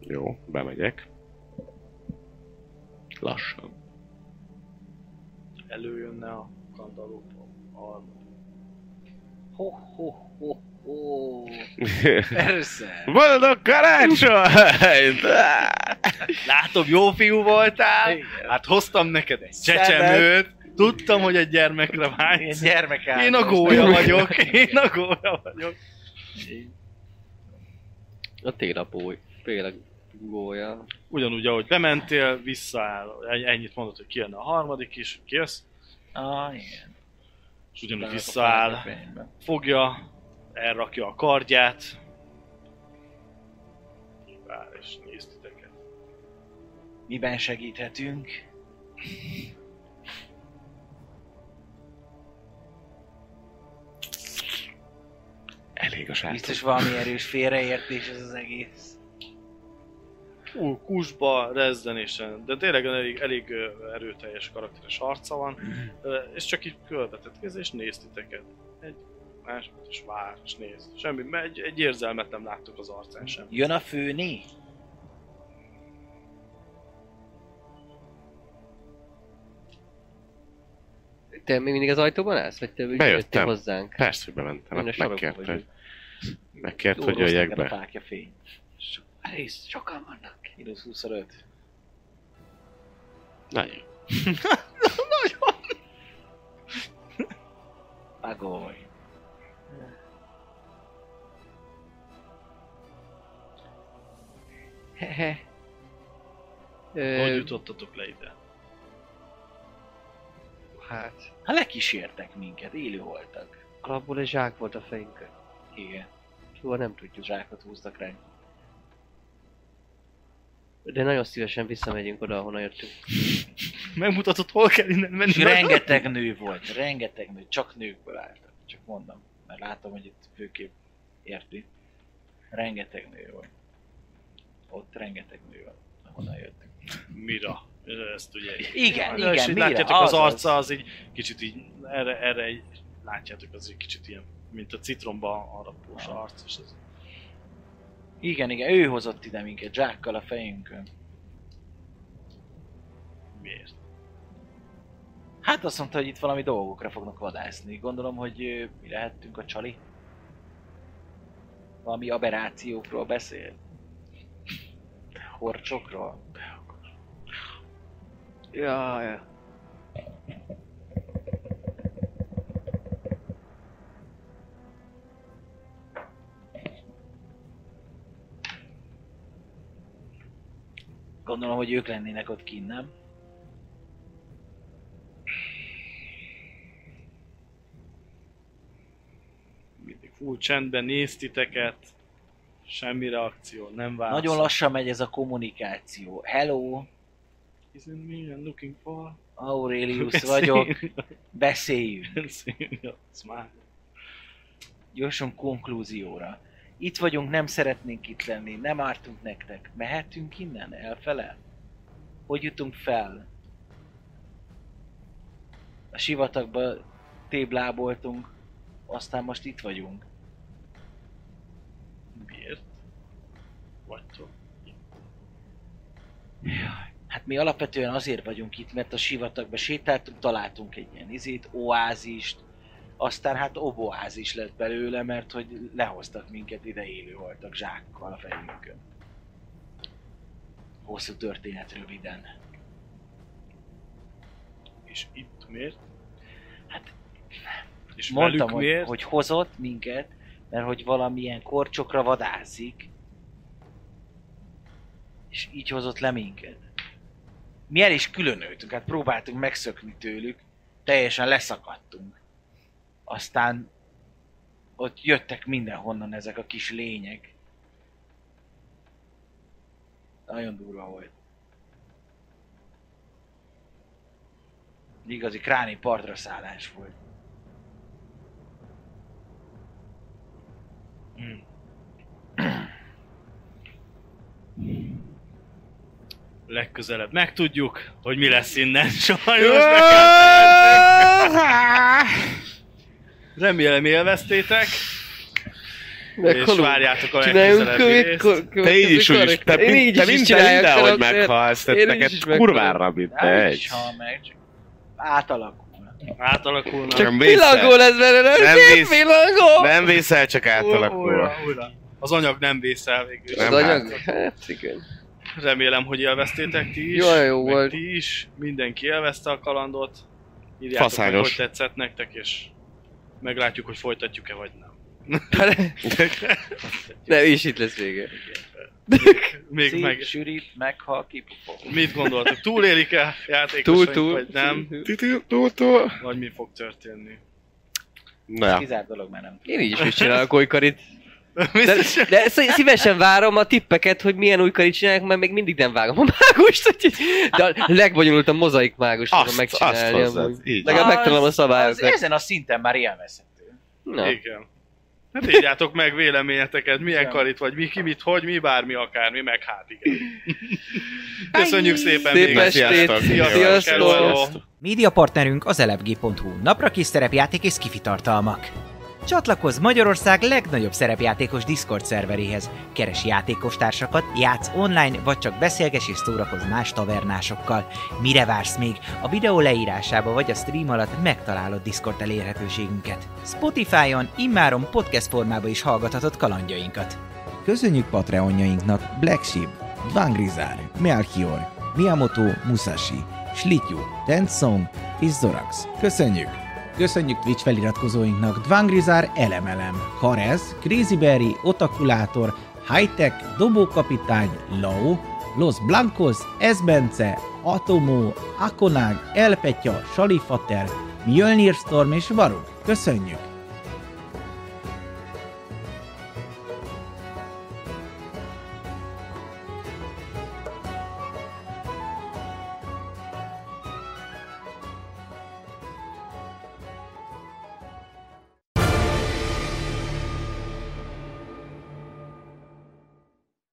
Jó, bemegyek. Lassan.
Előjönne a kandallók a Ho, ho, ho, ho.
Persze.
Boldog karácsonyt!
Látom, jó fiú voltál. Hát hoztam neked egy csecsemőt. Tudtam, hogy egy gyermekre
Ilyen
vágysz.
gyermekállás.
Hát, Én a gólya vagyok. Én a gólya vagyok.
A télapói. Tényleg gólya.
Ugyanúgy, ahogy bementél, visszaáll. Egy- Ennyit mondott, hogy kijönne a harmadik is. Kijössz?
Ah, igen.
És ugyanúgy visszaáll. fogja, elrakja a kardját. Vár és néz titeket.
Miben segíthetünk?
Elég a sárkány.
Biztos valami erős félreértés ez az egész.
Ú, kusba, rezzenésen, de tényleg elég, elég ö, erőteljes karakteres harca van, Ö, és csak így körbetetkez és néz titeket. Egy másodperc és vár, és néz. Semmi, mert egy, egy érzelmet nem láttok az arcán sem.
Jön a főni?
Hát,
Te még mindig az ajtóban állsz? Vagy te
Bejöttem.
jöttél hozzánk?
Persze, hogy bementem.
Én a
Hát
sarokban
megkért,
vagyok.
hogy, megkért, hogy
Durva
jöjjek
neked
be.
A fákja fény. So, Rész, sokan vannak. Minusz 25.
Nagyon.
Pagoly.
Hehe.
Hogy
Ö,
jutottatok le ide?
hát,
Hát lekísértek minket, élő voltak.
alapból egy zsák volt a fejünkön.
Igen,
Soha nem tudjuk.
zsákot húztak ránk.
De nagyon szívesen visszamegyünk oda, ahonnan jöttünk.
Megmutatod, hol kell innen menni.
És rengeteg nő volt, rengeteg nő, csak nőkből álltak. Csak mondom, mert látom, hogy itt főképp érti. Rengeteg nő volt. Ott rengeteg nő van, ahonnan jöttünk.
Mira. Ezt ugye
Igen,
Na, és
igen,
így
mire?
látjátok az,
Azaz.
arca, az így kicsit így, erre, erre így, látjátok az egy kicsit ilyen, mint a citromba arapós
Aha.
arc, és az
Igen, igen, ő hozott ide minket, zsákkal a fejünkön.
miért?
Hát azt mondta, hogy itt valami dolgokra fognak vadászni. Gondolom, hogy ö, mi lehettünk a csali? Valami aberrációkról beszél. Horcsokról.
Ja, ja.
Gondolom, hogy ők lennének ott kint, nem?
Mindig full csendben néz titeket, semmi reakció, nem válasz.
Nagyon lassan megy ez a kommunikáció. Hello,
Isn't me I'm looking for...
Aurelius vagyok, beszéljünk.
Smile.
Gyorsan konklúzióra. Itt vagyunk, nem szeretnénk itt lenni, nem ártunk nektek. Mehetünk innen? Elfele? Hogy jutunk fel? A sivatagba tébláboltunk, aztán most itt vagyunk.
Miért? Vagytok.
Hát mi alapvetően azért vagyunk itt, mert a sivatagba sétáltunk, találtunk egy ilyen izét, oázist, aztán hát oboázis lett belőle, mert hogy lehoztak minket ide élő voltak zsákkal a fejünkön. Hosszú történet röviden.
És itt miért?
Hát,
és
Mondtam,
velük
hogy,
miért?
hogy hozott minket, mert hogy valamilyen korcsokra vadászik. És így hozott le minket. Mi el is különöltünk, hát próbáltunk megszökni tőlük, teljesen leszakadtunk. Aztán ott jöttek mindenhonnan ezek a kis lények. Nagyon durva volt. Igazi kráni partra szállás volt.
Hmm. legközelebb megtudjuk, hogy mi lesz innen. Sajnos nekem Remélem élveztétek, és várjátok a
Csináljunk
legközelebbi
követ,
részt.
kö- követ,
Te így is úgy is, te,
én így
te
is, is
minden,
csinálják,
mindenhogy
tudod,
meghalsz,
én
tehát
így
neked
is meghalom.
kurvára
Hát,
mindegy.
is hal meg, csak átalakul.
Átalakulnak.
Csak
Villangó
vészel,
lesz belőle,
Nem
nem
vész-
villangó!
nem vészel, csak átalakul.
újra, újra. Az anyag nem vészel végül.
Nem.
Az anyag? Hát igen.
Remélem, hogy élveztétek ti is.
Jaj, jó
meg
volt.
Ti is. Mindenki élvezte a kalandot. Írjátok Faszányos. meg,
Faszányos.
hogy tetszett nektek, és meglátjuk, hogy folytatjuk-e vagy nem.
Hát,
Nem, és itt lesz vége.
Még
Szép,
meg...
sűrít, meghal, kipufog.
Mit gondoltok? Túlélik-e
Túl,
játékosaink,
túl.
vagy nem?
Túl-túl.
Vagy mi fog történni?
Na,
Kizárt dolog már nem.
Én így is megcsinálok újkarit. De,
Biztos,
de szí- szívesen várom a tippeket, hogy milyen újkarit csinálják, mert még mindig nem vágom a mágust. úgyhogy- De a legbonyolult a mozaik mágust tudom
azt, azt
megcsinálni.
hozzad.
amúgy.
Így.
Legalább
Az-
megtanulom a
Az,
szabályokat.
ezen a szinten már élvezhető.
Na,
Igen. Hát írjátok meg véleményeteket, milyen
Igen.
karit vagy, mi, ki, mit, hogy, mi, bármi, akármi, meg hát igen. Köszönjük szépen
Szép
még
Na,
estét.
egyszer.
sziasztok.
Sziasztok,
Sziasztok.
hello.
Média partnerünk az elefg.hu, napra kis szerepjáték és kifi tartalmak. Csatlakozz Magyarország legnagyobb szerepjátékos Discord szerveréhez. Keres játékostársakat, játsz online, vagy csak beszélges és szórakozz más tavernásokkal. Mire vársz még? A videó leírásába vagy a stream alatt megtalálod Discord elérhetőségünket. Spotify-on immáron podcast formába is hallgathatod kalandjainkat.
Köszönjük Patreonjainknak Black Sheep, Dvangrizár, Melchior, Miyamoto Musashi, Slityu, Tensong és Zorax. Köszönjük! Köszönjük Twitch feliratkozóinknak Dvangrizár Elemelem, Karez, Crazy Berry, Otakulátor, Hightech, Dobókapitány, Lau, Los Blancos, Esbence, Atomó, Akonag, Elpetya, Salifater, Mjölnir Storm és Varuk. Köszönjük!